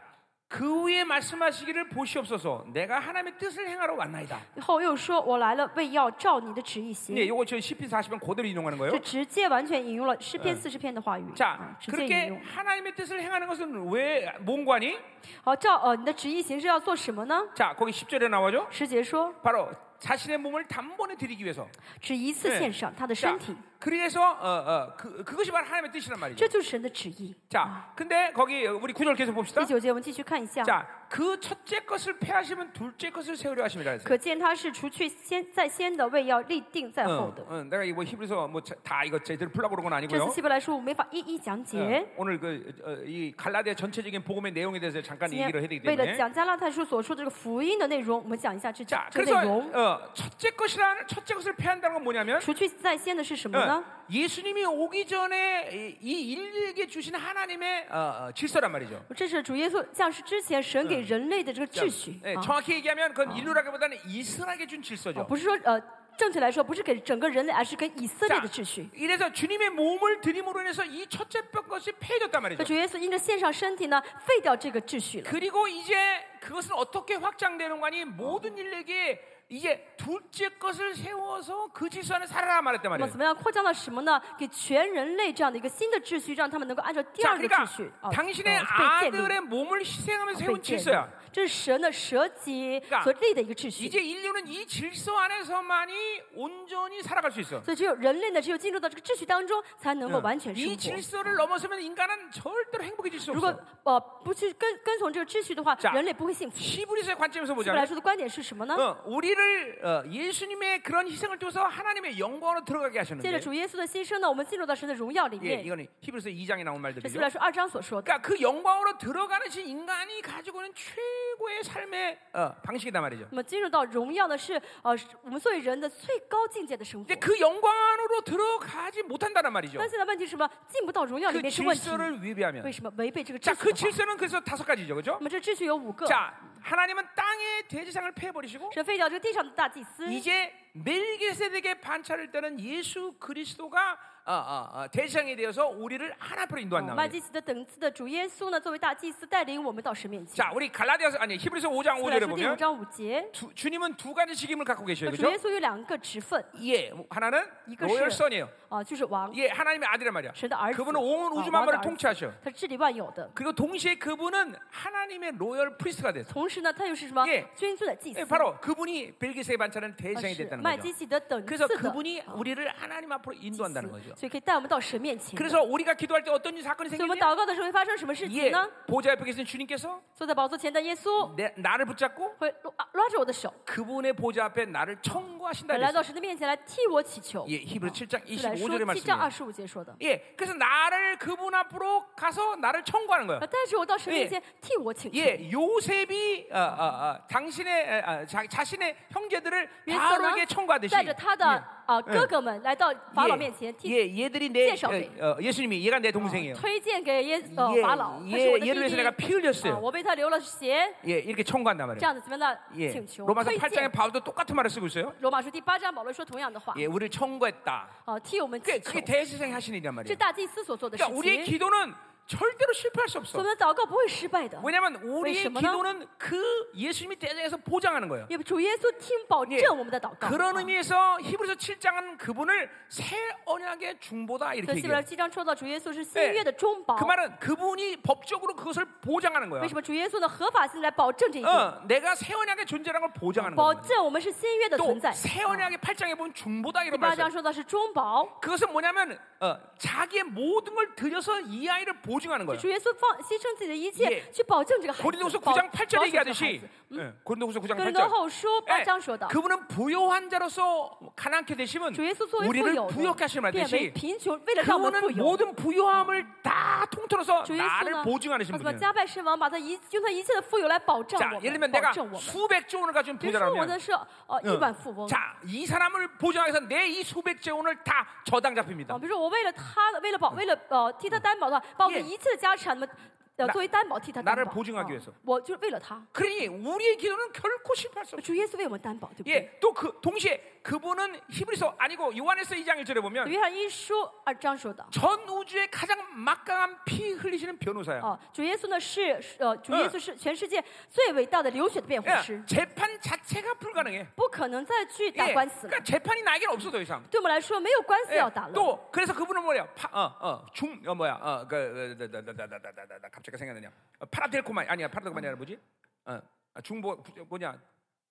A: 그 위에 말씀하시기를 보시옵소서. 내가 하나님의 뜻을 행하러 왔나이다.
B: 后又说：“我来了，为要照你的旨
A: 네,
B: 意行。
A: 이거 저 시편 40편 그대로 인용하는 ” 거예요.
B: 这直接完全引用了诗篇四十篇的话语，
A: 자,
B: 啊直接引
A: 그렇게
B: 用。
A: 하나님의 뜻을 행하는 것은 왜 뭔관이?
B: 好，照呃你的旨意行是要做什么呢？
A: 자, 거기 10절에 나와죠.
B: 师节说
A: 바로 자신의 몸을 단번에 드리기 위해서.
B: 只一次献上他的
A: 자,
B: 身体，
A: 그래서 어, 어, 그, 그것이 바로 하나님의 뜻이란
B: 这
A: 말이죠.
B: 就是神的旨意。
A: 자, 근데 거기 우리 구절 계속 아. 봅시다.
B: 第九节我们继续看一下，
A: 자, 그 첫째 것을 패하시면 둘째 것을 세우려 하십니다. 그래서.
B: 可见他是除去先在先的，为要立定在后
A: 어,
B: 的。
A: 어, 내가 이거 히브리서 뭐 다 이거 제대로 풀라고 그런 건
B: 这
A: 아니고요.
B: 次希伯来书我没法一一讲
A: 어,
B: 解，
A: 오늘 그 이 갈라디아 전체적인 복음의 내용에 대해서 잠깐
B: 今天
A: 얘기를 해야 되기
B: 为了
A: 때문에
B: 讲加拉太书所说的这个福音的内容，我们讲一下这
A: 자
B: 这内
A: 그래서
B: 容。
A: 어, 첫째 것이라는 첫째 것을 패한다는 건 뭐냐면
B: 除去在先的是什么
A: 어,
B: 呢？
A: 예수님이 오기 전에 이- 이 인류에게 주신 하나님의 어, 어, 질서란 말이죠.
B: 这是主耶稣降世之前神给人类的这个秩序
A: 예,
B: 啊，
A: 정확히 얘기하면 그건 인류라기보다는 이스라엘에게 준
B: 啊
A: 질서죠.
B: 不是说呃，正确来说不是给整个人类，而是给以色列的秩序。
A: 이래서 주님의 몸을 드림으로 인해서 이 첫째 것이 패해졌단
B: 那
A: 말이죠.
B: 主耶稣因着献上身体呢，废掉这个秩序了。
A: 그리고 이제 그것은 어떻게 확장되는 거니 모든 인류에게 이제 둘째 것을 세워서 그 질서 안에 살아라 말했단
B: 那么
A: 말이에요.
B: 怎么样扩张到什么呢？给全人类这样的一个新的秩序，让他们能够按照第
A: 자,
B: 二个
A: 그러니까
B: 秩序啊、
A: 당신의
B: 呃被建立
A: 아들의 몸을 희생하면서
B: 被
A: 세운
B: 建立
A: 질서야. 。
B: 这是神的舍己
A: 그러니까
B: 所立的一个秩序。
A: 이제 인류는 이 질서 안에서만이 온전히 살아갈 수 있어.
B: 所以只有人类呢，只有进入到这个秩序当中，才能够完全生
A: 이
B: 活。
A: 질서를 넘어서면 인간은 절대로 행복해질 수
B: 如果
A: 없어.
B: 呃不去跟跟从这个秩序的话
A: 자 ，
B: 人类不会幸福。希
A: 히브리서의 관점에서
B: 伯来
A: 보자면
B: 说的观点是什么呢？
A: 어, 우리를 어, 예수님의 그런 희생을 통해서 하나님의 영광으로 들어가게
B: 借着
A: 하셨는데
B: 主耶稣的牺牲呢，我们进入到神的荣耀里
A: 예,
B: 面。
A: 이거는 히브리서 2장에 나온
B: 这希
A: 말들이죠.
B: 伯来书二章所说的，
A: 그러니까 그 영광으로 들어가는 신 인간이 가지고 있는 최고의 삶의 어, 방식이단 말이죠.
B: 那么进入到荣耀的是呃是我们作为人的最高境界的生活
A: 근데 。그 영광으로 들어가지 못한다는 말이죠.
B: 但现在问题是什么？进不到荣耀里
A: 그
B: 面是问题。
A: 질서를
B: 为
A: 위배하면
B: 什么违背这个秩
A: 자, 그
B: 序的话？
A: 질서는 그래서 다섯 가지죠. 그죠?
B: 那么这秩序有五个，
A: 자, 하나님은 땅의 대지상을 패해 버리시고
B: 神废掉这个地上的大祭司，
A: 이제 멜기세덱의 반차를 때는 예수 그리스도가 어, 어, 어, 대지상에 되어서 우리를 하나님으로
B: 哦
A: 인도한다
B: 麦
A: 말이에요.
B: 基洗德等次的主耶稣呢，作为大祭司带领我们到神面前。
A: 자, 우리 갈라디아서 아니 히브리서 5장
B: 希伯来
A: 5절에
B: 书第五
A: 보면
B: 章五节，
A: 두- 주님은 두 가지 직임을 갖고 계셔요.
B: 主耶
A: 그렇죠?
B: 稣有两个职分
A: 예. 하나는
B: 어, 이것이-
A: 로열 선이에요.
B: 啊、就是王，
A: 예, 하나님의 아들란 말이야.
B: 神的儿子，
A: 그분은 온 우주
B: 아,
A: 만물을
B: 맞아.
A: 통치하셔.
B: 他治理万有的。
A: 그리고 동시에 그분은 하나님의 로열 프리스트가 됐어.
B: 同时呢，他又是什么
A: 예 ？
B: 君尊的祭司
A: 예, ， 바로 그분이 벨기세의 반차는
B: 啊
A: 대장이
B: 是
A: 됐다는
B: 麦
A: 거죠.
B: 基洗德等次
A: 그래서
B: 的
A: 그분이 우리를 하나님 앞으로
B: 祭司
A: 인도한다는 거죠.
B: 所以可以带我们到神面前。所
A: 그래서 우리가 기도할 때 어떤 사건이
B: 以我们
A: 생기냐?
B: 祷告的时候会发生什么事
A: 예,
B: 情呢？
A: 보좌 옆에 계신 주님께서
B: 坐在宝座前的耶稣
A: 내, 나를 붙잡고
B: 会拉拉着我的手，
A: 그분의 보좌 앞에 나를 청구하신다.
B: 来
A: 그랬어요.
B: 到神的面前来替我祈求。
A: 예, 히브리 7장
B: 就来说
A: 25절의
B: 七章
A: 말씀이에요.
B: 二十五节说的，
A: 예, 그래서 나를 그분 앞으로 가서 나를 청구하는 거예요.
B: 啊，但是我到神面前替我请求。
A: 예, 요셉이 어, 어, 어, 당신의 어, 어, 자, 자신의 형제들을 바로에게
B: 约瑟呢，
A: 청구하듯이
B: 带着他的啊哥哥们来到法老面前，替
A: 예, 얘들이 내
B: 제手给。
A: 어, 어, 예수님이 얘가 내 동생이에요.
B: 推荐给耶呃
A: 예
B: 法老，他是我
A: 예
B: 的
A: 얘를
B: 弟
A: 위해서 내가 피
B: 弟，
A: 흘렸어요.
B: 啊，我为他流了血，
A: 예, 이렇게 청구한단
B: 这
A: 말이에요.
B: 样子怎么样的
A: 예,
B: 请求
A: 로마서
B: 推
A: 8장에
B: 荐？
A: 바울도 똑같은 말을 쓰고 있어요.
B: 罗马书第八章，保罗说同样的话，
A: 예, 우리를 청구했다.
B: 啊，替我们
A: 그게,
B: 祈求
A: 어. 그게 ， 대세상이 하신 일이란 말이에요.
B: 这大祭司所做的事
A: 그러니까 우리의
B: 情。
A: 기도는 절대로 실패할 수
B: 所以
A: 없어.
B: 我们的祷告不会失败的，
A: 왜냐하면 우리의
B: 왜시므나?
A: 기도는 그 예수님이 대장에서 보장하는 거예요. 어.
B: 因为主耶稣听保证我们的祷告。
A: 그런
B: 啊
A: 의미에서 히브리서 7장은 그분을 새 언약의 중보다
B: 啊所
A: 이렇게
B: 以哎希伯来
A: 얘기해요.
B: 七章说到主耶稣是新约的中保
A: 그 ， 말은 그분이 법적으로 그것을 보장하는 거야.
B: 为什么主耶稣的合法性来保证这一点？
A: 어, 내가 새 언약의 존재라는 걸 보장하는
B: 保
A: 거야.
B: 证我们是新约的存在。
A: 또 새 언약의 8장에 보면 중보다
B: 第
A: 이런
B: 八
A: 말씀.
B: 章说到是中保，
A: 그것은 뭐냐면 어, 자기의 모든 걸 들여서 이 아이를 보증하는 거예요.
B: 主耶稣放牺牲自己的一
A: 예
B: 切去保证这个孩子，保保守这
A: 고린도서
B: 个
A: 9장 8절에
B: 孩
A: 얘기하듯이
B: 子。哎
A: 예, 고린도서 9장
B: 哥林多
A: 8절
B: 后书八
A: 예,
B: 章说到，
A: 그분은 부요한 자로서 가난케 되심은
B: 主耶稣作为富
A: 우리를
B: 有
A: 부욕하게
B: 的，
A: 하심을
B: 变为
A: 알듯이
B: 贫穷，为了让我们富
A: 그분은
B: 有。
A: 모든 부요함을 다 통틀어서
B: 主耶稣
A: 나를
B: 呢，
A: 보증하시는
B: 他啊怎么
A: 분이에요.
B: 加百身王，把他一用他一切的富有来保障
A: 자
B: 我
A: 예를
B: 们，
A: 들면
B: 保
A: 내가
B: 证我们。
A: 수백 조원을 가진
B: 比如说我
A: 부자라면
B: 的是呃亿万富翁，
A: 자이 사람을 보증하기 위해서 내 이 수백 조원을 다 저당
B: 啊，
A: 잡힙니다.
B: 比如说我为了他，为了保，为了呃替他担保的话，把我
A: 예
B: 们一切的家产，那么呃作为担保替他担
A: 나를
B: 保。
A: 보증하기
B: 啊
A: 위해서
B: 我就是为了他，
A: 그러니 우리의 기도는 결코 실패할 수 없어요.
B: 主耶稣为我们担保，对不对？
A: 예, 또 그 동시에 그분은 히브리서 아니고 요한에서 2장 1절에
B: 《
A: 보면
B: 约翰一书》二章说的，
A: 전 우주의 가장 막강한 피 흘리시는 변호사야.
B: 啊，主耶稣呢是呃主耶稣是全世界最伟大的流血的辩护
A: 예,
B: 师，
A: 재판 자체가 불가능해.
B: 不可能再去
A: 예,
B: 打官司了
A: 그러니까 。 재판이 나에게 없어 더 이상.
B: 对我们来说，没有官司
A: 예,
B: 要打了。
A: 또 그래서 그분은 뭐야? 파, 어, 어, 중, 어, 뭐야? 어, 그, 그, 나, 나, 나, 나, 나, 나, 나, 나, 갑자기 생각나냐? 어, 파라델코만 아니야, 파라델코만이 아니라 뭐지? 어, 아, 중보 뭐냐?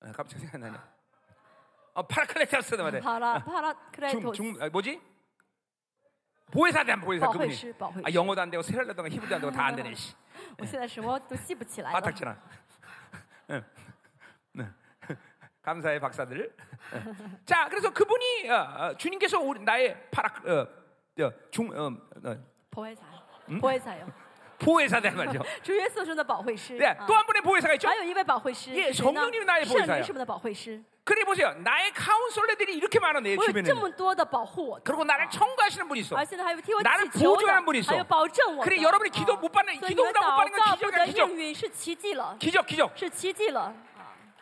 A: 어, 갑자기 생각나냐? 어, 파라클레테스다 말이야.
B: 帕拉帕拉克莱
A: 중,
B: 托
A: 중 아, 뭐지? 보혜사대 안 보혜사
B: 保惠
A: 그분이
B: 师，保惠
A: 아
B: 师。
A: 영어도 안 되고 세례를 하던가 히브리도 안 되고 다 안 되네 씨.
B: 我现在什么都记不起来了。
A: 바닥치나. 응. 네. 감사의 박사들. 응. 자, 그래서 그분이 어, 어, 주님께서 우리, 나의 파락 어, 어, 중 어, 어,
B: 不会才，不会才哟。
A: 보혜사대 말이죠.
B: 主耶稣中的保惠师。
A: 아, 네,
B: 啊
A: 또 한 분의 보혜사가 있죠.
B: 还有一位保惠师，啊
A: 예
B: 是谁呢
A: 성령님이나의보혜사야
B: 圣灵是我们的保惠师。
A: 그래 보세요. 나의 카운솔러들이 이렇게 많아 내
B: 我有这
A: 주변에는.
B: 么多的保护我的，
A: 그리고 나를 청구하시는 분이 있어.
B: 而现在还有替我
A: 나를
B: 祈求
A: 보증하는분이있어
B: 的，还有保证我的。
A: 그래 여러분이
B: 啊
A: 기도 못 받는
B: 所以
A: 기도
B: 你们
A: 응답 못
B: 祷
A: 받는 건
B: 告不
A: 기적이야
B: 得
A: 기적.
B: 应允是奇迹了，
A: 기적 기적.
B: 是奇迹了，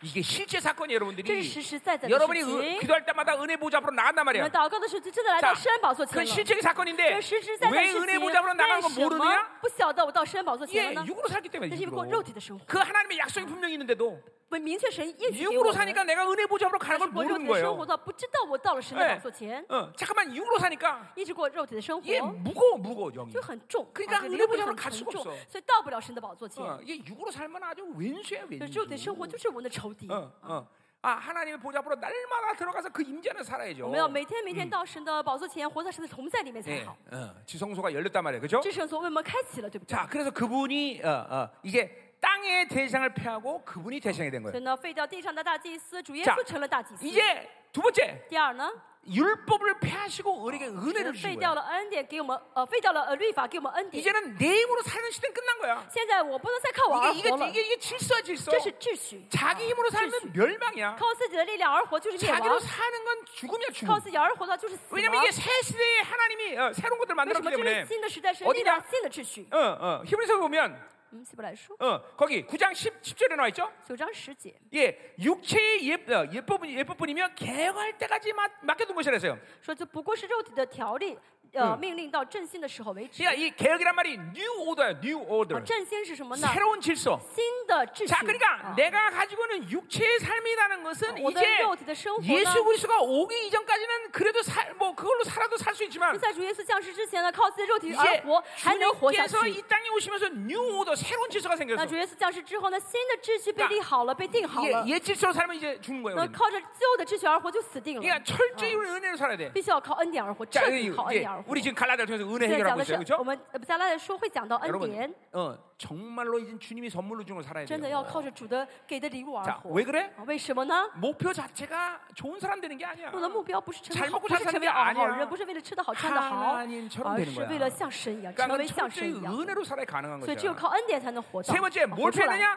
A: 이게 실제 사건이 에요
B: 这
A: 여러분들이
B: 是实实在在的
A: 여러분이
B: 事
A: 으-
B: 情。
A: 기도할 때마다 은혜 보좌 앞으로 나간단
B: 你
A: 말이야.
B: 们祷告的时候，就真的来到
A: 자
B: 山宝座前
A: 그러니까 그
B: 了。
A: 실질의 사건인데
B: 这是实实在在的
A: 왜
B: 事情。
A: 은혜 보좌 앞으로 나간 건
B: 为什么
A: 모르느냐?
B: 不晓得我到山宝座前
A: 예,
B: 了呢？
A: 육으로 살기 때문에
B: 那是因为过肉
A: 육으로.
B: 体的生活。
A: 그 하나님의 약속이 분명히 있는데도
B: 我明确神应许给我
A: 육으로
B: 们，
A: 사니까 내가 은혜 보좌 앞으로
B: 但
A: 가는
B: 是
A: 걸
B: 过肉
A: 모르는
B: 体的生
A: 거예요.
B: 活到不知道我到了神的
A: 哎
B: 宝座前，
A: 어, 잠깐만 육으로 사니까
B: 一直过肉体的生活
A: 얘 。 무거워 무거워 영이.
B: 就很重，
A: 그러니까
B: 啊这
A: 은혜
B: 灵魂
A: 보좌로
B: 很
A: 갈수가
B: 很重
A: 없어 ，
B: 所以到不了神的宝座前。
A: 어, 이게 육으로 살면 아주 왼수야
B: 就是肉体生活
A: 왼수.
B: 就是我们的仇敌
A: 어, 。 어. 아 하나님의 보좌 앞으로 날마다 들어가서 그 임재는
B: 我
A: 살아야죠.
B: 们要每天每天到神的宝座前，活在神的同在里面
A: 예,
B: 才好。
A: 어, 지성소가 열렸단 말이에요, 그렇죠?
B: 这圣所为我们开启了，对不对？
A: 자, 그래서 그분이 어, 어, 이제 땅의 대상을 패하고 그분이 대상이 된
B: 所
A: 거예요.
B: 以呢，废掉地上的大祭司，主耶
A: 자
B: 稣成了大祭司。
A: 이제 두 번째
B: 第二呢，
A: 율법을 패하시고 우리에게
B: 我
A: 은혜를
B: 们
A: 주신
B: 废掉
A: 거예요.
B: 了恩典，给我们呃，废掉了呃律法，给我们恩典。
A: 이제는 내 힘으로 사는 시대는 끝난 거야.
B: 现在我不能再靠我而
A: 이게
B: 活
A: 이게
B: 了，
A: 이게, 이게 질서야 질서.
B: 这是秩序。啊
A: 자기 힘으로
B: 秩
A: 살면
B: 序
A: 멸망이야.
B: 靠自己的力量而活就是灭
A: 자기로
B: 亡，
A: 사는 건 죽음이야 죽음.
B: 靠自己而活的就是死亡。
A: 왜냐면
B: 为
A: 이게 새 시대에 하나님이 어, 새로운 것들 을
B: 什
A: 만들었기
B: 么这
A: 때문에.
B: 是新的时代，神
A: 어디냐
B: 力量新的秩序？
A: 어, 어. 히브리서 보면
B: 嗯，希伯来书
A: 어, 거기 9장 10, 10절에 나와 있죠.
B: 九章十节。
A: 예, 육체의 예, 어, 예법은 예법뿐이면 개할 때까지 맡, 맡겨둔 것이라 했어요.
B: 说这不过是肉体的条例，呃，
A: 嗯
B: 命令到振兴的时候为止。
A: 그러니까 이 개혁이란 말이 new order야, new
B: 啊，
A: order.
B: 振兴是什么呢？
A: 아, 새로운 질서.
B: 新的秩序。
A: 자, 그러니까
B: 啊
A: 내가 가지고 있는 육체의 삶이라는 것은
B: 我的
A: 이제
B: 肉体的生活
A: 예수
B: 呢？
A: 그리스도가 오기 이전까지는 그래도 살, 뭐 그걸로 살아도 살 수 있지만
B: 就在主耶稣降世之前呢，靠自己的肉体而
A: 이제
B: 活，还能活下
A: 주님께서
B: 去。
A: 이 땅에 오시면서 뉴 오더 새로운 질서가
B: 那
A: 생겼어.
B: 主耶稣降世之后呢，新的秩序被
A: 那
B: 立好了，被定好了
A: 예 。 예질서로 살면 이제 죽는 거예요.
B: 那
A: 우리는.
B: 靠着旧的秩序而活就死定了
A: 그러니까 ， 철저히 우리 은혜로 살아야 돼.
B: 必须要靠恩典而活，彻
A: 자,
B: 底
A: 이-
B: 靠恩
A: 이제
B: 典而活。
A: 우리 지금 갈라디아 통해서 은혜
B: 现在
A: 해결하고
B: 讲的是
A: 있어요, ，
B: 我
A: 그렇죠?
B: 们呃将来的说会讲到恩
A: 여러분,
B: 典，
A: 어, 정말로 이제 주님이 선물로 주는 걸 살아야
B: 真的要靠
A: 돼요.
B: 着主的给的礼物而
A: 자,
B: 活
A: 왜 。 그래?
B: 啊为什么呢？
A: 목표 자체가 좋은 사람 되는 게 아니야.
B: 我的目标不是成
A: 잘먹
B: 为好，
A: 고
B: 不是啊
A: 잘사는
B: 成为
A: 게
B: 好好
A: 아니야
B: 人，不是为了吃的好、穿的好
A: 하나님처럼，
B: 而
A: 되는거야
B: 是为了像神一样，成
A: 그러니까
B: 为
A: 그
B: 像
A: 아, 철저히
B: 神一样。
A: 은혜로 살아야 가능한
B: 所以只有
A: 거죠.
B: 靠恩典才能活到。
A: 세 번째,
B: 活
A: 뭘
B: 出来。
A: 패느냐?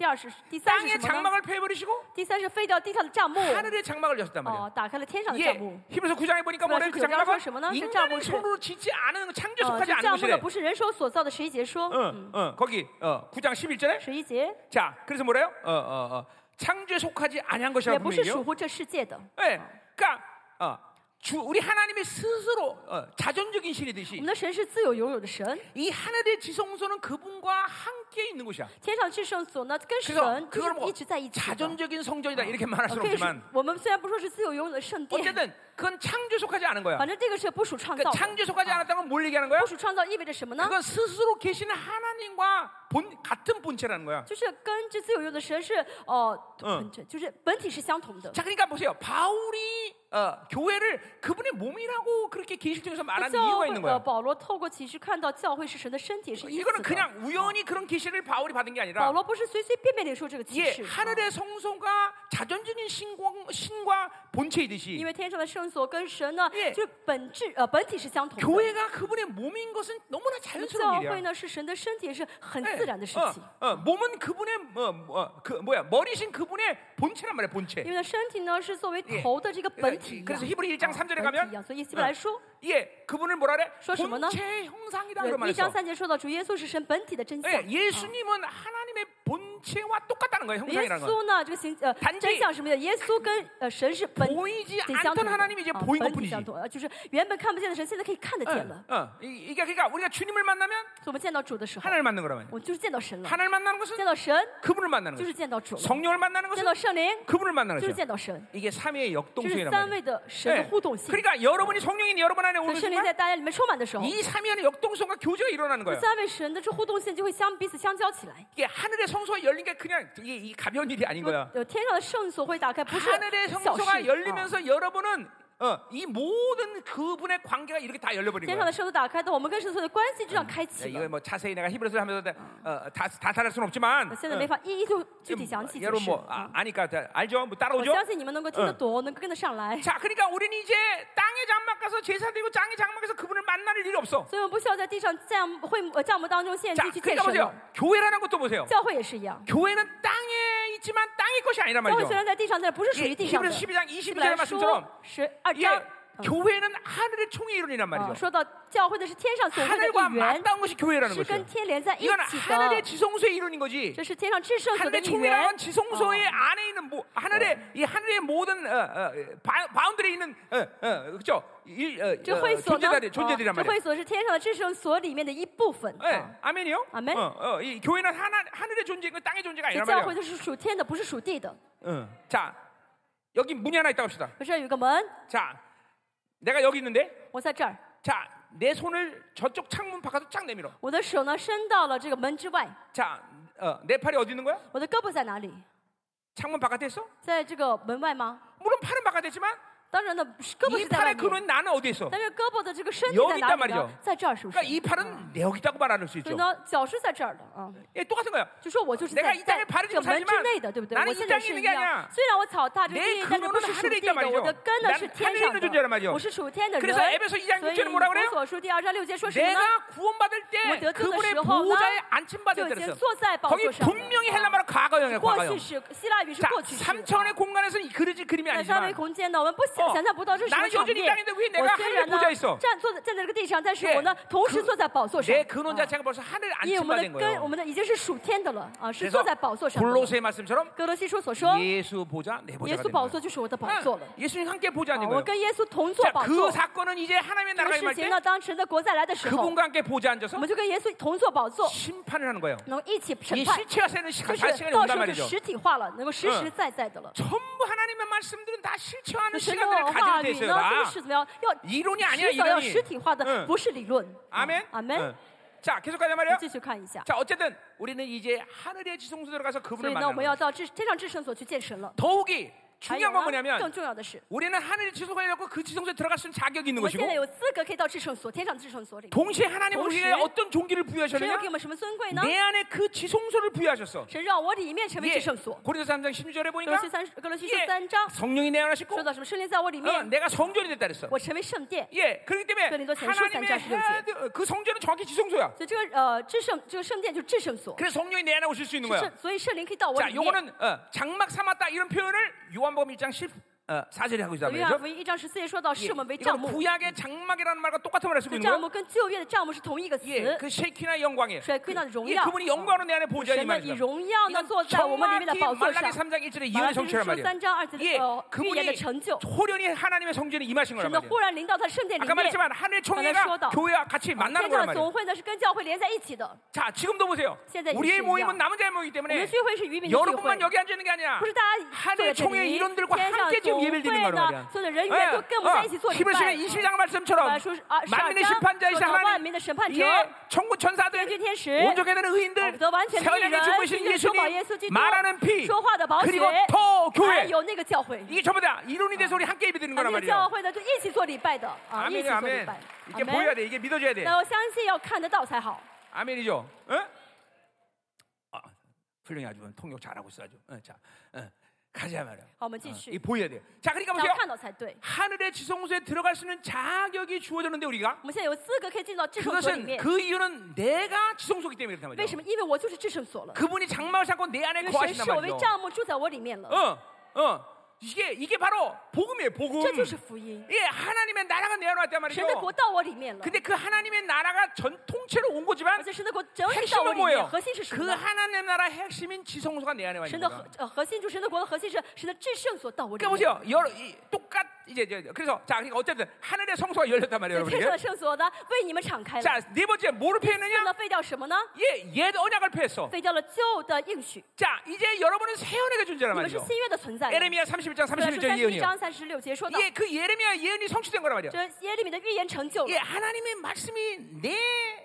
B: 第二是第三是
A: 땅의
B: 什么呢？
A: 장막을 어. 패버리시고
B: 第三是废掉地上的帐幕，
A: 하늘의 장막을 여셨단 말이야.
B: 哦，打开了天上的
A: 예,
B: 帐幕。
A: 히브리서 9장에 보니까 뭐래? 그
B: 그래서
A: 장막은
B: 장막은
A: 인간의
B: 장막은
A: 손으로 짓지 않은 창조에
B: 哦，
A: 속하지
B: 这
A: 않은
B: 帐幕呢
A: 것이래.
B: 不是人手所造的。十一节说，
A: 응, 응, 거기 어, 9장 11절에
B: 十一节
A: 자 그래서 뭐래요? 어, 어, 어, 창조에 속하지 아니한 것이라고
B: 也不是
A: 분명히요.
B: 嗯属乎这世界的。
A: 예, 그러니까 어, 주 우리 하나님의 스스로 어, 자존적인
B: 我
A: 신이듯이
B: 们的神是自有拥有的神，
A: 이 하늘의 지성소는 그분과 함께 있는 곳이야.
B: 天上至圣所呢跟
A: 그래서
B: 神就
A: 그걸
B: 是
A: 뭐
B: 一直在一起的。
A: 자존적인 성전이다 이렇게 예. 말할
B: 呃
A: 수
B: 可以说
A: 없지만 ，
B: 我们虽然不说是自有拥有的圣殿，
A: 어쨌든 그건 창조 속하지 않은 거야.
B: 反正这个是不属创造
A: 그
B: 的。
A: 창조 속하지 않았다는 건 뭘 얘기하는 거야?
B: 不属创造意味着什么呢？
A: 그건 스스로 계시는 하나님과 본 같은 본체라는 거야.
B: 就是跟这自有用的神是哦，
A: 嗯
B: 本质就是本体是相同的。
A: 자, 그러니까 보세요. 바울이 어, 교회를 그분의 몸이라고 그렇게 계시적에서
B: 那
A: 말하는
B: 教
A: 이유가
B: 会
A: 있는
B: 呃，
A: 거야.
B: 保罗透过启示看到教会是神的身体，是一致
A: 어, 뭐, 이거는
B: 的。
A: 그냥 우연히 그런 계시를 어. 바울이 받은 어. 게
B: 保
A: 아니라
B: 罗不是随随便便领受这个启
A: 이게
B: 示，啊
A: 하늘의 성소가 자존적인 신공, 신과
B: 因
A: 본체이듯이
B: 为天上的圣所跟神呢
A: 예 ，
B: 就是本质呃本体是相同的。
A: 어, 교회가 그분의 몸인 것은 너무나
B: 那
A: 자연스러운
B: 教会
A: 일이야.
B: 呢是神的身体，是很
A: 네.
B: 自然的事情。
A: 어, 어, 몸은 그분의 어, 어, 그 뭐야 머리신 그분의 본체란 말이야
B: 因
A: 본체.
B: 为呢，身体呢是作为
A: 예
B: 头的这个本体一
A: 그러니까
B: 样，啊
A: 그래서 히브리 1장 3절에
B: 本体一
A: 가면
B: 样。所以希伯来书
A: 예, 그분을 뭐라 그래?
B: 쇼시모나?
A: 본체 형상이다
B: 对
A: 그런
B: 呃一章
A: 말했어.
B: 三节说到主耶稣是神本体的真相。
A: 예, 예수님은 하나님의 본체와 똑같다는 거예요.
B: 耶
A: 형상이라는 건.
B: 稣呢，这个形呃
A: 단지
B: 真相是什么的？耶稣跟呃神是本
A: 보이지
B: 得相
A: 않던
B: 同的
A: 하나님이 이제
B: 啊
A: 보인
B: 本体
A: 것뿐이지.
B: 相同，呃就是原本看不见的神，现在可以看得
A: 예,
B: 见了。
A: 어, 이- 이게 그러니까 우리가 주님을 만나면
B: 所以我们见到主的时候，
A: 하나님을 만난 거라면.
B: 我就是见到神了。嗯
A: 하나님을 만나는
B: 见
A: 것은
B: 到神
A: 그분을 만나는
B: 就
A: 거죠.
B: 是见到主了，
A: 성령을 만나는 것은
B: 见到圣灵
A: 그분을 만나는
B: 就是
A: 거죠.
B: 见到神，
A: 이게 삼위의
B: 这是
A: 역동성이란
B: 三
A: 말이에요.
B: 位的神的
A: 예,
B: 互动性。
A: 그러니까 여러분이 성령이 여러분 안에
B: 所以
A: 오는
B: 圣灵在
A: 순간
B: 大家里面充满的时候，
A: 이 삼위 안의 역동성과 교제가 일어나는
B: 这
A: 거예요.
B: 三位神的这互动性就会相彼此相交起来。
A: 이게 하늘의 성소가 열린 게 그냥 이게 이 가벼운 일이 아닌 거야.
B: 有天上的圣所会打开，不是
A: 하늘의
B: 小事。
A: 성소가
B: 啊
A: 열리면서 여러분은 어, 이 모든 그분의 관계가 이렇게 다 열려버린
B: 天上
A: 거야.
B: 的圣所打开的，我们跟神所有的关系就这样开
A: 야,
B: 启
A: 이거
B: 了。
A: 뭐 자세히 내가 히브리서를 하면서 다, 어, 다, 다 잘할 수는 없지만
B: 那现在没法一一就具体详细解
A: 여러분
B: 释。
A: 뭐
B: 啊
A: 아, 아니까 다 알죠? 뭐
B: 我嗯
A: 따라오죠?
B: 相信你们能够听得懂，能够跟得上来。
A: 자, 그러니까 우리는 이제 땅의 장막 가서 제사 드리고 땅의 장막 가서 그분을 만날 일이 없어.
B: 所以我们不需要在地上降会呃降魔当中献
A: 자,
B: 祭去见
A: 그러니까
B: 神
A: 보세요.
B: 了。
A: 교회라는 것도 보세요.
B: 教会也是一样，
A: 교회는 땅에 있지만 땅의 것이 아니란
B: 教会
A: 말이죠.
B: 虽然在地上，但是不是属
A: 예,
B: 于地上的。
A: 히브리서 12장
B: 希
A: 22절
B: 伯来
A: 의
B: 说
A: 말씀처럼
B: 十二
A: 예,
B: 章，嗯
A: 교회는 하늘의 총의 이론이란
B: 啊
A: 말이죠.
B: 说到教会的是天上所谓的
A: 하늘과
B: 一员，
A: 맞닿은 것이 교회라는
B: 是跟
A: 거죠.
B: 天连在一
A: 이건
B: 起
A: 하늘의
B: 的。
A: 지성소의 이론인 어. 거지.
B: 这是天上至圣所的
A: 하늘의
B: 一员
A: 총이라는 ， 지성소의 안에 있는 모, 하늘의 이 하늘의 모든 어, 어, 바, 바운드리에 있는 어, 어, 그죠? 일, 어,
B: 这会
A: 어,
B: 所呢，啊
A: 존재들이
B: 这
A: 존재들이란
B: 会
A: 말이야.
B: 所是天上的至圣所里面的一部分。
A: 예,
B: 啊
A: 아멘이요?
B: 아멘.
A: 어, 어, 이 교회는 하나, 하늘의 존재인 건 땅의 존재가
B: 这
A: 아니란
B: 教会
A: 말이야.
B: 就是属天的，不是属地的。
A: 어. 자, 여기 문이 하나 있다고 합시다.
B: 可是有一个门，
A: 자, 내가 여기 있는데,
B: 我在这儿，
A: 자, 내 손을 저쪽 창문 바깥으로 쫙 내밀어.
B: 我的手呢伸到了这个门之外，
A: 자, 어, 내 팔이 어디 있는 거야?
B: 我的胳膊在哪里？
A: 창문 바깥에 있어?
B: 在这个门外吗？
A: 물론 팔은 바깥에 있지만
B: 当然呢，是胳膊
A: 이
B: 是在
A: 팔의
B: 外面，
A: 근원 나는 어디에 있어?
B: 但是胳膊的这个身体
A: 여기
B: 在
A: 있단
B: 哪里
A: 말이죠
B: 呢？在这儿是不
A: 그러니까
B: 是？
A: 이 팔은 내 여기다고 말할 수
B: 所以
A: 있죠.
B: 呢，脚是在这儿的啊，
A: 예, 똑같은 거야.
B: 就说我就是
A: 내가
B: 在
A: 이 땅에
B: 在
A: 바르지
B: 这个门之
A: 못하지만
B: 内的，对不对？
A: 나는
B: 我
A: 이
B: 现在
A: 땅에
B: 是
A: 있는
B: 一
A: 게아니야
B: 样，虽然我脚踏这个
A: 내
B: 地，但是不
A: 근원은
B: 是属
A: 하늘에
B: 地
A: 있단
B: 的，我
A: 말이죠.
B: 的根呢是
A: 난
B: 天
A: 하늘에
B: 上
A: 있는 존재란
B: 的，
A: 말이죠.
B: 我是属天的人。
A: 그래서 에베소 2장
B: 所以
A: 6절에
B: 以
A: 뭐라
B: 弗
A: 그래요?
B: 所书第二章六节说什么呢？
A: 내가 구원받을 때
B: 뭐죠?
A: 그분의
B: 그것을
A: 보호자의
B: 시험하나? 就已
A: 안침받을
B: 经
A: 때랬어.
B: 坐在宝
A: 거기
B: 座上了。
A: 분명히 헬라말로 과거형이야
B: 过去
A: 과거형.
B: 式，希腊语是
A: 자
B: 过去式。
A: 3차원의 공간에서는 이 그릇이 그림이
B: 在三维
A: 아니지만
B: 空间呢，我们不
A: 어
B: 想想象不到这是什
A: 나는
B: 么场
A: 여전히이
B: 面。
A: 땅인데왜내가
B: 我虽然
A: 하늘에보좌있어
B: 呢站坐在站在这个地上，但是我呢同时坐在宝座上
A: 내 。 근원
B: 啊
A: 자체가 벌써 하늘
B: 因为我们的
A: 안침받은
B: 根，
A: 거예요.
B: 我们的已经是属天的了啊，是
A: 그래서
B: 坐在宝座上的了。
A: 골로새의 말씀처럼
B: 哥罗西书所说，
A: 예수 보좌 내
B: 耶
A: 보좌가 되는
B: 稣
A: 그렇죠? 거예요.
B: 宝座就是我的宝
A: 아,
B: 座了。
A: 예수님 함께 보좌
B: 啊，
A: 되는
B: 我
A: 그러니까 거예요.
B: 跟耶稣同坐
A: 자,
B: 宝
A: 그
B: 座。
A: 사건은 이제 하나님의
B: 这
A: 나라가
B: 个事
A: 임할
B: 情
A: 때
B: 呢，当神的国再来的时候，
A: 그분과 함께 보좌 앉아서
B: 我们就跟耶稣同坐宝座，
A: 심판을 하는 거예요.
B: 能一起审
A: 이
B: 判，
A: 실체가 새는 시간,
B: 就是
A: 다 시간이
B: 到
A: 온단
B: 时候就嗯
A: 말이죠.
B: 实体化了，能够实实在在的了。
A: 전부 하나님의 말씀들은 다 실체화하는
B: 神
A: 시간들을
B: 的
A: 가지고
B: 话
A: 돼
B: 语
A: 있어요.
B: 呢，这个
A: 다
B: 是怎么样？要
A: 이론이 아니야
B: 实所要
A: 이론이.
B: 实体化的，
A: 응.
B: 不是理论。啊
A: 아멘.
B: 嗯阿门嗯
A: 응. 。 자, 계속 가자 말이야.
B: 继续看一下。
A: 자, 어쨌든 우리는 이제 하늘의 지성소 들어가서
B: 所
A: 그분을
B: 以呢，我
A: 만나는
B: 们
A: 거예요.
B: 要到至天上至圣所去见神了。
A: 더욱이
B: 还有
A: 중요한 건
B: 呢，
A: 뭐냐면
B: 更重要的是，
A: 우리는 하늘의 지성소에 갖고 그 지성소에 들어갈 수 있는 자격이 있는
B: 我们现
A: 것이고
B: 在有资格可以到至圣所，天上至圣所里。
A: 동시에 하나님은 우리에게
B: 동시에
A: 어떤 종기를
B: 神又
A: 부여하셨느냐?
B: 给我们什么尊贵呢？
A: 내 안에 그 지성소를 부여하셨어.
B: 神让我里面成为
A: 예,
B: 至圣所。
A: 고린도서 3장 16절에
B: 格罗
A: 보니까
B: 西三格罗西书
A: 예,
B: 三章
A: 성령이 내 안에 하시고
B: 说到什么？圣灵在我里
A: 어,
B: 面，
A: 내가 성전이 됐다 그랬어.
B: 我成为圣殿。
A: 예, 뭐 그렇기 때문에
B: 그린도 전서
A: 하나님의
B: 삼장 십육 절.
A: 헤드- 어, 그 성전은 정확히 지성소야.
B: 所以这个呃至圣这个圣殿就是至圣所，
A: 그래서 성령이 내 안에 오실 수 있는
B: 是
A: 거야.
B: 圣所以圣灵可以到我
A: 자
B: 里面。
A: 요거는 어, 장막 삼았다 이런 표현을 요한복음 1장 10, 어, 4절에 하고 있단
B: 约翰
A: 말이죠.
B: 福音一章十四节说到，
A: 예,
B: 是我们为账
A: 이건
B: 目，
A: 구약의 장막이라는 말과 똑같은 말을 쓰고
B: 这
A: 있는
B: 账目
A: 거예요.
B: 跟旧约的账目是同一个词，
A: 예, 그 쉐키나 영광이에요.
B: 所以归纳的荣
A: 예,
B: 耀。
A: 그분이 영광으로 내 안에 보좌 이
B: 神呢以
A: 말이죠.
B: 荣耀呢坐在我们里面的
A: 정확히
B: 宝座上
A: 말라기 。 3장 1절에
B: 马拉
A: 이언의
B: 基书
A: 성취란
B: 三
A: 말이에요.
B: 章二节的
A: 예,
B: 呃预言的
A: 그분이
B: 成就，
A: 호련히 하나님의 성전에 임하신 거란
B: 神的
A: 말이에요.
B: 忽然临到他的圣殿里
A: 아까
B: 面。
A: 말했지만 하늘의 총회가
B: 刚才说到，
A: 교회와 같이
B: 啊天
A: 만나는
B: 教
A: 거란 말이에요.
B: 的总会呢是跟教会连在一起的，
A: 자, 지금도 보세요.
B: 现在也
A: 우리의
B: 是一样。
A: 모임은 남은 자의 모이기
B: 我们
A: 때문에
B: 聚会是渔民的聚会
A: 여러분만 ， 여기 앉아 있는 게 아니라
B: 不是大家坐在
A: 하늘총회
B: 这
A: 의
B: 里。
A: 인원들과
B: 天上
A: 함께지금
B: 总
A: 예배를드리는거란
B: 会
A: 말이야
B: 呢，所有的人员都跟我们在一起做礼
A: 예. 어, 히브리
B: 拜
A: 시의 。 22장 말씀처럼
B: 马书啊十
A: 만민의
B: 二
A: 심판자이신
B: 章，万
A: 하나님
B: 民的审判者，
A: 예, 천국
B: 天
A: 천사들
B: 君天使，
A: 온전케 되는
B: 我
A: 의인들
B: 们得完全的义
A: 세원에게
B: 人，
A: 중보하신
B: 是中保耶稣基
A: 예수님
B: 督
A: 말하는 피
B: 说话的宝血
A: 그리고 ，더 교회
B: 还有那个教会。啊
A: 이게 전부 다 이론이 돼서 우리 함께 예배 드리는
B: 那
A: 거란
B: 个教
A: 말이에요
B: 会呢，就一起做礼拜的啊，一起
A: 아멘
B: 做礼
A: 아멘
B: 拜。
A: 이게
B: 阿门
A: 보여야 돼 이게 믿어줘야 돼
B: 那我相信要看得到才好。
A: 아멘이죠 어? 아, 훌륭히 아주 통역 잘하고 있어 아주 어, 자, 어, 가자 말이야
B: 好，我们
A: 어,
B: 继续
A: 이 ， 보여야 돼요 자 그러니까
B: 嗯要
A: 보세요
B: 看到才对。
A: 하늘의 지성소에 들어갈 수 있는 자격이 주어졌는데 우리가
B: 我们现在有资格可以进到至圣所里
A: 그것은
B: 面，
A: 그 이유는 내가 지성소기 때문에 그렇단
B: 为
A: 말이죠
B: 什么？因为我就是至圣所了，
A: 그분이 장막을 삼고 내
B: 因
A: 안에
B: 为神
A: 거하신단
B: 是我为
A: 말이죠
B: 帐幕住在我里面了，
A: 어, 어. 이게 이게 바로 복음이에요, 복음.
B: 这就是福音。
A: 예, 하나님의 나라가 내 안에 왔단
B: 神的国
A: 말이죠.
B: 到我里面了，
A: 근데 그 하나님의 나라가 전통체로 온
B: 而
A: 거지만
B: 且神的国整体到我
A: 핵심은
B: 里面，
A: 뭐예요?
B: 核心是什么
A: 그
B: 呢？
A: 하나님의 나라 의 핵심인 지성소가 내 안에 와
B: 神
A: 있는 거다.
B: 的核呃核心就是神的国的核心是神的至圣所到我里
A: 그러니까
B: 面。
A: 보세요, 여러 이, 똑같 이제, 이제 그래서 자 그러니까 어쨌든 하늘의 성소가 열렸단 말이에요,
B: 所以天上
A: 여러분에게.
B: 的圣所呢，为你们敞开了。
A: 자네 번째 뭐를
B: 那
A: 패했느냐?
B: 么废掉什么呢？
A: 예, 옛 언약을 패했어.
B: 废掉了旧的应许，
A: 자 이제 여러분은 새 언약의 존재란
B: 你们是
A: 말이죠.
B: 新约的存在。
A: 예레미야 31장 31절
B: 三十一
A: 예언이요.
B: 章三十六节说到，
A: 예, 그 예레미야 예언이 성취된 거란 말이야.
B: 这耶利米的预言成就了
A: 예, 。 하나님의 말씀이 내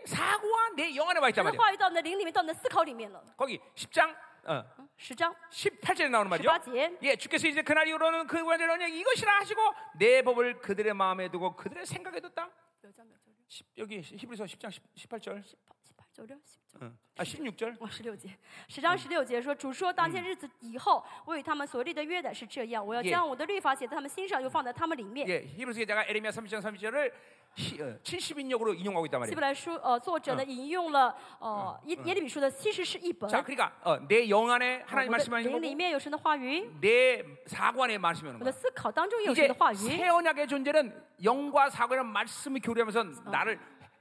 A: 사고와 내 영 안에 와 있단
B: 神的
A: 말이에요.
B: 话语到你的灵里面，到你的思考里面了。嗯
A: 거기 10장 어,
B: 十章
A: 18절에 나오는
B: 十
A: 말이죠.
B: 八节，
A: 예, 주께서 이제 그날 이후로는 그 관절 언약 이것이라 하시고 내 법을 그들의 마음에 두고 그들의 생각에 뒀다.
B: 有章有九六
A: 10, 여기 히브리서 10장 1 8절
B: 十八十八九六十九。
A: 아, 16절.
B: 哇，十六节，十章十六节说，主说：“当些日子以后，我与他们所立的约的是这样，我要
A: 耶
B: 将我的律法写在他们心上，又放在他们里面。”
A: 예, 히브리서 기자가 에레미야 30장 30절을 히, 어, 70인역으로 인용하고 있단
B: 希
A: 말이에요.
B: 伯来书呃，作者呢引用了呃耶耶利米书的七十是一本，
A: 자, 그러니까 어, 내 영 안에
B: 我
A: 하나님
B: 的
A: 말씀만
B: 灵里
A: 있는 거고
B: 面有嗯神的话语，
A: 내 사고 안에 말씀이 오는
B: 我
A: 거야.
B: 的思考当中有神
A: 이제
B: 的话
A: 새
B: 语。
A: 언약의 존재는 영과 사고라는 말씀이 교류하면서 나를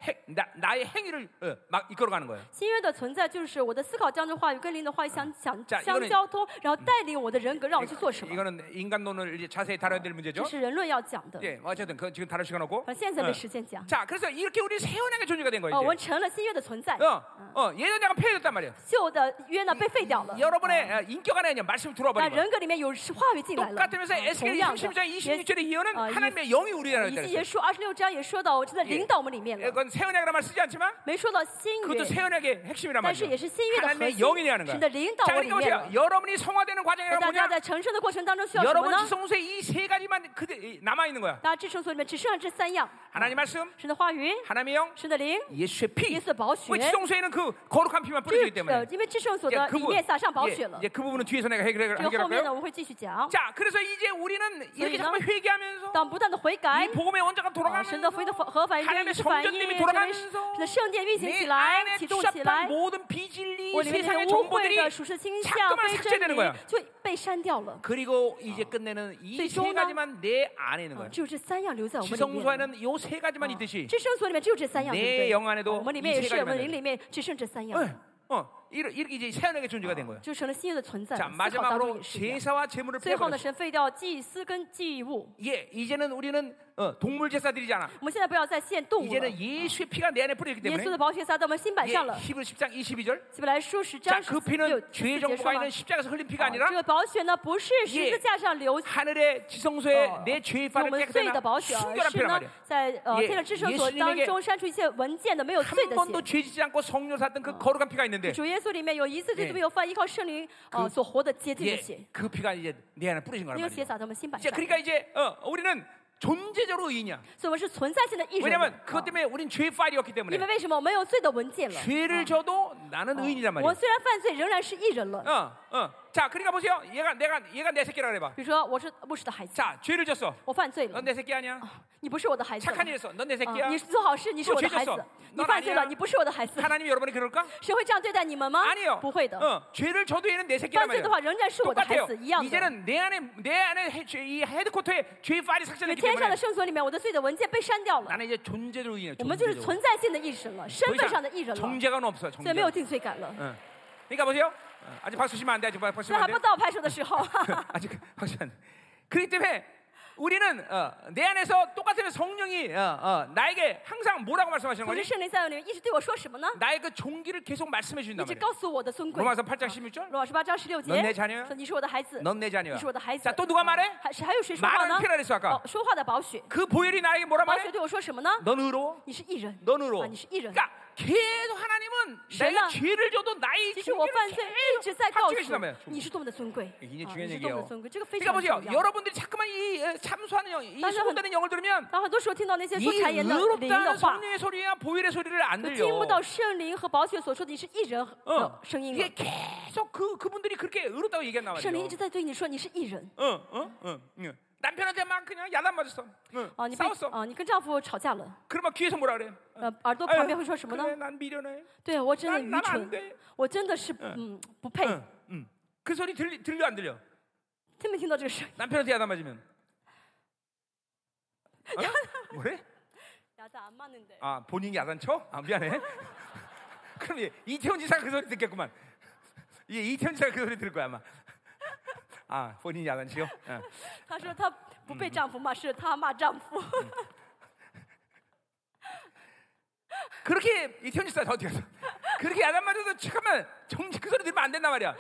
A: 해, 나, 나의 행위를 어, 막 이끌어가는 거예요.
B: 新约的存在就是我的思考当中话语跟灵的话语相相
A: 자
B: 相
A: 이거는
B: 交通，然后带领我的人
A: 아,
B: 格，让我去做什么。
A: 이거는 인간론을 이제 자세히 다뤄야 될 문제죠.
B: 这是人论要讲的。
A: 예, 어쨌든 그 지금 다룰 시간 없고.
B: 啊，现在没
A: 어.
B: 时间讲。
A: 자, 그래서 이렇게 우리 새 언약의 존재가 된
B: 呃，我
A: 거예요.
B: 们成了新约的存在
A: 이제. ， 어, 어, 예전 약은 폐해졌단 말이에요.
B: 旧的约呢被废掉了。
A: 여러분의 어, 아, 인격 안에 그냥 말씀이 들어와
B: 那
A: 버린 거예요.
B: 人格里面有话语进来了。
A: 똑같으면서
B: 啊同
A: 에스겔
B: 样
A: 30장
B: 的，也
A: 26절의 아, 예언은
B: 어, 예.
A: 하나님의 영이 우리 안에
B: 以
A: 있다
B: 及耶
A: 그랬어요.
B: 书二十六章也说到，我真的领导我们里面了。
A: 그건 새 언약이라는 말 쓰지 않지만
B: 没说到新
A: 그것도
B: 约，
A: 새 언약의 핵심이란
B: 但是
A: 말이에요.
B: 也是新约的核
A: 하나님의 영이냐 하는
B: 心，
A: 거야.
B: 神的灵到
A: 자,
B: 我
A: 그러니까
B: 里面
A: 보세요.
B: 了。
A: 여러분이 성화되는 과정이라고
B: 大家
A: 뭐냐?
B: 在成圣的过程当中需要什么
A: 여러분
B: 呢？
A: 지성소에 이 세 가지만 그대 남아 있는 거야.
B: 大家至圣所里面只剩下这三样：
A: 하나님 말씀,
B: 神的话语、
A: 하나님의 영,
B: 神的灵、
A: 어. 예수의 피.
B: 耶稣的宝血
A: 왜 。 지성소에는 그 거룩한 피만 뿌려주기
B: 这呃
A: 때문에. ，
B: 因为至圣所
A: 이제
B: 的
A: 그
B: 里面撒上宝
A: 부분,
B: 血
A: 예,
B: 了
A: 예, 。그 부분은 뒤에서 내가 해결,
B: 这个后面
A: 해결할까요?
B: 呢，我们会继续讲。
A: 자, 그래서 이제 우리는 이렇게
B: 소리나?
A: 정말 회개하면서
B: 当不断的悔改
A: 이 ， 복음의 원자가
B: 啊，
A: 돌아가면서
B: 神的福音的和反应
A: 하나님의
B: 一直反应，
A: 성전님이
B: 成
A: 돌아가면서
B: 为神的圣殿运行起
A: 내
B: 来
A: 안에 ，
B: 启动起来
A: 추잡한 ， 모든 비진리
B: 我里面那
A: 세상의
B: 些污秽
A: 정보들이
B: 的属实倾向
A: 자꾸만
B: 非
A: 삭제되는
B: 真
A: 거야
B: 理就被删掉了。
A: 그리고 이제 끝내는 이 어. 세
B: 최종은-
A: 가지만 내 안에 있는
B: 啊
A: 거예요.
B: 只有这三样留在我们里面了。
A: 지성소에는 이 세 가지만
B: 啊
A: 있듯이
B: 至圣所里面只有这三样，
A: 내
B: 对不对
A: 영안에도
B: 啊我们里面
A: 이세가지
B: 也
A: 만
B: 是，我们灵里面只剩这三样，
A: 어, 어, 이러- 이렇게 이제 세연하게 존재가 된 거예요.
B: 就成了新约的存在。
A: 자
B: 思考当中
A: 마지막으로
B: 也是一样。
A: 제사와 제물을
B: 最后呢，
A: 빼버렸어요.
B: 神废掉祭司跟祭物，
A: 예, 이제는 우리는 어, 동물 제사들이지 않아.
B: 我们现在不要再献动物了。
A: 이제는
B: 耶
A: 어. 예수의 피가 내 안에 뿌려있기
B: 稣
A: 때문에
B: 的宝血撒到我们心版
A: 예,
B: 上了。
A: 히브리 10장 22절
B: 希伯来书十章
A: 자
B: 十
A: 그
B: 四六
A: 피는
B: 十
A: 죄의
B: 四节说
A: 정보가
B: 嘛
A: 있는 십자가에서 어, 흘린 피가
B: 这
A: 아니라
B: 个宝血呢，不是十字架上流
A: 하늘의 지성소에
B: 어,
A: 내 죄의
B: 我
A: 발을
B: 们罪的
A: 깨끗한
B: 宝血，而
A: 순결한
B: 是
A: 피란
B: 呢
A: 말이야 ，
B: 在呃
A: 예
B: 天的至圣所
A: 예수님에게
B: 当中删除一切文件的没有罪
A: 한
B: 的
A: 번도 죄
B: 血。
A: 짓지 않고 성령 샀던 그 거룩한 피가 있는데
B: 主耶稣里面有一次罪
A: 예
B: 都没有犯，依靠圣灵呃所活的洁净的
A: 예,
B: 血，
A: 그 피가 이제 내 안에 뿌려진 거란
B: 那个血
A: 말이에요
B: 洒在我们心版
A: 이제
B: 上，
A: 그러니까 이제 어, 우리는 존재적으로 의인이야
B: 所以我们是存在性的艺人。
A: 왜냐면
B: 啊
A: 그것 때문에 우린 죄의 파일이었기
B: 因
A: 때문에
B: 为为什么我们有罪的文件了？
A: 어. 죄를 져도 나는 의인이란
B: 我
A: 말이야
B: 虽然犯罪，仍然是艺人了。
A: 어, 어. 자, 그러니까 보세요. 얘가 내가 얘가 내 새끼라 그래 봐.
B: 比如说我是牧师的孩子，
A: 자, 죄를 졌어.
B: 我犯罪了
A: 넌 ，내 새끼 아니야.
B: 你不是我的孩子了，
A: 착한 일 어, 했어. 넌 내
B: 啊
A: 새끼야.
B: 你做好事，你是
A: 我
B: 我的
A: 죄
B: 孩
A: 졌어
B: 子，你
A: 넌
B: 犯罪
A: 아니야
B: 了，你不是我的孩子，
A: 하나님이 여러분이 그럴까?
B: 谁会这样对待你们吗
A: 아니에요 ？
B: 不会的，
A: 어. 죄를 져도 얘는 내 새끼란
B: 犯罪的
A: 말이야.
B: 话仍然是我的孩
A: 똑같아요.
B: 子，一样的。
A: 이제는 내 안에 내 안에 해- 죄- 이 헤드코터에 죄의 파일이 삭제됐기
B: 天上
A: 때문에
B: 的圣所里面，我的罪的文件被删掉了，
A: 나는 이제 존재로 인해
B: 我们就是
A: 존재로
B: 存在性的艺人了，身
A: 더
B: 份上的艺
A: 이상
B: 人了，
A: 정죄가 없어요.
B: 所以
A: 정죄.
B: 没有定罪感了。
A: 응. 그러니까 보세요. 어, 아직 박수 치면 안 돼. 아직 박수
B: 所以
A: 치면
B: 还
A: 안 돼.
B: 不到拍手的时 候，
A: 아직 박수 안 돼. 그렇기 때문에 우리는 어, 내 안에서 똑같은 성령이 어, 어, 나에게 항상 뭐라고 말씀하시는
B: 可是
A: 거지?
B: 圣灵在我里面一直对我说什么呢？
A: 나의 그 종기를 계속 말씀해
B: 一
A: 주신단
B: 直
A: 말이야.
B: 告诉我的尊贵。
A: 로마서 8장 16절.
B: 罗老师八章十六节
A: 넌내자녀야
B: 说你是我的孩子，
A: 넌 내 자녀야.
B: 你是我的孩子。
A: 자또누가말해
B: 还是还有谁说话
A: 말은
B: 呢？
A: 피라 그랬어
B: 哦
A: 아까. ，
B: 说话的宝血，
A: 그 보혈이 나에게 뭐라
B: 宝血
A: 말해?
B: 对我说什么呢？嗯
A: 넌 의로워.
B: 你是艺人，
A: 넌 의로워.
B: 啊，你是艺人。
A: 그러니까 계속 하나님은 내가
B: 신랑.
A: 죄를 져도 나의
B: 其实我
A: 종기를
B: 犯罪一直在告诉
A: 합치고있단말이야
B: 你是多么的尊贵，啊
A: 이게
B: 你
A: 중요한
B: 是多么
A: 얘기예요.
B: 的尊贵，这个非
A: 그러니까
B: 常重
A: 보세요.
B: 要。
A: 여러분들이 자꾸만 이 에, 참수하는 영, 이
B: 맞아.
A: 수군다는 영을 들으면
B: 然后很多时候听到那些
A: 이
B: 所谗言的灵的
A: 의롭다는 그
B: 话，
A: 성령의 소리야 보혈의 소리를 안
B: 就听不
A: 들려.
B: 到圣灵和宝血所说的你是艺人的
A: 어.
B: 声音
A: 이게
B: 了。
A: 계속 그 그분들이 그렇게 의롭다고 얘기했나
B: 圣灵一
A: 말이에요.
B: 直在对你说你是艺人
A: 응, 응, 응, 어, 응. 남편한테 막 그냥 야단 맞았어. 응.
B: 啊，你被
A: 싸웠어.
B: 啊，你跟丈夫吵架了，
A: 그러면 귀에서 뭐라 그래?
B: 呃，耳朵
A: 아유,
B: 旁边会说什么呢
A: 그래, ？난 미련해.
B: 对我真的
A: 난
B: 愚
A: 난
B: 蠢
A: 안 ， 돼.
B: 我真的是嗯不配，
A: 응, 응. 그 소리 들리, 들려 안 들려?
B: 听没听到这个声音？
A: 남편한테 야단 맞으면. 어? 뭐래? 아 본인이 야단 쳐? 아 미안해. 그럼 이- 이태원 지사가 그 소리 듣겠구만. 이 이태원 지사가 그 소리 들을 거야 아마. 아 본인이 야단 치요? 어.
B: 她说她不被丈夫骂，是她骂丈夫。
A: 그렇게 이태원 지사 저 어떻게 했어? 그렇게 야단 맞아도 잠깐만 정치 그 소리 들으면 안 된단 말이야.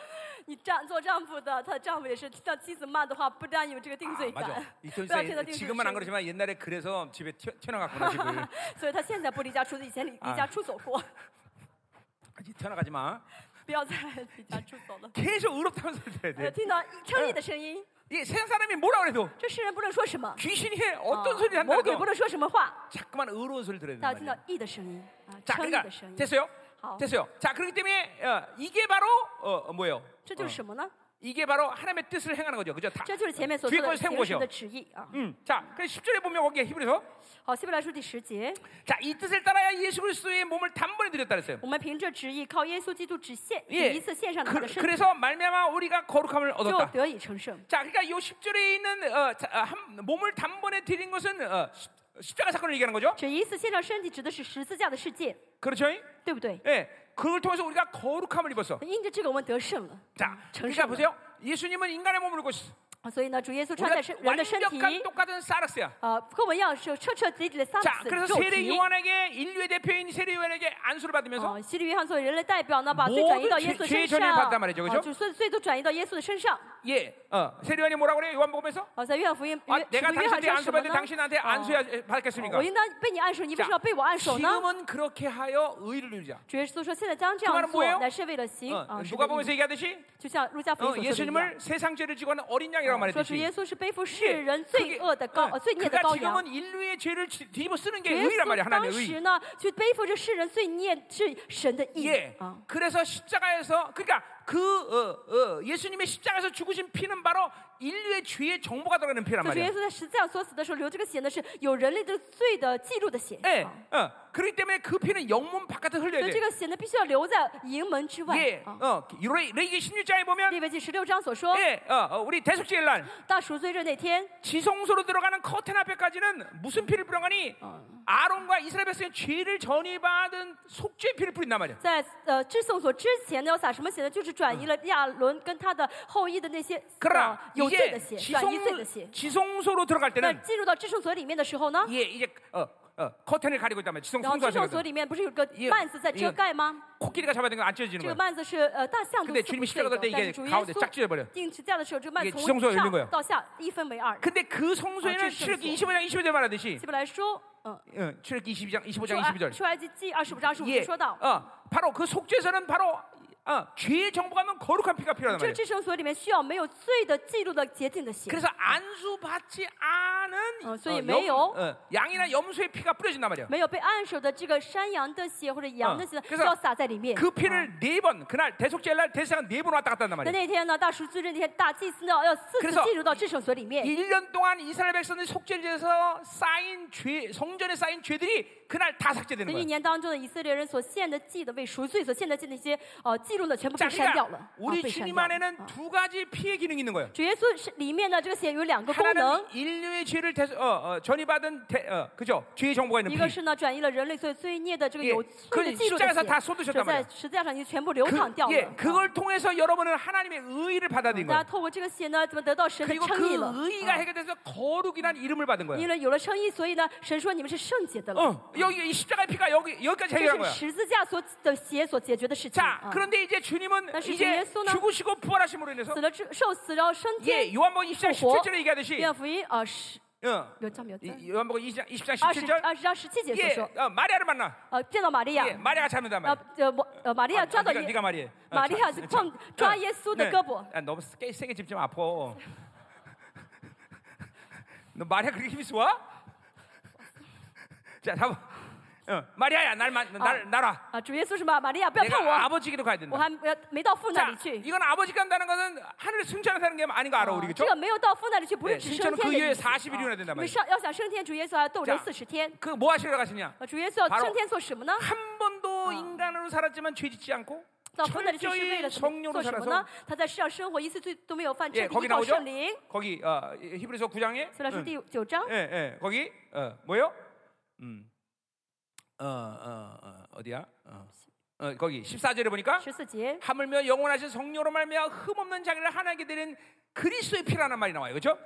B: 你丈做丈夫的，她的丈夫也是听到妻子骂的话，不但有这个定罪
A: 아, 맞아.
B: 感，
A: 이태원
B: 또 앞에다
A: 지사
B: 띵
A: 지금은 안
B: 소리.
A: 그러지만 옛날에 그래서 집에 튀어, 튀어나갔구나 집을.
B: 所以她现在不离家出走，以前离离家出走过，
A: 아직 튀어나가지 마.
B: 不要再 离家出走 了。
A: 계속 의롭다는 소리 들어야 돼.
B: 呃听到称义的声音，
A: 이 세상 사람이 뭐라 그래도
B: 这世人不论说什么，
A: 귀신이 아, 해
B: 啊
A: 어떤 소리를
B: 魔鬼
A: 한다고
B: 不论说什么话，
A: 자꾸만 의로운 소리 들어야
B: 大
A: 된단
B: 家听到
A: 말이야.
B: 义的声音啊，
A: 자,
B: 称义
A: 그러니까
B: 的声音。
A: 됐어요.
B: 好，
A: 됐어요. 자, 그렇기 때문에 어, 이게 바로 어, 어, 뭐예요?
B: 这就是
A: 어,
B: 什么呢？
A: 이게 바로 하나님의 뜻을 행하는 거죠. 그죠? 다.
B: 这就是前面所
A: 뒤에
B: 说
A: 걸
B: 的
A: 세운
B: 行
A: 것이요
B: 神的旨意啊。
A: 음. 자, 그 10절에 보면 거기에 히브리서
B: 好，希伯来书第十节，
A: 자, 이 뜻을 따라야 예수 그리스도의 몸을 단번에 드렸다 그랬어요.
B: 我们凭着旨意，靠耶稣基督只献
A: 예
B: 只一次献上他
A: 그,
B: 的身体，
A: 래서 말미암아 우리가 거룩함을
B: 就
A: 얻었다.
B: 得以成圣。
A: 자, 그러니까 이 10절에 있는 어, 자, 어, 한- 몸을 단번에 드린 것은 어, 십- 십자가 사건을 얘기하는 거죠.
B: 只一次献上身体，指的是十字架的世界，
A: 그렇죠?
B: 对不对？
A: 예. 그걸 통해서 우리가 거룩함을 입었어.
B: 因着这个，我们得胜了，
A: 자,
B: 成
A: 그러니까
B: 圣了。
A: 보세요. 예수님은 인간의 몸을 입고 있어.
B: 啊所以呢，主耶稣穿在
A: 우리가
B: 身人的身体，
A: 완벽한 똑같은 사르스야.
B: 呃，和我们一样是彻彻底底的丧
A: 자,
B: 死
A: 그래서
B: 肉
A: 세례
B: 体。
A: 요한에게 인류의 대표인 세례 요한에게 안수를 받으면서
B: 啊，洗礼约翰作为人类代表呢，把罪转移到耶稣的身
A: 모든죄죄
B: 上，
A: 전염받단말이죠그죠
B: 啊，就所有罪都转移到耶稣的身上。
A: 예, 어, 세례 요한이 뭐라고 그래요? 요한복음에서
B: 啊，在约翰福音，
A: 아,
B: 约
A: 내가
B: 约翰
A: 당신한테
B: 说什
A: 안수
B: 么
A: 받을
B: 呢？
A: 당신한테 안수 받겠습니까?
B: 我应当被你按手，你为什么要被我按手呢？
A: 지금은 그렇게 하여 의를 이루자.
B: 主耶稣说：“现在将这
A: 그말은
B: 样
A: 뭐예요
B: 做，乃是为了行
A: 어,
B: 啊，是
A: 누가
B: 为了
A: 보면서 얘기하듯이
B: 就像路加福
A: 어,
B: 音所说的一样
A: 예수님을 세상 죄를 지고 하는 어린 양이라고
B: 说主
A: 말했듯이
B: 耶稣是背负世
A: 이게
B: 人
A: 그게-
B: 罪恶的羔
A: 어,
B: 呃罪孽的
A: 그가
B: 羔羊。
A: 지금은 인류의 죄를 지- 뒤집어 쓰는
B: 主
A: 게
B: 耶
A: 의란 말이야
B: 稣
A: 하나님의
B: 当
A: 의.
B: 时呢，去背负着世人罪孽是神的义
A: 예.
B: 啊。
A: 그래서 십자가에서 그러니까 그 어, 어, 예수님의 십자가에서 죽으신 피는 바로 인류의 죄의 정보가 들어가는 피란
B: 所以主耶
A: 말이에요.
B: 稣在十字架所死的时候流这个血呢，是有人类的罪的记录的血。
A: 예.
B: 啊
A: 어, 그렇기 때문에 그 피는 영문 바깥에 흘려야
B: 所以这
A: 돼.
B: 个血呢，必须要留在营门之外
A: 예.
B: 啊。
A: 어, 네, 레이- 레이기 16장에 보면
B: 列位记十六章所说，
A: 예. 어, 어, 우리 대속죄의 날
B: 大赎罪日那天，
A: 지성소로 들어가는 커튼 앞에까지는 무슨 피를 뿌려가니 아론과 이스라엘 백성의 죄를 전이받은 속죄의 피를 뿌린단 말이야.
B: 在呃至圣所之前呢，要撒什么血呢？就是转移了亚伦跟他的后裔的那些、呃
A: 그러나
B: 有罪的
A: 어, 그러니까 이제
B: 血，转移罪的血
A: 지성, 。 지성소로 들어갈
B: 那
A: 때는
B: 进入到至圣所里面的时候呢？
A: 예, 이제 어, 어, 커튼을 가리고 있단 말이야.
B: 然后
A: 지성소로
B: 至
A: 들
B: 圣
A: 어거
B: 所里面不是有个
A: 예
B: 幔子在遮盖吗？
A: 코끼리가 잡아야 되는 안 찢어지는
B: 这个
A: 거야.
B: 幔子是呃大象都
A: 근데
B: 撕不
A: 주님이
B: 碎
A: 십자가
B: 的，
A: 갈때
B: 但
A: 이게
B: 是主耶
A: 가운데 쫙
B: 稣
A: 찢어버려.
B: 定十字架的时候，这个
A: 이
B: 幔
A: 게지성소에
B: 从
A: 열린거야
B: 上到下一分为二。
A: 근데 그
B: 아,
A: 성소에는
B: 찢어졌어.
A: 출애기 25장 20절 말하듯이
B: 希伯来书，嗯，
A: 응, 출애기 22장 25장
B: 出
A: 22절.
B: 出埃及记二十五章二十五节
A: 예,
B: 说到，
A: 어, 바로 그 속죄에서는 바로 어, 죄의 정복하면 거룩한 피가 필요하단
B: 这
A: 말이에요.
B: 至圣所里面需要没有罪的记录的洁净的血。
A: 그래서 안수 받지 않 나는
B: 어, 소위
A: 어,
B: 매요.
A: 어, 양이나 염소의 피가 뿌려진단 말이야.
B: 没有被按手的这个山羊的血或者羊的
A: 嗯
B: 血呢
A: 그래서
B: 就要撒在里面。
A: 그 피를 네 번, 그날 대속죄 날 대세상 네번 왔다 갔다 한단
B: 那
A: 말이야.
B: 那天呢，大赎罪日那天，大祭司呢要四
A: 그래
B: 次
A: 서
B: 进入到至圣所里面。
A: 1년 동안 이스라엘 백성들이 속죄를 지어서 쌓인 죄, 성전에 쌓인 죄들이 그날 다 삭제되는
B: 那一
A: 거야.
B: 年当中的以色列人所献的祭的为赎罪所献的祭那些呃记录呢，全部被
A: 자,
B: 删掉了，
A: 그러니까
B: 啊
A: 우리
B: 被删掉
A: 주님
B: 了。
A: 안에는 두 가지 피해 기능이 있는 거예요.
B: 主耶稣是里面呢，这个血有
A: 그
B: 两个功能
A: 하나는 ， 인류의 죄를 대서, 어, 어, 전이받은 대, 어, 그죠? 죄의 정보가
B: 一
A: 있는
B: 个
A: 피.
B: 是呢转移了人类所有罪孽的这个有
A: 예
B: 罪的
A: 그
B: 记录
A: 십자가에서다
B: 的
A: 쏟으셨단
B: 血，就
A: 말
B: 在
A: 이
B: 十字架上已经全部流淌
A: 그,
B: 掉了啊
A: 예, 。
B: 아
A: 그걸 통해서 여러분은 하나님의 의의를 받아들인
B: 大家
A: 거예요.
B: 透过这个血呢，怎么得到神的
A: 그리고
B: 称义
A: 그
B: 了？
A: 의의가
B: 啊
A: 해결돼서 거룩이란 이름을 받은 거예요.
B: 因为有了称义，所以呢，神说你们是圣洁的了。
A: 어, 여기 이 십자가의 피가 여기 여기까지
B: 这
A: 해결한
B: 是
A: 거야.
B: 十字架所的血所解决的事情。
A: 자,
B: 啊
A: 그런데 이제 주님은
B: 다시
A: 이제
B: 어. 예수나-
A: 죽으시고 부활하심으로 인해서
B: 死了之受死然后升天。
A: 예, 요한복음 20장
B: 复活。
A: 17절에 얘기하듯이
B: 约翰福音啊十
A: 어,
B: 有章没有字？
A: 이- 요한복음 20장 20장
B: 二十
A: 17절
B: 二十章十七节所
A: 예,
B: 说，
A: 어, 마리아를 만나.
B: 呃，见到玛利亚
A: 예, ， 마리아가 잡는단
B: 呃
A: 말이야.
B: 呃，我呃，玛利亚
A: 아,
B: 抓到
A: 네가,
B: 耶，
A: 네가 마리아. 어,
B: 玛利亚
A: 참,
B: 就
A: 참.
B: 碰抓耶稣的
A: 네.
B: 胳膊，
A: 아, 너무 세게, 세게 집좀 아파. 너 마리아 그렇게 힘이 좋아? 자, 잡아. 어, 마리아야, 날, 만- 날, 날아.
B: 啊，主耶稣什么？玛利亚不要碰
A: 내가
B: 我，
A: 아버지기로 가야 된다.
B: 我还没没到父那
A: 자,
B: 里去。
A: 이건 아버지 간다는 것은 하늘에 승천한다는 게 아닌 거
B: 啊
A: 알아 우리
B: 这
A: 그죠?
B: 个没有到父那里去，不
A: 네
B: 是只升
A: 실제로그
B: 天的
A: 위에
B: 意思。啊
A: 40일이나된단말이야
B: 你们上要想升天，主耶稣要逗留四十天。
A: 그 뭐 하시러 가시냐?
B: 啊，主耶稣要
A: 바로
B: 升天做什么呢？
A: 한 번도
B: 어.
A: 인간으로 살았지만 죄 짓지 않고
B: 到父那里去是为
A: 철저히
B: 了什么
A: 성령으로
B: 做什么
A: 살아서
B: 呢？他在世上生活一次罪都没有犯，
A: 예
B: 彻底
A: 거기
B: 依靠
A: 나오죠
B: 圣灵。
A: 거기 어, 히브리서 9장에
B: 所以说第九章
A: 예, 예, 거기 어, 뭐요? 음. 어, 어, 어, 어디야? 어. 어, 거기 14절에 보니까
B: 十四节，
A: 하물며 영원하신 성령으로 말미암아 흠없는 자기를 하나님께 드린 그리스도의 피라는 말이 나와요. 그렇죠?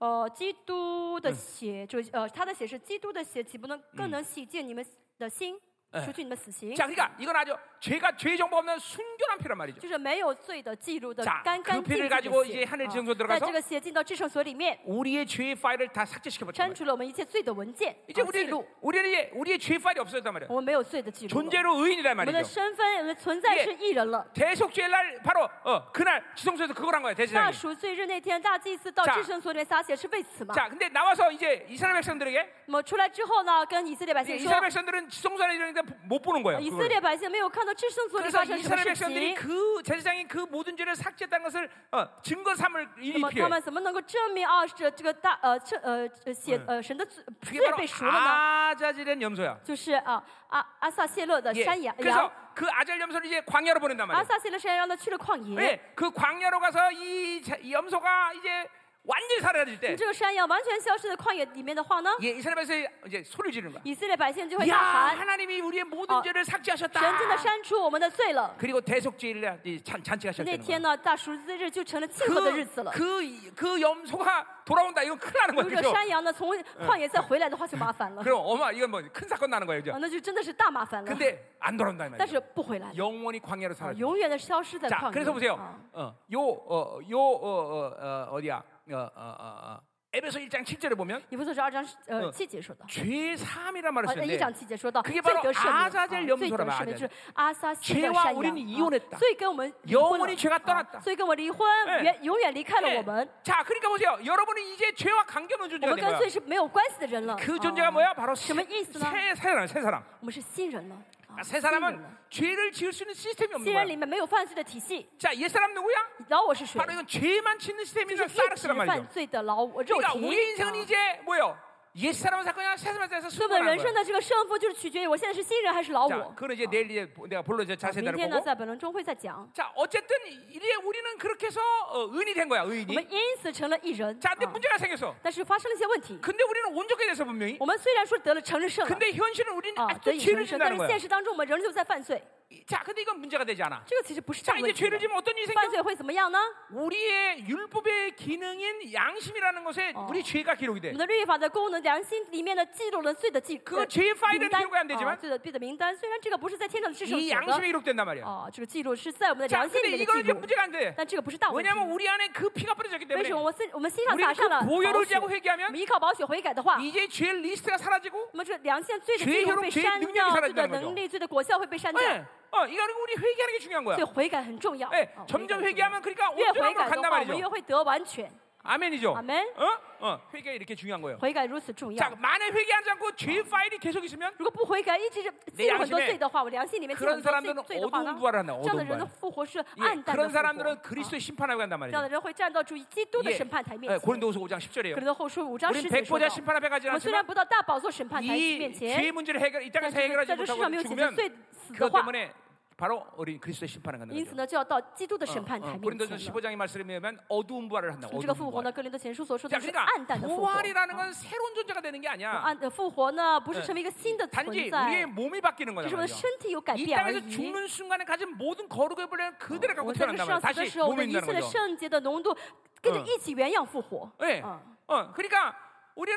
B: 呃，基督的血，就呃，他的血是基督的血，岂不能更能洗净你们的心，
A: 哎
B: 除去你们死刑？
A: 자, 그러니까 이건 아주 죄가 죄 정보 없는 순결한 피란 말이죠.
B: 就是没有罪的记录的
A: 자
B: 干干
A: 그
B: 净
A: 피를
B: 净
A: 가지고
B: 的
A: 이제
B: 血，
A: 하늘지성소에들어가서
B: 在这个血进到至圣所里面，
A: 우리의 죄의 파일을 다 삭제시켜 버렸단
B: 删
A: 말이야.
B: 除了我们一切罪的文件、
A: 이제
B: 啊记
A: 우리는
B: 录，
A: 우리는 이제 우리의 죄 파일이 없어졌단 말이야.
B: 我们没有罪的记录了，
A: 존재로 의인이란
B: 我们的
A: 말이죠.
B: 身份、我们的存在
A: 예
B: 是艺人了。
A: 대속죄 날 바로 어, 그날 지성소에서 그걸 한 거야
B: 大
A: 대제사장.
B: 赎罪日那天，大祭司到
A: 자
B: 至圣所里面撒血是为此嘛？
A: 자 근데 나와서 이제 이스라엘 백성들에게
B: 那么出来之后呢，跟以色列百
A: 이제
B: 姓说，
A: 이스라엘 백성들은 지성소 안에 아, 이러니까 못 보는 거예요.
B: 以色
A: 그걸.
B: 列百姓没有看到至圣所里
A: 그래서
B: 发生什么
A: 이스라엘
B: 事情
A: 백성들이 。그 제사장이 그 모든 죄를 삭제했다는 것을 어, 증거 삼을
B: 那
A: 일이
B: 么他
A: 필요해.
B: 们怎么能够证明啊？这这个大呃这呃呃写呃神的罪
A: 그게
B: 罪
A: 바로
B: 被赎了
A: 啊
B: 呢？
A: 아자질의 염소야.
B: 就是啊阿阿萨谢勒的
A: 예.
B: 山羊羊
A: 그래서 ，그 아자질 염소를 이제 광야로 보낸단
B: 阿
A: 말이야.
B: 萨谢勒山羊呢去了旷野。
A: 예, 그 광야로 가서 이, 자- 이 염소가 이제 완전히 사라질 때,
B: 这个山羊完全消失在旷野里面的话呢，
A: 예, 이스라엘에서 이제 소리를 지르는 거야.
B: 以色列百姓就会
A: 야
B: 大喊：
A: 하나님이 우리의 모든
B: 어,
A: 죄를
B: 神真的
A: 삭제하셨다.
B: 删除我们的罪了。
A: 그리고 대속죄를 이 잔- 잔치하셨다는
B: 那
A: 거야.
B: 天呢，大赎罪日就成了庆贺的日子
A: 그,
B: 了。
A: 그, 이- 그 염소가 돌아온다. 이건 큰일 나는
B: 如果
A: 거죠.
B: 山羊呢从旷野再回来的话，就麻烦了，
A: 그럼 어마 이건 뭐 큰 사건 나는 거예요, 그죠? ，
B: 啊那就真的是大麻烦了。
A: 근데 안 돌아온다 이 말이죠.
B: 但是不回来了，
A: 영원히 광야로
B: 啊
A: 살아.
B: 永远的消失在
A: 자,
B: 旷
A: 그래서
B: 野。啊
A: 보세요. 어, 요, 어, 요, 어, 어, 어, 디야 어, 어, 어, 어. 에베소 1장 7절에 보면
B: 以弗所是二章呃
A: 嗯
B: 七节说的。
A: 죄 삼이란 말을
B: 啊，一
A: 쓰는데
B: 章七节说到，
A: 그
B: 罪
A: 게 바로
B: 得赦免，
A: 아
B: 아
A: 자젤
B: 罪
A: 염
B: 得
A: 소라말하는
B: 赦免就是阿撒谢
A: 죄
B: 勒
A: 와우
B: 山
A: 리는
B: 羊，
A: 이혼했다
B: 啊所以跟我们离婚了
A: 영원히 죄가
B: 啊
A: 떠났다.
B: 所以跟我们离婚，
A: 예
B: 远永远离开了
A: 예.
B: 我们，
A: 자, 그러니까 보세요. 여러분은 이제 죄와 관계없는
B: 我
A: 존재가
B: 们
A: 된
B: 跟
A: 거야.
B: 罪是没有关系的人了。
A: 그
B: 啊
A: 존재가 뭐야? 바로 새,
B: 그러면 이스나?
A: 새 사람, 새 사람.
B: 我们是新人了，啊
A: 아, 새
B: 新人
A: 사람은
B: 了
A: 죄를 지을 수 있는 시스템이
B: 新
A: 없는
B: 人里
A: 거야.
B: 面没有犯罪的体系，
A: 자, 옛 사람 누구야?
B: 老我是谁
A: 바로 ？ 이건 죄만 짓는
B: 就
A: 시스템이
B: 是
A: 나
B: 一直
A: 사르스란
B: 犯
A: 말이죠.
B: 罪的老我肉
A: 그러니까
B: 体。
A: 우리의 인생은
B: 啊
A: 이제 뭐요? 옛 사람을 살 거냐, 새 사람을 살서
B: 所以我们
A: 승부하는
B: 啊人生
A: 거야.
B: 的这个胜负就是取决于我现在是新人还是老
A: 자,
B: 我。
A: 그건 이제 내일 이제 내가 본론 이제
B: 啊
A: 자세히
B: 明
A: 다룰
B: 天呢，
A: 거고.
B: 在本轮中会再讲。
A: 자, 어쨌든 이래 우리는 그렇게 해서 어, 의인이 된 거야,
B: 我
A: 의인이.
B: 们因此成了一人，
A: 자, 근데
B: 啊
A: 문제가 생겼어.
B: 但是发生了一些问题。
A: 근데 우리는 온전하게 돼서 분명히.
B: 我们虽然说得了承认圣了
A: 근데 어, 현실은 우리는
B: 啊，得
A: 아직도
B: 以
A: 죄를
B: 承认，
A: 진다는
B: 但是
A: 거야.
B: 现实当中我们仍旧在犯罪，
A: 자, 근데 이건 문제가 되지 않아.
B: 这个其实不是大
A: 자,
B: 问
A: 이제
B: 题
A: 죄를
B: 的。
A: 지면 어떤 일이
B: 犯
A: 생겨?
B: 罪会怎么样呢？
A: 우리의 율법의 기능인 양심이라는 것에
B: 어.
A: 우리 죄가 기록이
B: 我
A: 돼.
B: 们的律法的功能，良心里面的记录了罪的记
A: 그
B: 呃
A: 죄 파일은
B: 名单
A: 기록이 안
B: 啊，
A: 되지만
B: 罪的罪的名单。虽然这个不是在天上的至圣
A: 이
B: 所
A: 양심에
B: 得
A: 기록된단 말이야.
B: 啊，这个记录是在我们的
A: 자,
B: 良心
A: 근데
B: 里面
A: 이거는
B: 的记
A: 이제
B: 录，
A: 어. 문제가 안 돼.
B: 但这个不是大问题。
A: 왜냐하면 우리 안에 그 피가 뿌려졌기
B: 为什么
A: 때문에
B: 我身我们心上
A: 우리는
B: 撒上了
A: 그
B: 宝
A: 보혈을
B: 血？
A: 지하고
B: 我
A: 회개하면
B: 们依靠宝血悔改的话，
A: 이제 죄 리스트가 사라지고
B: 那么这良心罪的
A: 죄
B: 记录
A: 혐
B: 被
A: 죄의
B: 删
A: 능력이
B: 掉，罪的
A: 사라진다는
B: 能力、罪嗯的果效会被删掉，
A: 예. 어, 이거는 우리 회개하는 게 중요한 거야.
B: 所以悔改很重要。
A: 예,
B: 啊
A: 점점
B: 悔改很
A: 그렇죠. 회개하면
B: 重要
A: 그러니까
B: 越
A: 온전한
B: 悔
A: 걸
B: 改的
A: 간단
B: 话，我们
A: 말이죠.
B: 越会得完全。
A: 아멘이죠.
B: 阿门。
A: 어? 어. 회개가 이렇게 중요한 거예요.
B: 悔改如此重
A: 자,
B: 要。
A: 만에 회개하지 않고 죄 파일이 계속 있으면
B: 如果不悔改，一直是记了很多罪的话，我良心里面记了
A: 그런
B: 很多罪
A: 사람들은
B: 罪的话
A: 어두운
B: 呢，
A: 부활을 한다.
B: 这样的
A: 어두운
B: 人的
A: 부활.
B: 复活是
A: 예,
B: 暗淡的
A: 그런
B: 复活。
A: 사람들은
B: 啊这
A: 그리스도의 심판하고 간단
B: 样
A: 말이에요.
B: 的人会站到主基督的
A: 예,
B: 审判台面
A: 예,
B: 前。
A: 고린도후서 뭐 5장
B: 格
A: 10절이에요.
B: 林多后书五章
A: 우리는
B: 十节说到
A: 백보자 ， 심판 앞에 가지
B: 我们虽
A: 않지만
B: 然不到大宝座审判台面
A: 이
B: 前
A: 죄의 ， 문제를 해결 이
B: 但
A: 땅에서
B: 是在
A: 해결하지
B: 这世上没
A: 못하고
B: 有解决
A: 죽으면
B: 罪死的
A: 그것
B: 话，
A: 때문에 바로 우리 그리스도의 심판을 갖는
B: 因此
A: 거죠.
B: 呢就要到基督的审判
A: 어,
B: 台
A: 어,
B: 面
A: 고린도전서
B: 前了。
A: 15장의 말씀에 의하면 어두운 부활을 한다.
B: 从这个
A: 어두운
B: 复活
A: 부활.
B: 呢，格林多前书所说
A: 자,
B: 的是暗淡
A: 그러니까
B: 的复活。
A: 부활이라는 건 새로운 존재가 되는 게
B: 呃
A: 아니야.
B: 暗的复活呢，不是
A: 嗯
B: 成为一个新的
A: 단지
B: 存
A: 우리의
B: 在，
A: 몸이 바뀌는 거다
B: 只是我们
A: 말이야.
B: 的身体有改
A: 이
B: 变而
A: 땅에서
B: 已。
A: 죽는 순간에 가진 모든 거룩의 분량은 그대로 갖고
B: 我在这
A: 태어난다
B: 世上
A: 말이야.
B: 死的
A: 다시
B: 时候，我
A: 몸이
B: 们一
A: 있는
B: 切的
A: 거죠.
B: 圣洁的浓度跟着
A: 嗯
B: 一起原样复活。
A: 예.
B: 嗯，
A: 어, 그러니까 우리는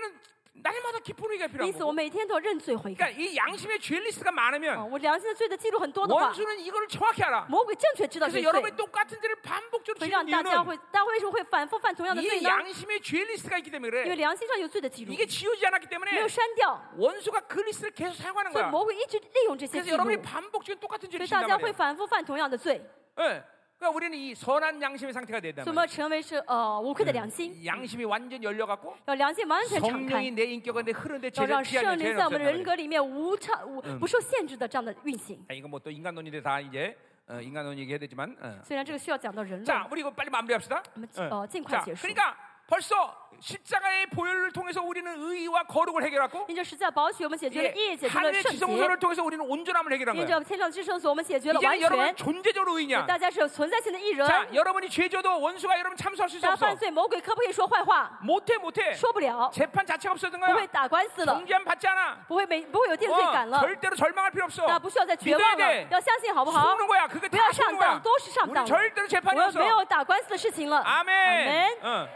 A: 날마다 깊은 회개가
B: 因此
A: 필요하고
B: 我每天都要认罪悔改。
A: 그러니까 이 양심의 죄 리스트가 많으면
B: 嗯，我良心的罪的记录很多的话，
A: 원수는 이걸 정확히 알아.
B: 魔鬼正确知道这
A: 그래서
B: 罪，
A: 여러분이 똑같은 죄를 반복적으로 지는
B: 会让大家
A: 이유는
B: 会，大家为什么会反复犯同样的罪
A: 이
B: 呢？
A: 양심의 죄 리스트가 있기 때문에
B: 因为
A: 그래.
B: 良心上有罪的记录，
A: 이게 지우지 않았기
B: 没
A: 때문에
B: 有删掉，
A: 원수가 그 리스트를 계속 사용하는
B: 所以
A: 거야.
B: 魔鬼一直利用这些
A: 그래서
B: 记录，
A: 여러분이
B: 所
A: 반복적인 똑같은 죄를
B: 以大
A: 짓는단
B: 家会
A: 말이야.
B: 反复犯同样的罪，
A: 예. 그러니까 우리는 이 선한 양심의 상태가 돼야 된다.
B: 所以我们要成为是呃无愧的良心，
A: 이 양심이 완전 열려갖고
B: 要良心完全敞开
A: 성령이 ，내 인격에 내 흐르는데
B: 要
A: 죄를
B: 让
A: 피하는
B: 圣灵
A: 죄는
B: 在我们
A: 없어야
B: 的人
A: 된다.
B: 格里面无差无不受限制的这样的运行。
A: 아, 이건 뭐또 인간론인데 다 이제 어, 인간론 얘기해야 되지만 어.
B: 虽然这个需要讲到人论，
A: 자 우리 이거 빨리 마무리합시다
B: 我们
A: 예.
B: 呃尽快
A: 자
B: 结束。
A: 그러니까 벌써 십자가의 보혈을 통해서 우리는 의와 거룩을 해결하고
B: 因着实在宝血，我们解决了
A: 예,
B: 业，解决了
A: 하늘의
B: 圣洁；
A: 지성소를 통해서 우리는 온전함을 해결한
B: 因
A: 거예요
B: 着天上之圣所，我们解决了完
A: 이제는
B: 全
A: 여러분 。 존재적으로 의냐
B: 大啊家是有存在性的艺人，
A: 자 여러분이 죄져도 원수가 여러분 참수할 수
B: 大
A: 있어
B: 家犯
A: 없어
B: 罪，魔鬼可不可以说坏话？
A: 못해 못해
B: 说不了，
A: 재판 자체가 없어진
B: 不会
A: 거야
B: 打官司了，
A: 정죄함 받지 않아
B: 不会没不会有定罪感
A: 어,
B: 了，
A: 절대로 절망할 필요 없어
B: 大家不需要再绝望
A: 믿어야
B: 了
A: 돼 ，
B: 要相信好不好？
A: 속는 거야 그게
B: 不要
A: 다 속는
B: 上当，
A: 거야
B: 都是上
A: 우리
B: 当的。
A: 절대로
B: 我
A: 재판이
B: 们
A: 없어
B: 没有打官司的事情了。
A: 아멘.
B: 아멘.
A: 어.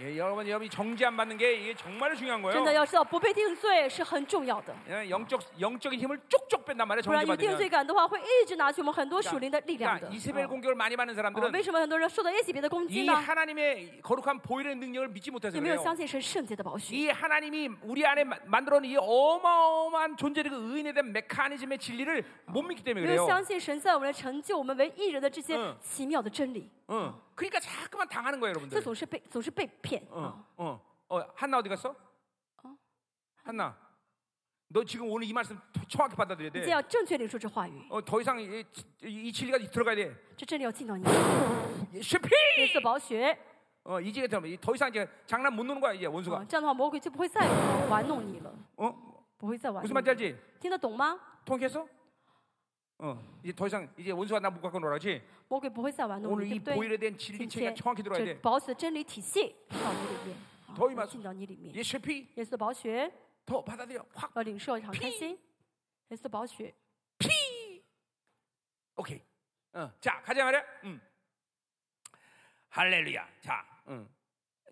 A: 예, 여러분 여러분이 정지 안 받는 게 이게 정말 중요한
B: 真的
A: 거예요.
B: 要知道，不被定罪是很重要的，
A: 예, 영적 영적인 힘을 쪽쪽 뺀단 말이에요.
B: 不然
A: 정지
B: 有定罪
A: 받으면.
B: 感的话，会一直拿去我们很多属灵的力量的。
A: 그러니까 이세벨
B: 嗯
A: 공격을 많이 받는
B: 哦
A: 사람들은
B: 为什么很多人受到耶洗别的攻击
A: 이
B: 呢？
A: 하나님의 거룩한 보일의 능력을 믿지 못해서
B: 有没有相
A: 그래요.
B: 信神圣洁的宝血？
A: 이 하나님이 우리 안에 마- 만들어놓은 이 어마어마한 존재적 의인에 대한 메커니즘의 진리를 못 믿기
B: 有
A: 때문에
B: 没有
A: 그래요.
B: 相信神在我们成就我们为艺人的这些
A: 嗯
B: 奇妙的真理？
A: 응. 그러니까 자꾸만 당하는 거예요,
B: 这
A: 여러분들.
B: 总是被总是被骗啊
A: 어, 어, 어, 한나 어디 갔어? 한나, 너 지금 오늘 이 말씀 정확히 받아들여야
B: 你
A: 돼.
B: 就要正确领受这话语，
A: 어, 더 이상 이, 이 진리가 들어가야 돼.
B: 这真理要进到你的
A: 실패.
B: 耶稣宝血。
A: 어, 이제 되면 더 이상 이제 장난 못 노는 거야 이제
B: 啊
A: 원수가. ，
B: 这样的话魔鬼就不会再玩弄你了，
A: 어?
B: 不会再玩
A: 무슨
B: 弄你
A: 말인지 알지?
B: 了。听得懂吗？
A: 통했어? 어, 이제 더 이상 이제 원수가 나 못 갖고 놀아지.
B: 魔鬼不会再玩弄
A: 오늘
B: 你，
A: 이
B: 对不对？
A: 보일에 대한 진리 체계가
B: 진짜-
A: 정확히 들어야
B: 这
A: 돼.
B: 保血的真理体系进到你里面，啊
A: 同意吗
B: 进到你里面。
A: 이 실패
B: 耶稣的宝血
A: 더 받아들여 확
B: 要领受，很开心。耶稣的宝血，
A: 오케이. 어, 자 가자 말이야. 음. 할렐루야. 자, 음.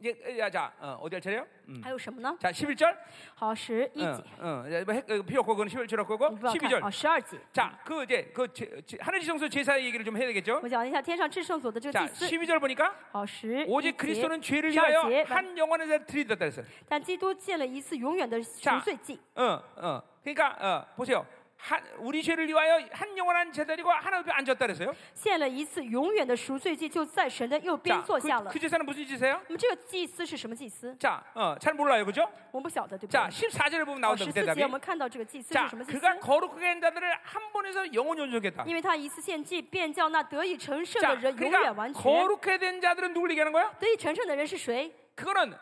A: 이제 야, 자 어, 어디 할 차례요? 음.
B: 还有什么呢？
A: 자 11절.
B: 好，十一
A: 어,
B: 节，
A: 어, 야, 뭐 핵- 어, 필요 없고 그건 11절 없고 어, 그거
B: 你不要看
A: 12절.
B: 啊，十二节。
A: 자, 그 이제 그 제- 제- 하늘의 성소 제사 얘기를 좀 해야 되겠죠?
B: 我讲一下天上至圣所的这
A: 자
B: 个祭司。
A: 12절 보니까
B: 好，十一
A: 오직
B: 节。
A: 그리스도는 죄를
B: 시작해.
A: 위하여 한 영혼에서 드리셨다 그랬어요.
B: 但基督建了一次永远的赎罪祭。
A: 어, 어. 그러니까 어, 보세요. 한, 우리 죄를 위하여 한 영원한 제자리고 하나 옆에 앉았다 그랬어요.
B: 献了一次永远的赎罪祭，就在神的右
A: 자,
B: 边坐下了
A: 그, 。그 제사는 무슨 제사예요?
B: 那么这个祭司是什么祭司？
A: 자, 어, 잘 몰라요, 그죠?
B: 我们不晓得，对不对？
A: 자, 14절을 보면
B: 哦，
A: 나온다
B: 十
A: 그
B: 四
A: 대답이.
B: 节我们看到这个祭司
A: 자,
B: 是什啊么祭司？
A: 그가 거룩하게 한 자들을 한 번에서 영원 연속했다.
B: 因为他一次献祭，便叫那得以成圣
A: 자,
B: 的人永远
A: 그러니까
B: 完全。
A: 거룩하게 된 자들은 누굴 얘기하는 거야?
B: 得以成圣的人是谁？
A: 그거는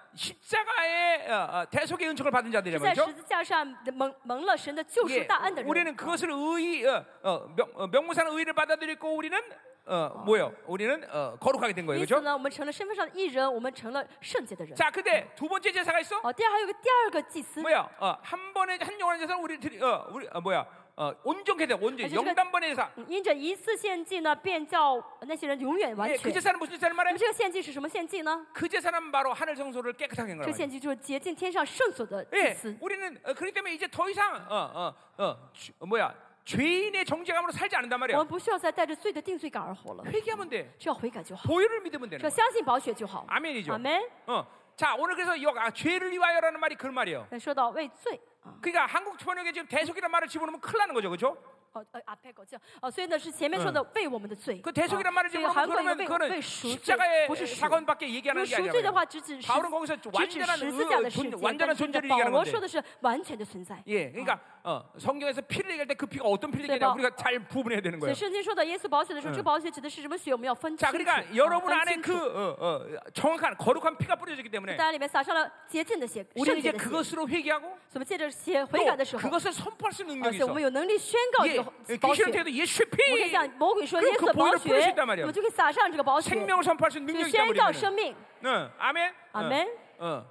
A: 십자가의 어, 어, 대속의 은총을 받은
B: 是
A: 자들이란
B: 在十
A: 말이죠.
B: 字架上蒙蒙了神的救赎
A: 예,
B: 大恩的人。
A: 우리는 그것을 의의 어, 어, 명, 어, 명무사는 의의를 받아들였고 우리는 어, 뭐예요? 우리는 어, 거룩하게 된 거예요,
B: 因
A: 그렇죠?
B: 此呢，我们成了身份上的艺人，我们成了圣洁的人。
A: 자, 근데 두 번째 제사가 있어?
B: 哦，第二还有个第二个祭司，
A: 뭐야? 어, 한 번에 한 영원한 제사 우리 드리, 어, 우리 어, 뭐야? 어, 온전케 돼 온전
B: 아니, 저희가-
A: 영단번의 제사. 예, 그
B: 嗯因着一次献祭呢，便叫那些人永远完
A: 예,
B: 全
A: 그 。 제사는 무슨 제사를
B: 那
A: 말해?
B: 么这个献祭是什么献祭呢？
A: 그 제사는 바로 하늘 성소를 깨끗하게 한
B: 这
A: 거라.
B: 献祭就是洁净天上圣所的祭
A: 예,
B: 司。
A: 우리는 어, 그렇기 때문에 이제 더 이상 어, 어, 어, 주- 어, 뭐야? 죄인의 정죄감으로 살지 않는단
B: 我
A: 말이야.
B: 们不需要再带着罪的定罪感而活了，
A: 회개하면 돼.
B: 只要悔改就 好，
A: 보혈을 믿으면
B: 只要
A: 되는 거야.
B: 相信宝血就好。
A: 아멘이죠.
B: 阿门。
A: 어. 자, 오늘 그래서 이 아, 죄를 위하여라는 말이 그런 말이에요.
B: 那说到畏罪啊，
A: 어. 그러니까 한국 번역에 지금 대속이라는 말을 집어넣으면 큰일 나는 거죠. 그렇죠?
B: 哦呃앞에거죠哦，所以呢是前面说的为我们的罪。
A: 그 대속이란 말을
B: 啊所
A: 지금
B: 以韩国
A: 그러면
B: 人为
A: 그거는
B: 为赎罪，不是
A: 십자가의
B: 赎。
A: 사건밖에
B: 因为
A: 얘기하는 게
B: 赎罪的
A: 아니라요.
B: 话，只指十
A: 바울은 거기서
B: 只指
A: 완전한
B: 十字架的
A: 의의
B: 世
A: 존,
B: 界，但
A: 완전한
B: 是呢
A: 존재를
B: 保
A: 얘기하는
B: 罗说的
A: 건데.
B: 是完全的存在。啊
A: 예, 그러니까 어, 성경에서 피를 얘기할 때 그 피가 어떤 피를
B: 네,
A: 얘기하냐
B: 바-
A: 우리가 잘 구분해야 되는
B: 所以
A: 거예요.
B: 圣经说的耶稣保血的时候，这保血指的是什么血？我们要分清
A: 자,
B: 楚。
A: 그러니까
B: 啊
A: 여러분
B: 分
A: 안에
B: 清楚
A: 그 。 어, 어, 정확한 거룩한 피가 뿌려지기 때문에
B: 大家里面撒上了洁净的血，
A: 우리는
B: 圣洁
A: 이제
B: 的血。
A: 그것으로 회개하고
B: 所以我们借着血悔改的时
A: 또
B: 候，
A: 그것을 선포할 수 있는
B: 而
A: 능력이
B: 且我
A: 있어.
B: 们有能力宣告这
A: 예,
B: 个保血。
A: 귀신을
B: 我
A: 태도 예수의
B: 可以
A: 피
B: 向魔鬼说
A: 그럼
B: 耶稣
A: 그
B: 的
A: 보혈을
B: 宝
A: 뿌리
B: 血
A: 셨단말이야 ，
B: 我就可以撒上这个宝血，
A: 생명을 선포할 수 있는
B: 就
A: 능력이 있다
B: 宣告
A: 우리는.
B: 生命。
A: 응, 아멘.
B: 阿门。
A: 어.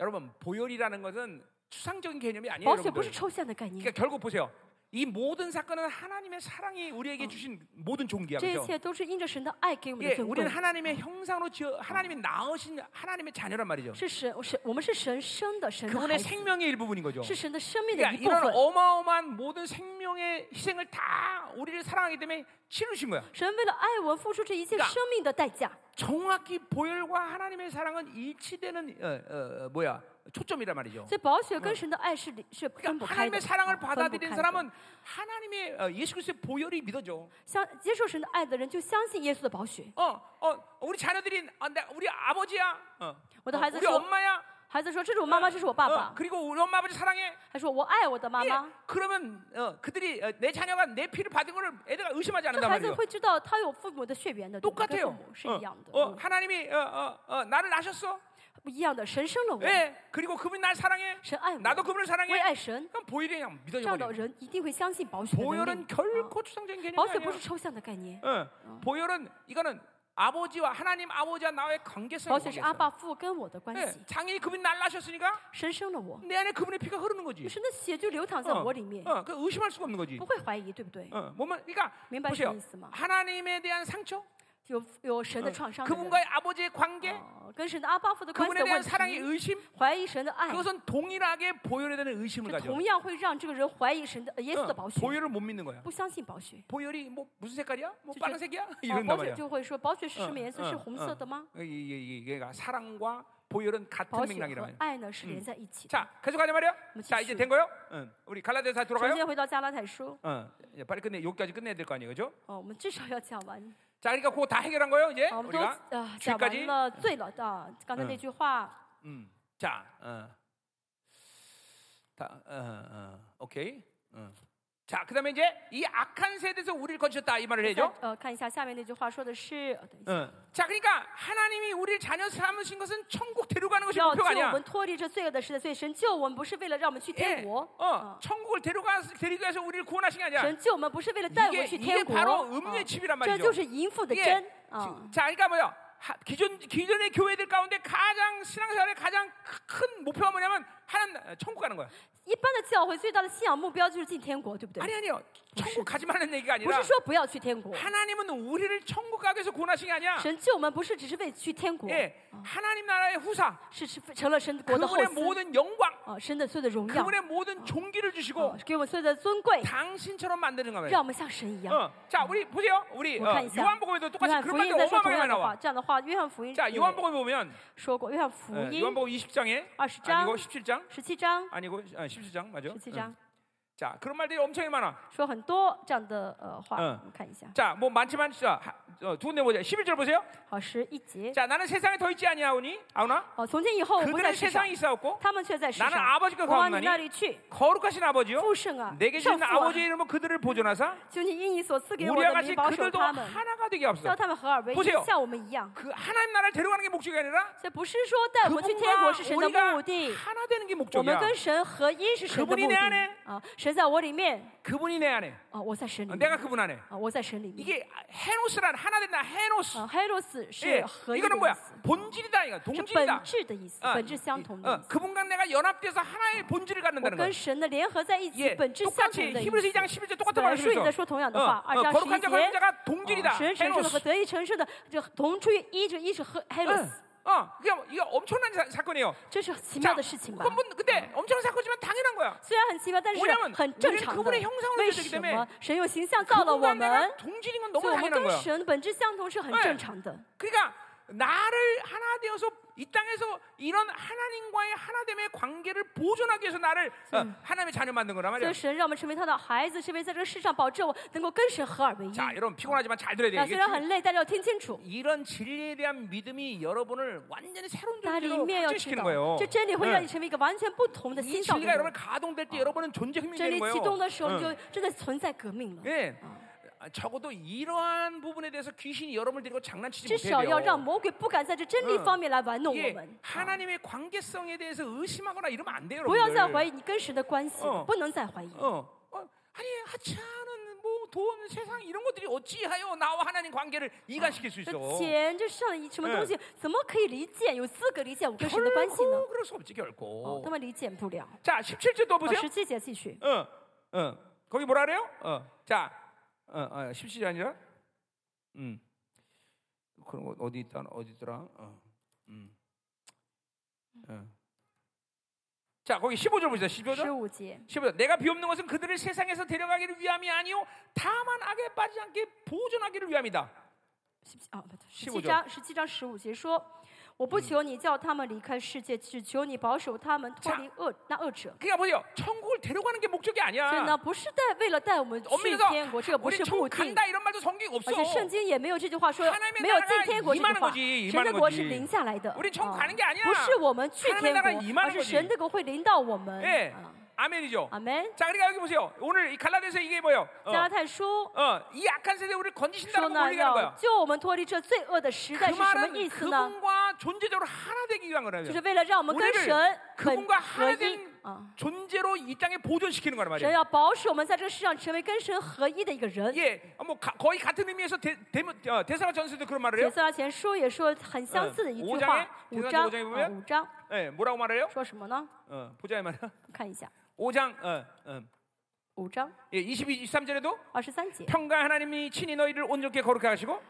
A: 여러분 보혈이라는 것은 추상적인 개념이 아니에요.
B: 保血不
A: 여러분들.
B: 是抽象的概念，
A: 그러니까 결국 보세요. 이 모든 사건은 하나님의 사랑이 우리에게 주신 모든 종기야.
B: 这一
A: 그렇죠?
B: 切都是因着神的爱给我们
A: 예,
B: 的尊
A: 우리는
B: 贵。
A: 하나님의 형상으로 지어 하나님이 낳으신 하나님의 자녀란 말이죠.
B: 是神，神，我们是神生的，神的孩
A: 그분의
B: 子，
A: 생명의 일부분인 거죠.
B: 是神的生命的
A: 그러니까
B: 一哦部
A: 이런
B: 分。
A: 어마어마한 모든 생명의 희생을 다 우리를 사랑하기 때문에 치르신 거야.
B: 神为了爱我们付出这一切
A: 그러니까
B: 生命的代价，
A: 정확히 보혈과 하나님의 사랑은 일치되는 어, 어, 뭐야 초점이란 말이죠.
B: 所以保血跟神的爱是离是分不
A: 그러니까
B: 开
A: 하나님의
B: 的。
A: 사랑을
B: 啊分不
A: 받아들인
B: 开的
A: 사람은 하나님의 어, 예수 그리스도의 보혈이 믿어져.
B: 相接受神的爱的人，就相信耶稣的宝血。
A: 어, 어, 우리 자녀들이 아, 나, 우리 아버지야. 어,
B: 뭐다
A: 어,
B: 하여튼
A: 우리
B: 저-
A: 엄마야.
B: 孩子说：“这是我妈妈，这是我爸
A: 어,
B: 爸。
A: 그리고 우리 엄마 아버지 사랑해. ”
B: 还说：“我爱我的妈
A: 예,
B: 妈。
A: 그러면 어, 그들이 어, 내 자녀가 내 피를 받은 거를 애들가 의심하지 ”
B: 这
A: 않는단
B: 孩子
A: 말이에요.
B: 会知道他有父母的血缘的，对不对跟
A: 똑같아요.
B: 父母是一样
A: 어,
B: 的，
A: 어,
B: 嗯
A: 하나님이 어, 어, 어, 나를 낳으셨어.
B: 不一样的。神生了我，
A: 예, 그리고 그분이 날 사랑해.
B: 神爱我，
A: 나도 그분을
B: 我也
A: 사랑해.
B: 爱神。
A: 그럼 보혈이 그냥
B: 这样
A: 어. 믿어져
B: 哎的
A: 버려.
B: 人一定会相信保血的能力
A: 보혈은 。 결코 추상적인 개념이
B: 保血不是
A: 아니에요.
B: 抽象的概念，
A: 어, 보혈은 이거는 아버지와 하나님 아버지와 나의 관계성이
B: 保血是阿爸父跟我的关
A: 예,
B: 系。
A: 장인이 그분이 날 낳으셨으니까
B: 神生了我，
A: 내 안에 그분의 피가 흐르는 거지.
B: 神的血就流淌在
A: 어,
B: 我里面，
A: 어, 그 의심할 수가 없는 거지.
B: 不会怀疑，对不对？
A: 어, 뭐만 그러니까
B: 明白什
A: 보세요.
B: 么意思吗？
A: 하나님에 대한 상처,
B: 有有神的创伤的人，
A: 그분과의 아버지의 관계,
B: 哦跟神的阿爸父的关系
A: 그분에
B: 的
A: 대한
B: 问
A: 사랑의
B: 题，
A: 의심,
B: 怀疑神的爱，
A: 그것은 동일하게 보혈에 대한 의심을
B: 这
A: 가져.
B: 同样会让这个人怀疑神的呃耶稣的
A: 어,
B: 宝血，
A: 보혈을 못 믿는 거야.
B: 不相信宝血。
A: 보혈이 뭐 무슨 색깔이야? 뭐
B: 저- 저-
A: 빨간색이야?
B: 哦，
A: 이런단
B: 保险
A: 말이야.
B: 就会说，保险是什么
A: 嗯
B: 颜色？
A: 嗯
B: 是红色
A: 嗯
B: 的吗？
A: 이게 이게 이게 그러니까 사랑과 보혈은
B: 保
A: 같은
B: 险
A: 맥락이란 어?
B: 和
A: 말이야.
B: 爱呢是
A: 嗯
B: 连在一起的。
A: 자, 계속 하자 말이야.
B: 뭐지,
A: 자, 이제
B: 씨.
A: 된 거요? 응. 우리 갈라디아서
B: 首
A: 들어가요.
B: 先回到加拉太书，
A: 어, 이제 빨리 끝내. 여기까지 끝내야 될 거 아니에요, 그죠?
B: 哦，我们至少要讲完，
A: 자, 그러니까 그거 다 해결한 거예요, 이제
B: 啊，我们都
A: 우리가.
B: 啊
A: 去
B: 讲
A: 干净
B: 完了罪了啊。刚才那句话，
A: 음. 자, 어. 다, 어, 어, 오케이. 어. 자, 그다음에 이제 이 악한 세대에서 우리를 건졌다 이 말을
B: 再
A: 해죠.
B: 呃看一下下面那句话说的是，呃等一下
A: 어. 자, 그러니까 하나님이 우리를 자녀 삼으신 것은 천국 데려가는 것이
B: 要救
A: 목표가
B: 我
A: 아니야.
B: 们脱离这罪恶的时代，所以神救我们不是为了让我们去
A: 예.
B: 天国，
A: 어, 천국을 데려가 데리기 위해서 우리를 구원하신 게 아니야.
B: 神救我们不是为了带我
A: 이게, 어.
B: 们去
A: 이게
B: 天国，
A: 바로
B: 啊
A: 음료의 집이란
B: 这
A: 말이죠.
B: 就是淫妇的
A: 예.
B: 真啊。
A: 자, 그러니까 뭐요? 하- 기존 기존의 교회들 가운데 가장 신앙생활의 가장 크- 큰 목표가 뭐냐면 하나님 어, 천국 가는 거야.
B: 一般的教会最大的信仰目标就是进天国，对不对？
A: 아니 아니요, 천국 가지 말라는 얘기가
B: 不
A: 아니라
B: 是说不要去天国，
A: 하나님은 우리를 천국 가기 위해서 구원하신 게 아니야.
B: 神救我们不是只是为去天国，
A: 예, 하나님 나라의 후사,
B: 是是成了神国的后
A: 그분의
B: 嗣
A: 모든 영광, 어.
B: 啊，神的所有的荣耀，
A: 그분의 모든 종기를
B: 啊
A: 주시고 ，
B: 给我们所有的尊贵，
A: 당신처럼 만드는 거예요.
B: 让我们像神一样。
A: 어, 자, 우리 보세요. 우리
B: 뭐
A: 어,
B: 가이사.
A: 요한복음에도
B: 约
A: 똑같이
B: 翰福
A: 그런
B: 音
A: 말들
B: 在说同
A: 어마어마하게
B: 样
A: 많이
B: 的话，
A: 나와.
B: 这样的话，约翰福音
A: 자,
B: 也
A: 요한복음 보면
B: 说过，约翰福
A: 어,
B: 音
A: 요한복음 20장에
B: 二十
A: 아니고
B: 章
A: 17장
B: 十七章
A: 아니고 아, 17장 맞죠?
B: 十七
A: 응.
B: 章
A: 자, 그런 말들이 엄청 많아.
B: 说很多这样的呃话，
A: 嗯
B: 我们看一下，
A: 자, 뭐 많지만 자, 하- 어, 두 군데 보자. 11절 보세요.
B: 好十一节。
A: 자, 나는 세상에 더 있지 아니하오니 아우나
B: 哦，从今以后我不在
A: 그들은
B: 世上，
A: 어, 세상에 있사옵고
B: 他们却在世
A: 나는
B: 上。
A: 아버지가
B: 我往你
A: 거하나니
B: 那里去，
A: 거룩하신 아버지요
B: 父圣啊，
A: 내게
B: 圣
A: 주신
B: 父啊
A: 아버지의 이름으로 그들을 보존하사
B: 求你因你所赐给我
A: 우리와
B: 的
A: 같이
B: 名保守
A: 그들도
B: 他们，
A: 하나가 되게 앞서
B: 叫他们合而为
A: 보세요
B: 一，像我们一样。
A: 그 하나님 나라를 데려가는 게 목적이 아니라
B: 这不是啊说带我们去天
A: 그분과
B: 国是神的
A: 우리가
B: 目的，
A: 하나 되는 게
B: 我们
A: 목적이야
B: 跟神合一是神的
A: 그분이
B: 目
A: 내
B: 的
A: 안에
B: 啊！神在我里面
A: 그분이 내 안에
B: 啊，我在神里
A: 어,
B: 面
A: 내가 그분 안에
B: 啊，我在神里面
A: 이게 헤노스란 하나 된다 헤노스
B: 啊。Heros 是
A: 예,
B: 合一的
A: 이거는
B: 意
A: 뭐야
B: 思，
A: 본질이다 이거
B: 是
A: 동질이다
B: 本质的意啊思，
A: 어,
B: 本质相同的
A: 어,
B: 意思。
A: 그분과 내가 연합돼서 하나의 본질을
B: 我
A: 갖는다는 거야
B: 跟神的联合在一起，
A: 예,
B: 本质相
A: 똑같이
B: 同的意
A: 히브리서 2장
B: 思。
A: 11절 똑같은
B: 本
A: 말을
B: 书也
A: 하고
B: 在
A: 있어
B: 说同样的嗯
A: 어,
B: 话，二
A: 어,
B: 章十一
A: 거룩한 자가
B: 节
A: 자가 ，
B: 啊
A: 동질이다
B: 神生了
A: 헤노스
B: 和得以成圣的，这同出于一，这一是和 Heros，
A: 어, 어, 그게 이게 엄청난 사, 사건이에요.
B: 这是奇妙
A: 자,
B: 的事情吧
A: 그건 ？ 뭐, 근데 엄청난 사건이지만 당연한 거야.
B: 虽然很奇妙，但是
A: 왜냐면
B: 很正
A: 우리는
B: 常的。
A: 그분의형상으로
B: 为
A: 만들어졌기
B: 什
A: 때문에
B: 么神用形象造了我
A: 그분과
B: 们
A: 내가 ？ 동질인 건
B: 所
A: 너무
B: 以我
A: 당연한
B: 们跟
A: 거야.
B: 神本质相同是很
A: 哎
B: 正常的。
A: 그러니까 나를 하나 되어서 이 땅에서 이런 하나님과의 하나됨의 관계를 보존하기 위해서 나를 어, 하나님의 자녀 만든 거란
B: 所
A: 말이야.
B: 以神让我们成为他的孩子，是为在这个世上保证我能够跟神合二为一。
A: 자, 여러분 피곤하지만 잘 들어야 돼요.
B: 那
A: 이게
B: 虽然很
A: 지-
B: 累，但是要听清楚。
A: 이런 진리에 대한 믿음이 여러분을 완전히 새로운
B: 大家里
A: 존재로
B: 面要知
A: 확증시키는
B: 道
A: 거예요. ，
B: 这真理会
A: 네.
B: 让你成为一个完全不同的
A: 이
B: 新造的
A: 진리가
B: 人
A: 여러분 。 가동될 때 여러분은 존재 혁명이
B: 真理
A: 되는
B: 启
A: 거예요.
B: 动的时候，你
A: 응.
B: 就真的存在革命了。
A: 예. 아, 적어도 이러한 부분에 대해서 귀신이 여러분을 데리고 장난치지
B: 至少
A: 못해요.
B: 要让魔鬼不敢在这真理
A: 嗯
B: 方面来玩弄我
A: 이게
B: 们，
A: 하나님의 관계성에 대해서 의심하거나 이러면 안 돼요.
B: 不要再
A: 여러분들.
B: 怀疑你跟神的关系
A: 嗯
B: 了不能再怀疑。
A: 어. 어, 아니 하찮은 뭐돈 세상 이런 것들이 어찌하여 나와 하나님 관계를 이간시킬 수 있어?
B: 这嗯钱这上一什么东西，怎么可以理解？有资格理解我跟神的关系呢
A: 결코 ？ 어, 그럴 수 없지
B: 哦
A: 결코.
B: 他们理解不了。
A: 자 17절도
B: 好，
A: 보세요.
B: 十七节继续，
A: 어, 어, 거기 뭐라 그래요? 어, 자, 어, 어, 17절 아니라, 음, 그런 거 어디 있다, 어디더라? 어, 음, 어. 자, 거기 15절 보세요. 15절.
B: 十五节。
A: 15절. 내가 비옵는 것은 그들을 세상에서 데려가기를 위함이 아니요 다만 악에 빠지지 않게 보존하기를 위함이다.
B: 十七啊，不对，十
A: 15
B: 七
A: 节
B: 章十七章十五嗯节说：“我不求你叫他们离开世界，只求你保守他们脱离恶那恶者。”
A: 그러니까 보세요. 천국을 데려가는 게 목적이
B: 所以呢，
A: 아니야.
B: 不是带为了带嗯我们去
A: 엄밀해서
B: 天国，这个不
A: 우리
B: 是
A: 천국
B: 目的。
A: 간다 이런 말도 성경 없어.
B: 而且圣经也没有这句话说
A: 하나님의
B: 没有进
A: 나라가
B: 天国这
A: 임하는
B: 句话，
A: 거지임하는
B: 神的国是
A: 거지
B: 临下来的，哦
A: 우린천국가는게아니야
B: 不是我们去啊
A: 하나님의
B: 天
A: 나라가임하는
B: 国，而
A: 거지
B: 是神的国会临到我们。
A: 예,
B: 啊
A: 아멘이죠.
B: 阿门。
A: 자, 그러니까 여기 보세요. 오늘 이 갈라디아서 이게 뭐예요?
B: 加
A: 어,
B: 拉太书
A: 어, 이 악한 세대 우리를
B: 说
A: 건지신다는 걸
B: 呢，
A: 올리는
B: 要
A: 거야.
B: 救我们脱离这罪恶的时代
A: 그
B: 是什么
A: 말은
B: 意思呢？
A: 그분과 존재적으로 하나 되기 위한
B: 就
A: 거라며.
B: 是为了让我们跟神
A: 우리를그분과하나
B: 合
A: 된
B: 一啊。
A: 존재로 이 땅에 보존시키는 거란
B: 神
A: 말이에요.
B: 要保守我们在这个世上成为跟神合一的一个人。
A: 예, 어, 뭐 가- 거의 같은 의미에서 대, 대, 어, 대사가 전서도 그런 말을
B: 以
A: 해요.
B: 色列前书也说很相似的一
A: 嗯五
B: 句
A: 章
B: 话，
A: 哎
B: 五
A: 提
B: 章
A: 到
B: 啊
A: 这个五章
B: 五章
A: 예, 뭐라고 말해요?
B: 说什么呢？
A: 어, 보자 이 말이야.
B: 看一下
A: 5장 어, 어.
B: 五章
A: 예, 22, 23절에도
B: 二十三节。
A: 평강 하나님이 친히 너희를 온전케 거룩하게 하시고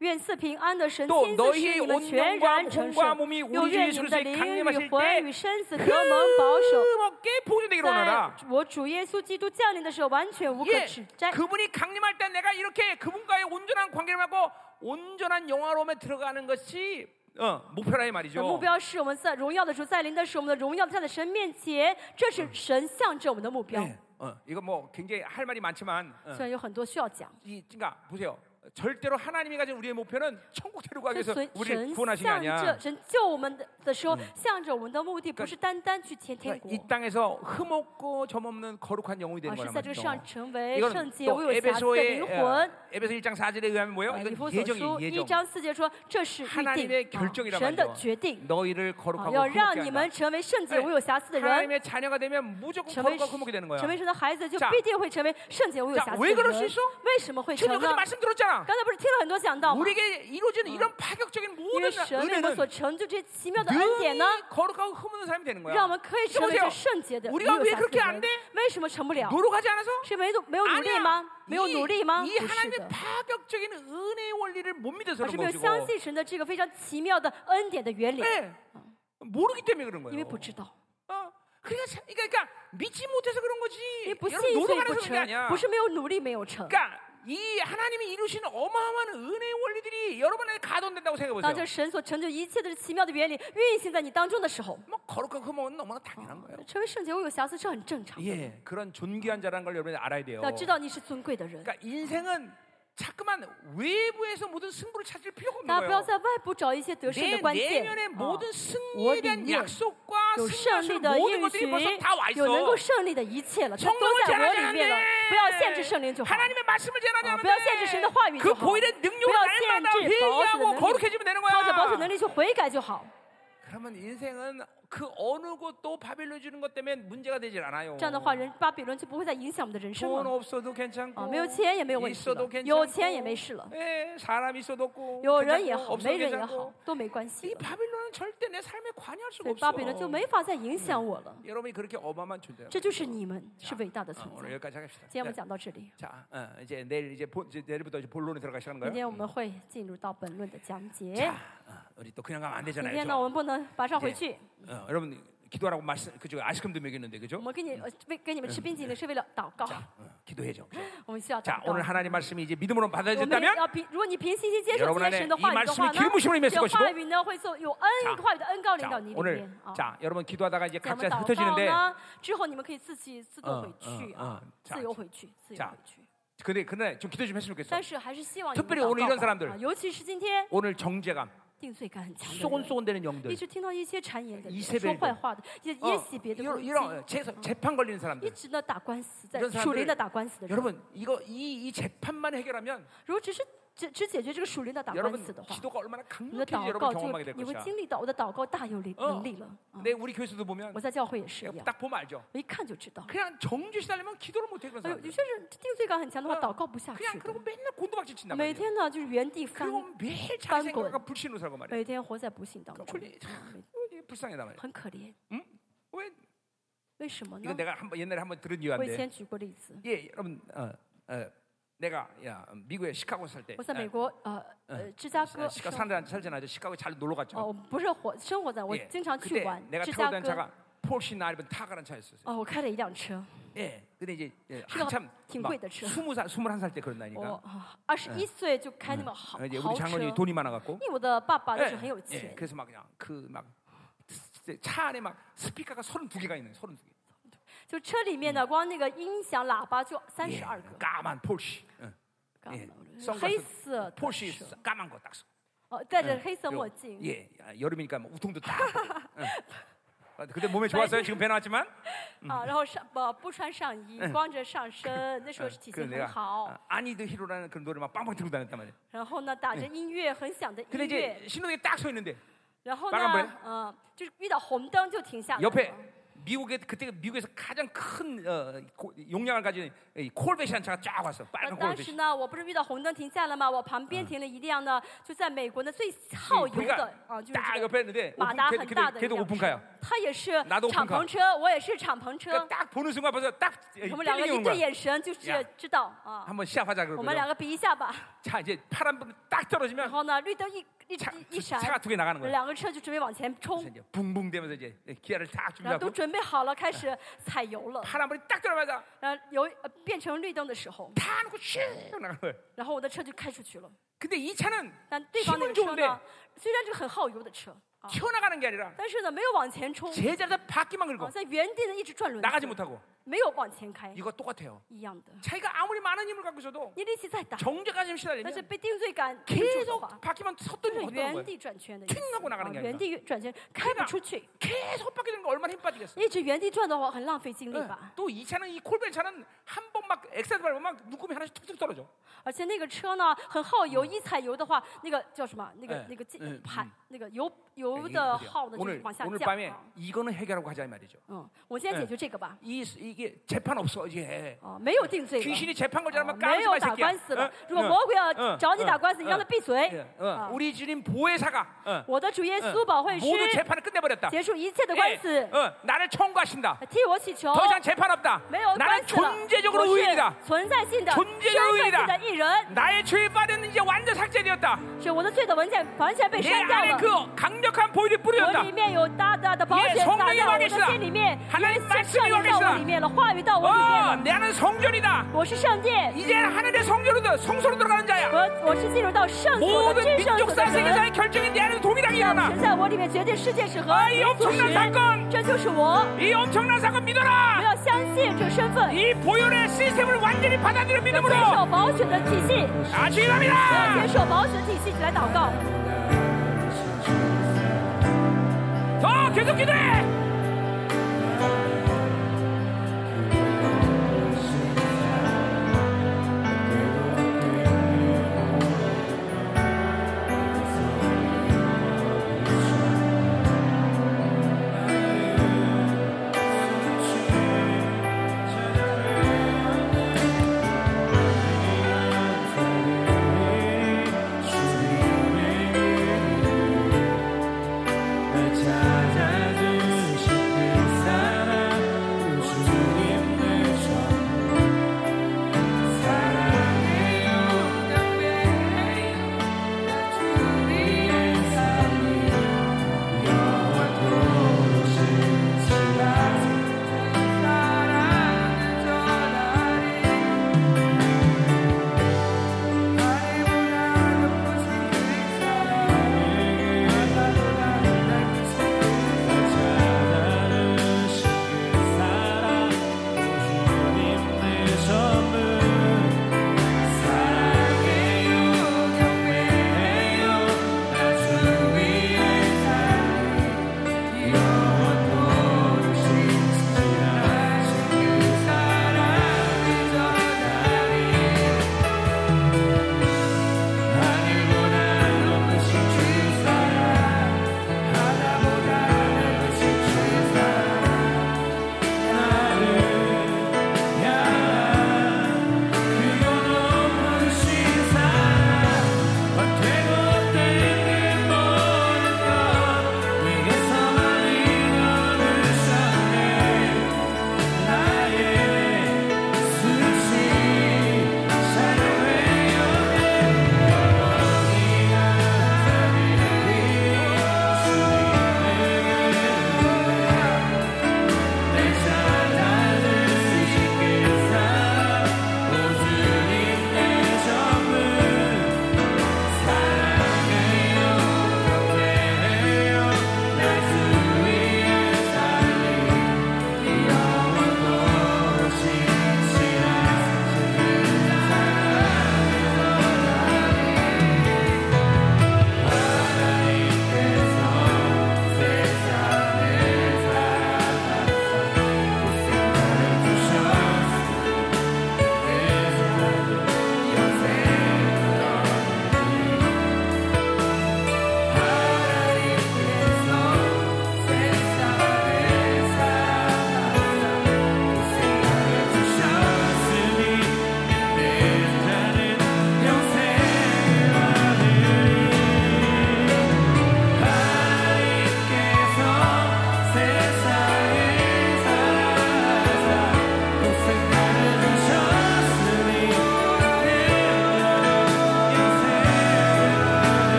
B: 愿赐平安的神
A: 또
B: 亲自使
A: 너희의
B: 你们全
A: 온전과
B: 然成
A: 몸과
B: 圣，
A: 몸이
B: 又
A: 우리 주
B: 愿你
A: 예수
B: 们的
A: 그리스도의
B: 灵与
A: 강림하실
B: 魂与
A: 때
B: 身子得蒙保守，
A: 끊임없게 보존되기로 하노라
B: 在我主耶稣基督降临的时候完全无可
A: 예,
B: 指摘。
A: 그분이 강림할 때 내가 이렇게 그분과의 온전한 관계를 갖고 온전한 영화로움에 들어가는 것이 어, 목표라 이
B: 那目
A: 말이죠
B: 标是我们在荣耀的时候，在临的时候，我们的荣耀在在神面前，这是神向着我们的目标。
A: 예, 어, 이거 뭐 굉장히 할 말이 많지만 어,
B: 虽然有很多需要讲，
A: 이 그러니까 보세요. 절대로 하나님이 가진 우리의 목표는 천국 데리고 가기
B: 所
A: 위해서
B: 以神
A: 우리를 구원하신 게
B: 向着
A: 아니야.
B: 神救我们的的时
A: 嗯
B: 候，向着我们的目的不是单单去天天
A: 그러니까
B: 国，
A: 이 땅에서 흠없고 점없는 거룩한 영혼이
B: 而
A: 되는
B: 是
A: 거란
B: 在这个上
A: 말이죠.
B: 成为圣
A: 이건
B: 洁、无
A: 또
B: 有瑕疵的
A: 에베소의
B: 灵魂
A: 어, 。 에베소 1장 4절에 의하면 뭐예요?
B: 啊以弗
A: 아, 이건
B: 所书
A: 예정이
B: 一
A: 예정.
B: 章四节说，这是
A: 하나님의
B: 预定，
A: 결정이란
B: 啊神
A: 말이죠
B: 的决定，
A: 너희를
B: 啊
A: 거룩하고
B: 要
A: 흠없게
B: 让你
A: 한다.
B: 们成为圣洁、
A: 哎
B: 无有瑕疵的人。
A: 하나님의 자녀가 되면 무조건
B: 成为
A: 거룩하고 흠없게 되는 거야.
B: 成为神的孩子，就
A: 자
B: 必定会成为圣洁、无有
A: 자
B: 瑕疵
A: 왜
B: 的
A: 그럴
B: 人
A: 수있어 。
B: 为什么会成
A: 지금
B: 呢？
A: 여기서 말씀 들었잖아.
B: 刚才不是听了很多讲道吗？
A: 우리에게 그러니까 이루어지는 이런 파격적인
B: 因为
A: 모든
B: 神为我们
A: 은혜는
B: 所成就这些奇妙的恩典
A: 늘
B: 呢，
A: 거룩하고 흠없는 사람이 되는
B: 让
A: 거야.
B: 我们可以成为
A: 여보세요
B: 这圣洁的、
A: 우리
B: 无
A: 가왜
B: 有瑕疵
A: 그렇게
B: 的
A: 안
B: 人
A: 돼 。
B: 为什么成不了？
A: 노력하지 않아서?
B: 是没有没有努力
A: 아니야.
B: 吗？没有努力吗？
A: 이
B: 不是
A: 하나님의
B: 的，
A: 파격적인 은혜의 원리를 못 믿어서
B: 而
A: 그런
B: 是没有相
A: 것이고
B: 信神的这个非常奇妙的恩典的原理，
A: 네. 모르기 때문에 그런
B: 因
A: 거예요.
B: 为不知道，
A: 어. 그러니까, 참- 그러니까, 그러니까 믿지 못해서 그런
B: 因
A: 거지.
B: 为不信
A: 여러분
B: 所以
A: 노력 안 해서
B: 不
A: 그런 게
B: 成，
A: 아니야.
B: 不是没有努力没有成。
A: 그러니까 이 하나님이 이루신 어마어마한 은혜의 원리들이 여러분에게 가동된다고
B: 当
A: 생각해보세요.
B: 这神所成就一切的奇妙的原理运行在你当中的时候，
A: 뭐 거룩하고 흠은 너무나 당연한 거예요.
B: 成为圣洁，我有瑕疵是很正常的。
A: 예, 그런 존귀한 자라는 걸 여러분이 알아야 돼요.
B: 要知道你是尊贵的人，
A: 그러니까 인생은 자꾸만 외부에서 모든 승부를 찾을 필요가 없는
B: 大家不要
A: 거예요.
B: 在外部找一些得胜
A: 내
B: 的关键。
A: 내면의
B: 啊
A: 모든 승리에 대한
B: 어린이.
A: 약속과
B: 有胜利
A: 예. 승리하실
B: 的
A: 모든
B: 应
A: 것들이
B: 许
A: 벌써 다 와 ，
B: 有
A: 있어.
B: 能够胜利的一切了，它都
A: 성령을
B: 在我里
A: 제한하지
B: 面了。不要限制圣灵
A: 않는데
B: 就好，
A: 하나님의 말씀을 제한하지
B: 啊，不要限制神的
A: 않는데
B: 话语
A: 그
B: 就好，
A: 보일의
B: 不
A: 능력을
B: 要
A: 날마다
B: 限制保守的
A: 회개하고
B: 能力，
A: 거룩해지면 되는
B: 靠着保守能
A: 거야.
B: 力去悔改就好。
A: 그러면 인생은 그 어느 곳도 바벨로 주는 것 때문에 문제가 되질 않아요.
B: 这样的话，人巴比伦就不会再影响我们的人生
A: 돈
B: 了。
A: 없어도
B: 啊，
A: 괜찮고
B: 没有钱也没有问题
A: 있어도
B: 了，有钱也
A: 괜찮고
B: 没事了，
A: 예, 사람 있어도 없고
B: 有人也
A: 괜찮고,
B: 好，
A: 없어도
B: 没人也好
A: 괜찮고 ，
B: 都没关系
A: 이
B: 了。
A: 바벨론은 절대 내 삶에 관여할 수가
B: 所以巴比伦就
A: 없어.
B: 没法再影响我了。
A: 여러분이 그렇게 어마어마한 존재예요.
B: 这就是你们，是伟大的
A: 어,
B: 存在。
A: 오늘
B: 今
A: 여기까지 하겠습니다.
B: 嗯啊天我们嗯
A: 자,
B: 讲到这里，
A: 자, 어, 이제 내일 이제 본, 이제 내일부터 이제 본론에 들어가기 시작하는
B: 明
A: 거예요.
B: 天我们会进入到本论的讲解。
A: 자, 어, 우리 또 그냥 가면 안
B: 明
A: 되잖아요.
B: 天呢，
A: 그죠?
B: 我们不能马上回
A: 예
B: 去。
A: 어, 여러분 기도하라고 말씀 그죠 아이스크림도 먹였는데
B: 我
A: 그죠?
B: 们给你呃为给你们吃冰淇淋是为了祷告，
A: 어, 기도해죠.
B: 我们需要
A: 자
B: 祷告。
A: 오늘 하나님 말씀이 이제 믿음으로
B: 我们
A: 받아들였다면
B: 要凭，如果你凭信心接受
A: 여러분
B: 今
A: 안에
B: 天神的话
A: 이
B: 语的话
A: 말씀이기름부심을
B: 呢，
A: 임했을
B: 这
A: 것이고
B: 话语呢会做有恩
A: 자
B: 话语的恩膏领导
A: 자
B: 你里
A: 오늘
B: 面啊。
A: 자 여러분 기도하다가 어. 이제
B: 在我们
A: 각자
B: 祷告
A: 흩어지는데
B: 呢之后，你们可以自己自
A: 嗯
B: 动回去
A: 嗯
B: 啊
A: 嗯，자
B: 自由回去，自由
A: 자
B: 回去。
A: 근데 근데 좀 기도 좀 했으면 좋겠어.
B: 但是还是希望
A: 特
B: 有
A: 别是오늘이런사람들
B: 啊，尤其是今天
A: 오늘 정제감
B: 定罪感很
A: 아,
B: 强的人，
A: 쏘곤쏘곤 되는
B: 一
A: 영들
B: 直听到一些谗言的
A: 이
B: 人
A: 세벨
B: 说
A: 들
B: 坏话的，也
A: 哦
B: 也洗别的
A: 이런,
B: 攻击
A: 이런 재, 재판 걸리는
B: 一
A: 사람들
B: 直呢打官司，在
A: 이런사람들
B: 属灵的打官司的人，
A: 여러분 이거 이, 이 재판만 해결하면
B: 如果只是只只解决这个属灵的打官
A: 여러분
B: 司的话，
A: 기도가 얼마나
B: 你的
A: 강력한지
B: 祷
A: 여러분
B: 告
A: 경험하게 될
B: 就你会
A: 것이야
B: 经历到我的祷告大有力
A: 嗯
B: 能力了。啊
A: 내 우리 교회에서도 보면
B: 我在教会也是一样，
A: 딱 보면 알죠
B: 我一看就知道。
A: 그냥 정죄 시달리면 기도를 못해 그런
B: 哎呦，有
A: 사람들
B: 些人定罪感很强的话，
A: 嗯
B: 祷告不下
A: 그냥
B: 去的
A: 그러고 맨날 곤두박질 친단
B: 每
A: 말이에요
B: 天呢就是原地翻，
A: 그리고 매일 자기
B: 딴 거.
A: 생각과 불신으로 살고 말이에요
B: 每天活在不幸当中，
A: 졸리-
B: 啊每
A: 이게 불쌍하단 말이에요 어,
B: 很可怜。
A: 왜
B: 为什么
A: 이건
B: 呢？
A: 내가 한번 옛날에 한번 들은
B: 我以
A: 이유인데
B: 前举过例子，
A: 예 여러분 어, 어, 내가 야, 미국에 시카고 살때 어,
B: 我在美国呃呃芝加哥
A: 네, 시카고
B: 生
A: 사람들 살잖아요 어, 저 어, 시카고 잘 놀러
B: 哦，
A: 갔죠
B: 我不是活生活在，我
A: 예.
B: 经常去
A: 그때
B: 玩
A: 내가
B: 芝
A: 타고
B: 加
A: 다니는
B: 哥。
A: 차가 폴시 나이번 타가란 차였어요
B: 哦，我开了一辆车，
A: 예. 근데 이제 예,
B: 시가
A: 한참
B: 긴
A: 막
B: 거에다 치러.
A: 스무 살 스물한 살 때 그런 나이니까
B: 我啊二十一岁就开那么豪
A: 어, 이제
B: 豪
A: 우리
B: 车，
A: 장로님이
B: 因
A: 돈이 많아갖고
B: 为我的爸爸哎就是很有
A: 예,
B: 钱，
A: 그래서 막 그냥 그막차 안에 막 스피커가 32개가 있는 32개
B: 就车里面呢，光那个音响喇叭就三
A: 예,
B: 十二个，
A: 까만 폴시 응.
B: 干
A: 예
B: 嘛
A: 선글라스
B: 黑色的
A: 폴시
B: 车，
A: 까만 거딱
B: 哦，戴着黑色墨镜，
A: 예, 아, 여름이니까 뭐 우통도 딱 하고, 응. 아, 그때 몸에 좋았어요 지금 배 나왔지만
B: 啊，然后上不不穿上衣，光着上身，嗯那时啊候
A: 응.
B: 是体型
A: 아, 그래서
B: 很
A: 내가
B: 好，
A: 아니드 히로라는 그런 노래 막 빵빵 들고 다녔단 말이에요
B: 然后呢打着音乐很响的
A: 근데
B: 音乐，
A: 이제 신호에 딱 서 있는데
B: 然后
A: 빨간불
B: 呢，嗯，就是遇到红灯就停下来了
A: 옆에 。 미국에 그때 미국에서 가장 큰 어, 고- 용량을 가진 이 콜베시한 차가 쫙 왔어.
B: 那
A: 빨간
B: 呃当时
A: 콜베시.
B: 呢，我不是遇到红灯停下了吗？我旁边停了一辆呢，就在美国呢最耗油的啊，就是
A: 딱
B: 这个
A: 옆에 있는데
B: 马达
A: 오픈-
B: 很大
A: 걔도,
B: 的
A: 걔도
B: 一辆车
A: 오픈카야. ，
B: 他也是
A: 拿着
B: 敞篷车，我也是敞篷车
A: 그러니까 ，딱 보는 순간 벌써 딱
B: 我们两个
A: 때리는
B: 一对
A: 거야.
B: 眼神就
A: 呀
B: 是知道啊，
A: 한번 시합하자
B: 我们两
A: 그러고.
B: 个比一下吧。
A: 자 이제 파란 불이 딱
B: 然
A: 떨어지면
B: 后呢，绿灯一一
A: 차
B: 一
A: 두-
B: 一闪，
A: 차가 두 개 나가는
B: 我们
A: 거야.
B: 两个车就准备往前冲
A: 그래서 ， 이제 붕붕 되면서 이제 기아를 딱
B: 然后都
A: 준비하고
B: 准备好了，开始踩油了。
A: 파란 불이 딱 들어가자
B: 然后油呃变成绿灯的时候，
A: 다 놓고 슉 나가는 거야.
B: 然后我的车就开出去了。
A: 근데 이 차는
B: 但对方那个车
A: 힘은좋은데
B: 呢，虽然是个很耗油的车啊，
A: 튀어나가는 게 아니라
B: 但是呢没有往前冲，
A: 제자리에서 바퀴만
B: 啊
A: 긁어
B: 在原地呢一直转轮
A: 나가지
B: 子，
A: 못하고
B: 没有往前开，
A: 이거 똑같아요.
B: 一样的。
A: 자기가 아무리 많은 힘을 갖고 있어도
B: 你力气再大，
A: 정죄까지
B: 但是
A: 시달리면
B: 被定罪感定住的
A: 계속
B: 话，
A: 바퀴만
B: 就
A: 섰던
B: 是
A: 거 걷던
B: 原
A: 거예요.
B: 地转圈的意思
A: 튕하고나가는게
B: 啊
A: 아니라
B: 原地转圈开不出去，
A: 계속 바퀴 되는 거 얼마나 힘 빠지겠어.
B: 一直原地转的话很浪费精力吧。
A: 또 이 차는 이 콜벤 차는 한 번 막 엑셀 밟으면 막 눈곱이 하나씩 툭툭 떨어져.
B: 而且那个车呢很耗油，一踩油的话，那个叫什么？那个
A: 嗯哎
B: 那个进
A: 嗯哎
B: 盘那个油油
A: 이게
B: 的
A: 문제야.
B: 耗呢就是
A: 오늘
B: 往下
A: 오늘
B: 降
A: 밤에
B: 啊。
A: 이거는 해결하고 하자 이 말이죠.
B: 嗯，我先
A: 哎
B: 解决这个吧。
A: 이 이게 재판 없어 이제.
B: 哦，没有定罪了，
A: 귀신이 재판 걸자면
B: 没
A: 까지 마
B: 有打
A: 새끼야. 어?
B: 官司了
A: 응, 。
B: 如果
A: 응,
B: 魔鬼要
A: 嗯
B: 找你打官司，
A: 嗯
B: 你让他闭嘴
A: 응, 。 응.
B: 啊
A: 어. 우리 주님 보혜사가 응,
B: 我的主耶
A: 응.
B: 稣保惠师
A: 모든 재판을 끝내버렸다.
B: 结束一切的
A: 예,
B: 官司，
A: 응, 나를 청구하신다.
B: 替我祈求，
A: 더 이상 재판 없다.
B: 没有
A: 나는
B: 官司了。我
A: 존재적으로
B: 是
A: 의인이다.
B: 存在性的、
A: 존
B: 身
A: 재적의인 이
B: 份性
A: 다
B: 的艺人，
A: 나의 죄에 빠진 이제 완전 삭제되었다.
B: 是我的罪的文件完全被
A: 내
B: 删掉
A: 안에
B: 了。
A: 그 강력한 보혈이
B: 我
A: 뿌려졌다.
B: 里面有大大的宝
A: 예
B: 血
A: 성령
B: 洒
A: 이임
B: 在
A: 하
B: 我
A: 계
B: 的
A: 시다
B: 心里面，
A: 하나님
B: 因为
A: 말씀이
B: 圣灵
A: 임하
B: 到
A: 계
B: 我
A: 시다
B: 里面了，话语到我里面
A: 어,
B: 了。
A: 는 성전이다.
B: 我是圣殿，
A: 이제 하늘의 성전으로 성소로 들어가는 자야.
B: 我我是进入到圣所的
A: 모든
B: 至圣所
A: 민족사
B: 的人。
A: 세계사의 결정이 내 안에 동일하게 일어나.
B: 神在我里面决定世界是何
A: 哎呦
B: 族
A: 冲
B: 时
A: 着三杠，
B: 这就是我。
A: 이 엄청난 사건
B: 我
A: 믿어라.
B: 要相信这身份，
A: 이 보혈의 시스템을 완전히 받아들여
B: 接
A: 믿음으로
B: 受保险的体系，
A: 아주
B: 接
A: 일합니다.
B: 受保险体系起来祷告。
A: 더 계속 기도해.